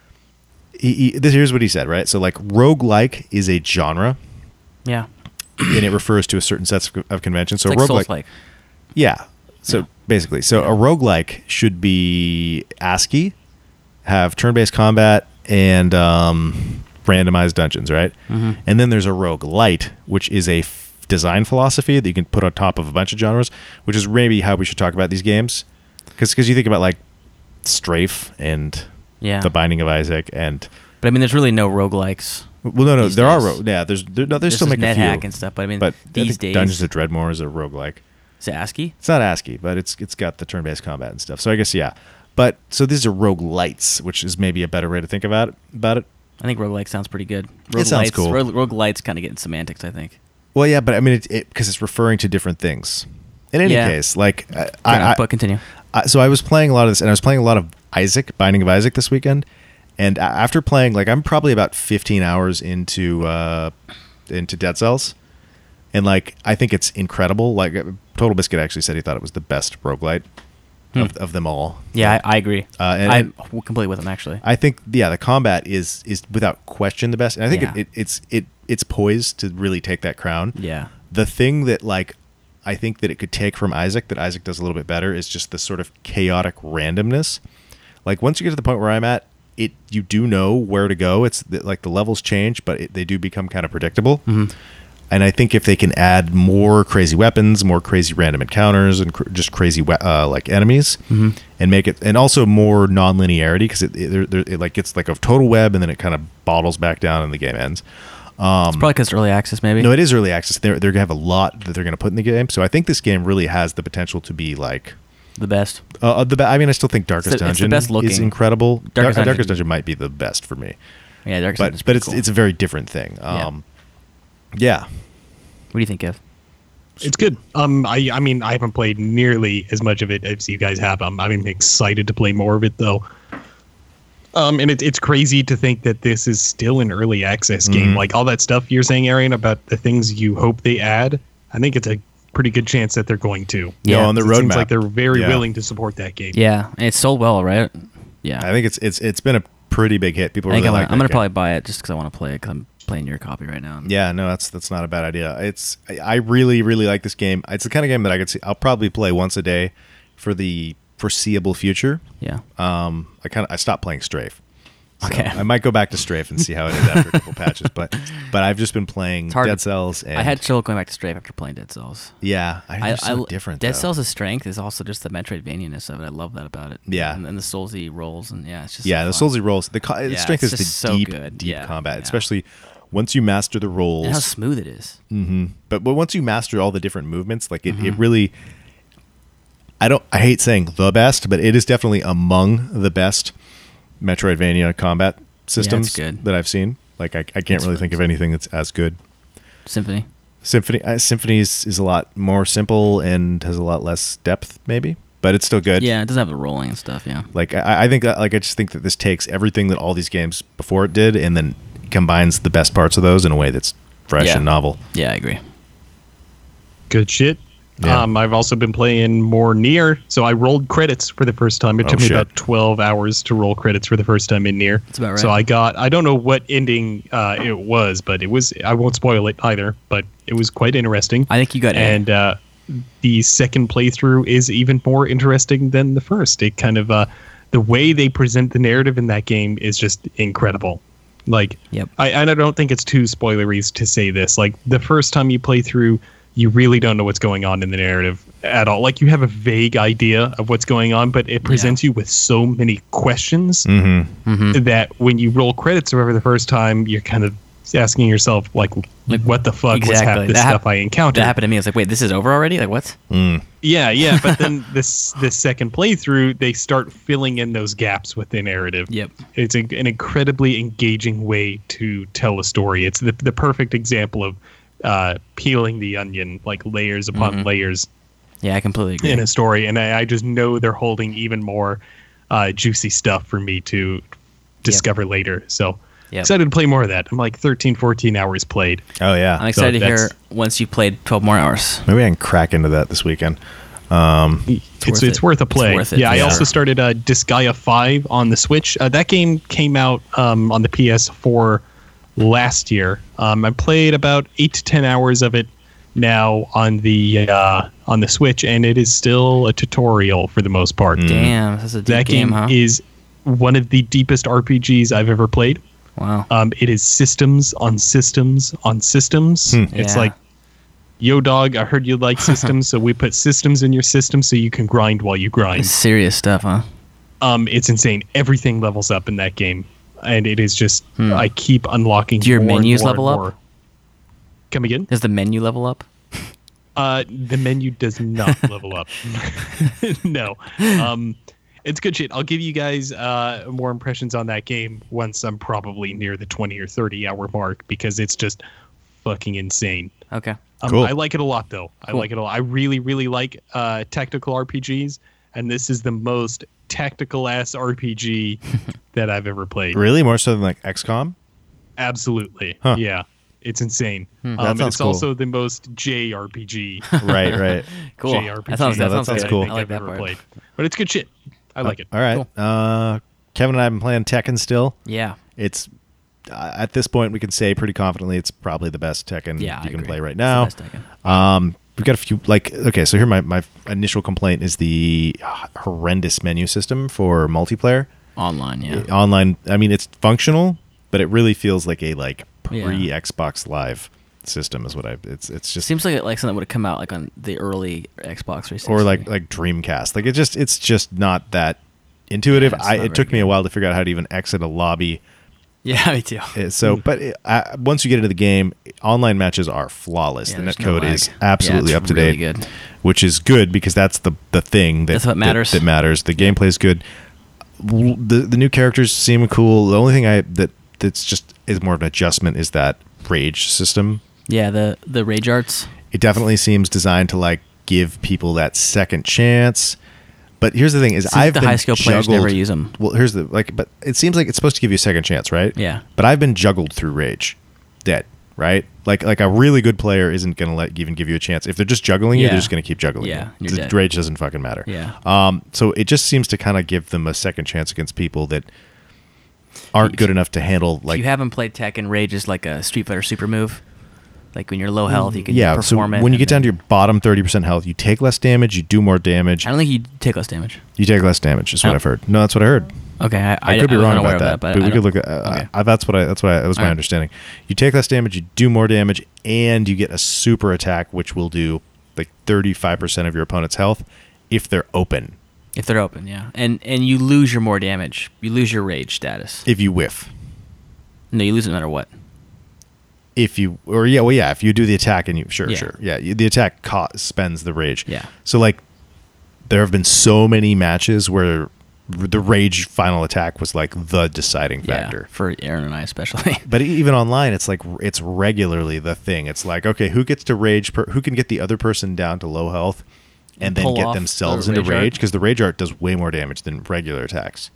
He, he, this, here's what he said, right? So, like, roguelike is a genre
Yeah.
and it refers to a certain sets of, of conventions. So,
It's like
roguelike.
Souls-like.
Yeah. So basically, so a roguelike should be ASCII, have turn-based combat and um, randomized dungeons, right?
Mm-hmm.
And then there's a roguelite, which is a f- design philosophy that you can put on top of a bunch of genres, which is maybe how we should talk about these games. Cuz you think about like Strafe and
Yeah.
The Binding of Isaac and
But I mean, there's really no roguelikes.
well, no, no,
These
there are
days.
ro- yeah, there's there, no, there's
This
still
is
make a few,
NetHack and stuff, but I mean,
but I
these
think
days-
Dungeons of Dreadmore is a roguelike
Is it ASCII?
it's not ASCII, but it's it's got the turn-based combat and stuff. So I guess yeah. But so these are rogue lights, which is maybe a better way to think about it, about it.
I think roguelike sounds pretty good.
It sounds
Roguelite's-
cool.
Rogue, roguelite's kind of getting semantics, I think.
Well, yeah, but I mean, it because it's referring to different things. In any
Yeah.
case, like I,
Fair enough,
I,
but continue.
I- so I was playing a lot of this, and I was playing a lot of Isaac, Binding of Isaac, this weekend. And a- after playing, like I'm probably about 15 hours into uh, into Dead Cells, and like I think it's incredible. Like uh, Total Biscuit actually said he thought it was the best roguelite of, of them all.
Yeah, I, I agree.
Uh, and-
I'm completely with him, actually.
I think yeah, the combat is is without question the best, and I think
Yeah.
it, it, it's it it's poised to really take that crown.
yeah.
The thing that like I think that it could take from Isaac that Isaac does a little bit better is just the sort of chaotic randomness. Like once you get to the point where I'm at, it you do know where to go. It's the, like the levels change, but it, they do become kind of predictable. And I think if they can add more crazy weapons, more crazy random encounters, and cr- just crazy we- uh, like enemies, and make it, and also more nonlinearity because it, it, there- there- it like gets like a total web, and then it kind of bottles back down, and the game ends.
It's probably because early access, maybe.
Um, No, it is early access. They're they're gonna have a lot that they're gonna put in the game. So I think this game really has the potential to be like
the best.
uh, uh, the. Be- I mean, I still think Darkest
the- it's the
Dungeon
best looking.
is incredible. Darkest, Darkest,
Dungeon.
Dungeon. might be the best for me,
Yeah, Dark Side
but
is
but
pretty
it's
cool.
it's a very different thing.
Yeah.
Um, yeah.
What do you think, Kev?
It's good. Um, I, I mean, I haven't played nearly as much of it as you guys have. I'm, I'm excited to play more of it though. Um, and it, it's crazy to think that this is still an early access game.
Mhm.
Like all that stuff you're saying, Arian, about the things you hope they add. I think it's a pretty good chance that they're going to.
No,
Yeah.
on the
it seems
roadmap.
like they're very
Yeah.
willing to support that game.
Yeah, and it's sold well, right? Yeah.
I think it's it's it's been a pretty big hit. People
I
really
think I'm
like.
gonna, I'm
that
gonna
game.
probably buy it just because I want to play it. Because I'm playing your copy right now.
Yeah, no, that's that's not a bad idea. It's I- I really really like this game. It's the kind of game that I could see. I'll probably play once a day for the foreseeable future.
Yeah.
Um, I kind of I stopped playing Strafe So
Okay.
I might go back to Strafe and see how it is after a couple patches, but but I've just been playing
hard to-
Dead Cells. And
I had trouble going back to Strafe after playing Dead Cells.
yeah, I,
I,
it's so
I-
different.
Dead
though.
Cells' strength is also just the Metroidvanianess of it. I love that about it.
Yeah.
and, and the Soulsy rolls and yeah, it's just
Yeah, the
so fun.
Soulsy rolls. The co- the
Yeah,
strength is
it's
the
just so
deep,
good.
deep
Yeah,
combat,
yeah.
especially once you master the rolls. Mm.
and how smooth it is.
but but once you master all the different movements, like it, it
Mm-hmm.
really. I don't. I hate saying the best, but it is definitely among the best Metroidvania combat systems
good.
that I've seen. Like I, I can't really
really
think of anything that's as good.
Symphony.
Symphony uh, Symphonies is a lot more simple and has a lot less depth, maybe, but it's still good.
Yeah, it does have the rolling and stuff. Yeah,
Like I, I think, that- like I just think that this takes everything that all these games before it did, and then combines the best parts of those in a way that's fresh
Yeah.
and novel.
yeah, I agree.
Good shit.
Yeah.
Um, I've also been playing more near, so I rolled credits for the first time. It
Oh,
took me
shit.
about twelve hours to roll credits for the first time in near.
That's about right.
So I got I don't know what ending uh, it was, but it was I won't spoil it either, but it was quite interesting.
I think you got
and uh, the second playthrough is even more interesting than the first. It kind of uh, the way they present the narrative in that game is just incredible. Like,
Yep.
I and I don't think it's too spoilery to say this. Like the first time you play through, you really don't know what's going on in the narrative at all. Like you have a vague idea of what's going on, but it presents you with so many questions
Mm-hmm.
that when you roll credits over the first time, you're kind of asking yourself like, what the fuck was half
exactly.
this
That hap-
stuff I encountered?
that happened to me. I was like, wait, this is over already? Like what?
Yeah, yeah, but then this this second playthrough, they start filling in those gaps with the narrative.
Yep.
it's a, an incredibly engaging way to tell a story. It's the the perfect example of uh, peeling the onion, like layers upon layers
Yeah, I completely agree.
in a story, and I, I just know they're holding even more uh, juicy stuff for me to discover later. So
Yep.
excited to play more of that. I'm like 13, 14 hours played.
Oh yeah,
I'm excited to hear
that's-
once you've played 12 more hours.
Maybe I can crack into that this weekend.
it's
worth
it's worth,
it.
a
It's
play.
worth it,
yeah,
for
I
sure.
also started uh, Disgaea Five on the Switch. Uh, that game came out um, on the PS4 last year. Um, I played about eight to ten hours of it now on the uh, on the Switch, and it is still a tutorial for the most part.
Damn, that's a deep
That
Mm. game,
game
huh?
is one of the deepest RPGs I've ever played.
wow.
Um, it is systems on systems on systems. It's
Yeah.
like, yo, dog, I heard you like systems, so we put systems in your system so you can grind while you grind.
Serious stuff, huh?
Um, it's insane. Everything levels up in that game, and it is just I keep unlocking.
Hmm. Do your
more and
menus
more and
level up?
more. Come again?
Does the menu level up?
Uh, the menu does not level up. no. Um, it's good shit. I'll give you guys uh, more impressions on that game once I'm probably near the 20 or 30 hour mark because it's just fucking insane.
Okay.
Um,
Cool.
I like it a lot, though. I
Cool.
like it a lot. I really, really like uh, tactical RPGs, and this is the most tactical ass RPG that I've ever played.
Really, more so than like XCOM.
Absolutely.
Huh. Hmm.
Yeah. It's insane.
That
Um, and
sounds
it's
cool.
also the most JRPG.
right, right.
Cool.
JRPG.
That sounds,
Yeah,
that sounds,
sounds
good.
cool.
I like that part.
But it's good shit. I like it.
All right. Uh, Kevin and I have been playing Tekken still.
Yeah.
It's uh, at this point we can say pretty confidently it's probably the best Tekken
Yeah. I
you can
agree.
play right
It's the
now.
best I can-
Um, we've got a few like okay. So here my my initial complaint is the uh, horrendous menu system for multiplayer
Online, yeah.
online. I mean it's functional, but it really feels like a like
Yeah.
pre Xbox Live system is what I. It's it's just
Seems like it, like something that would have come out like on the early Xbox 360.
or like like Dreamcast. Like it just it's just not that intuitive.
Yeah, it's
I
not
it took
very
me a while to figure out how to even exit a lobby.
yeah, me too.
Uh, So, but it, I, once you get into the game, online matches are flawless.
Yeah,
the
there's
net
no
code
lag.
is
Yeah, it's
absolutely up to
really
date,
good.
which is good because that's the the thing that
That's what
that-
matters.
That, matters. The gameplay is good. L- The the new characters seem cool. The only thing I that that's just is more of an adjustment is that rage system.
Yeah, the the rage arts.
It definitely seems designed to like give people that second chance. But here's the thing: is
Seems
I've
the
been
high skill players
juggled-
never use 'em.
Well, here's the like, but it seems like it's supposed to give you a second chance, right?
Yeah.
But I've been juggled through rage, dead. Right? Like, like a really good player isn't gonna let even give you a chance. If they're just juggling you,
Yeah.
they're just gonna keep juggling
Yeah,
you.
you're
The
dead.
Rage doesn't fucking matter.
Yeah.
Um. So it just seems to kind of give them a second chance against people that aren't good enough to handle
If
like
you haven't played Tekken, rage is like a Street Fighter super move. Like when you're low health, you can
yeah. So
perform it.
when you
and
get down
then-
to your bottom thirty percent health, you take less damage, you do more damage.
I don't think you take less damage.
You take less damage, is what
Oh.
I've heard. No, that's what I heard.
Okay, I,
I, could be
was
wrong
unaware
about that,
of but,
but
I
we could
don't-
look. At, uh,
okay.
I, that's what I. That's what I, that was my
Alright.
understanding. You take less damage, you do more damage, and you get a super attack, which will do like thirty five percent of your opponent's health if they're open.
if they're open, yeah, and and you lose your more damage, you lose your rage status.
If you whiff,
no, you lose it no matter what.
if you or yeah, well yeah, if you do the attack and you sure
Yeah.
sure yeah, you, the attack co- spends the rage.
Yeah.
So like, there have been so many matches where r- the rage final attack was like the deciding factor.
Yeah, for Aaron and I especially.
But e- even online, it's like it's regularly the thing. It's like okay, who gets to rage? Per, who can get the other person down to low health, and then
Pull
get
off
themselves
the
into
rage art.
rage because the rage art does way more damage than regular attacks.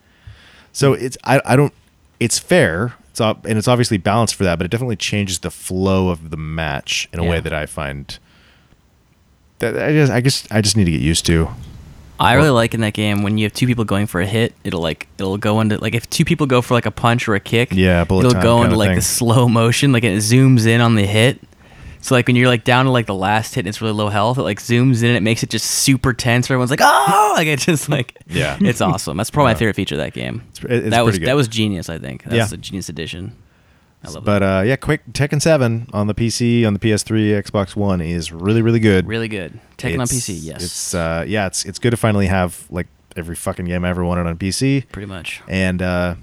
So it's I, I don't. It's fair. It's ob- and it's obviously balanced for that, but it definitely changes the flow of the match in a way
Yeah.
that I find. That I just I guess I just need to get used to.
I really like in that game when you have two people going for a hit, it'll like it'll go into like if two people go for like a punch or a kick,
Yeah, bullet
it'll
time
go
kinda
into like
thing.
the slow motion, like it zooms in on the hit. So like when you're like down to like the last hit and it's really low health, it like zooms in and it makes it just super tense. Where everyone's like, oh, like it just like
Yeah.
it's awesome. That's probably
Yeah.
my favorite feature of that game.
pr- it's
that was
pretty good.
that was genius. I think that's
Yeah.
a genius edition. I love
But uh, yeah, quick Tekken Seven on the PC, on the PS3, Xbox One is really really good.
that. Really good. Tekken on
It's-
PC, yes,
It's uh, yeah, it's it's good to finally have like every fucking game I ever wanted on PC,
pretty much.
and uh,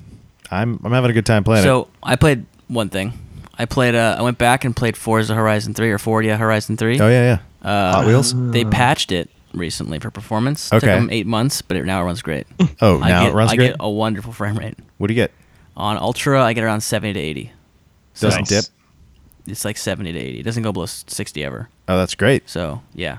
I'm I'm having a good time playing
So I played one thing. I played. Uh, I went back and played Forza Horizon Three or Forza Horizon Three.
it. Oh yeah, yeah.
Uh,
Hot Wheels?
They patched it recently for performance. Took
Hmm. Okay.
them eight months, but it, now it runs great.
Oh,
I
now
get,
it runs
I
great.
get a wonderful frame rate
what do you get?
on Ultra. I get around seventy to eighty. So
Doesn't
Nice.
dip.
it's like seventy to eighty. It doesn't go below sixty ever.
Oh, that's great.
So yeah,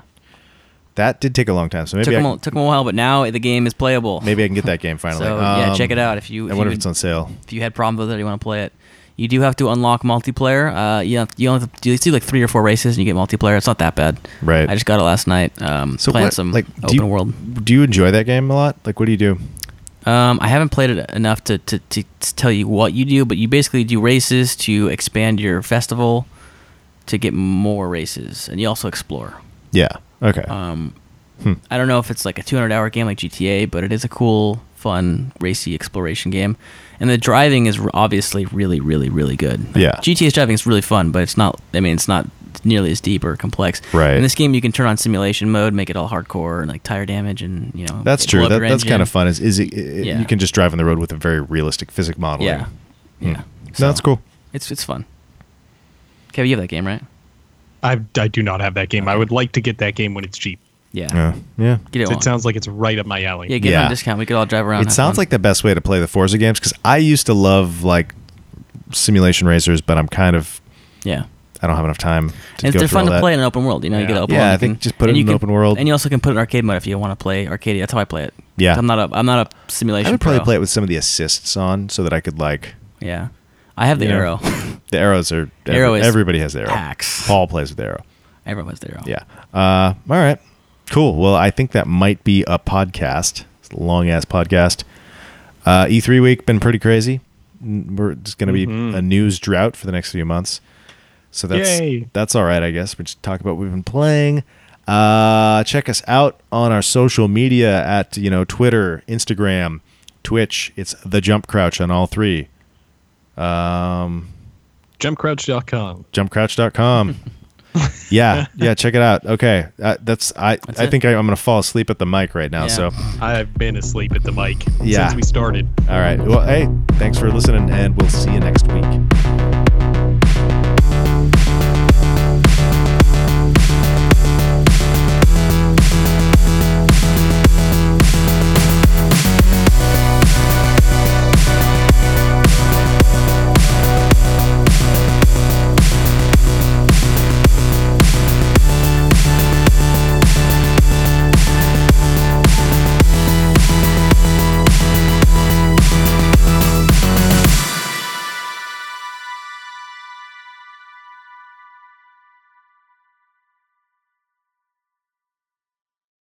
That did take a long time, so
took
maybe
them,
I,
a, took them a while, but now the game is playable.
maybe I can get that game finally.
So yeah,
Um,
check it out if you. If
I wonder
you
if it's on sale.
if you had problems with it, or you want to play it. You do have to unlock multiplayer. Uh, you don't, you only have to do, you do like three or four races and you get multiplayer. It's not that bad.
Right.
I just got it last night. Um,
So
playing
what-
some
like, do
open
you-
world.
Do you enjoy that game a lot? Like, what do you do?
Um, I haven't played it enough to, to, to, to tell you what you do, but you basically do races to expand your festival to get more races, and you also explore.
Yeah. Okay.
Um,
Hmm.
I don't know if it's like a 200 hour game like GTA, but it is a cool, fun, racy exploration game. And the driving is r- obviously really, really, really good. Like,
Yeah.
GTA's driving is really fun, but it's not, I mean, it's not nearly as deep or complex.
Right.
In this game, you can turn on simulation mode, make it all hardcore and like tire damage and, you know,
that's
blow
true.
up
That,
your
that's kind
engine.
of fun. Is is it, it-
Yeah.
you can just drive on the road with a very realistic physic modeling.
Yeah. Yeah.
No, that's cool.
It's, it's fun. Kevin, you have that game, right?
I I do not have that game. I would like to get that game when it's cheap.
Yeah.
Yeah. Yeah.
Get it
So
on.
it sounds like it's right up my alley.
yeah, get it
Yeah.
on discount. We could all drive around. and
It
have
sounds
fun.
like the best way to play the Forza games because I used to love like simulation racers, but I'm kind of
Yeah.
I don't have enough time to
And
go
they're
through
fun
all
to
that.
play in an open world. You know, you
Yeah.
get an open
Yeah,
world.
I
you
think just put it
and
in
you
an
can-
open world.
And you also can put it in arcade mode if you want to play arcade. That's how I play it.
Yeah.
I'm not a I'm not a simulation.
I would probably
pro.
play it with some of the assists on so that I could like
Yeah, I have the
you know,
arrow.
The arrows are every,
Arrow is
everybody has the arrow.
hacks.
Paul plays with the arrow.
Everyone has the arrow.
Yeah. Uh, all right. Cool. Well, I think that might be a podcast. It's a long ass podcast. Uh, E3 week been pretty crazy. N- We're just going to be a news drought for the next few months. So that's
Yay.
that's all right, I guess. We just talk about what we've been playing. Uh, check us out on our social media at you know Twitter, Instagram, Twitch. It's the Jump Crouch on all three.
Jumpcrouch.com.
jumpcrouch.com yeah yeah check it out okay uh, that's i i
it.
think I, i'm gonna fall asleep at the mic right now
Yeah.
so
I've been asleep at the mic
Yeah.
since we started.
all right well hey thanks for listening and we'll see you next week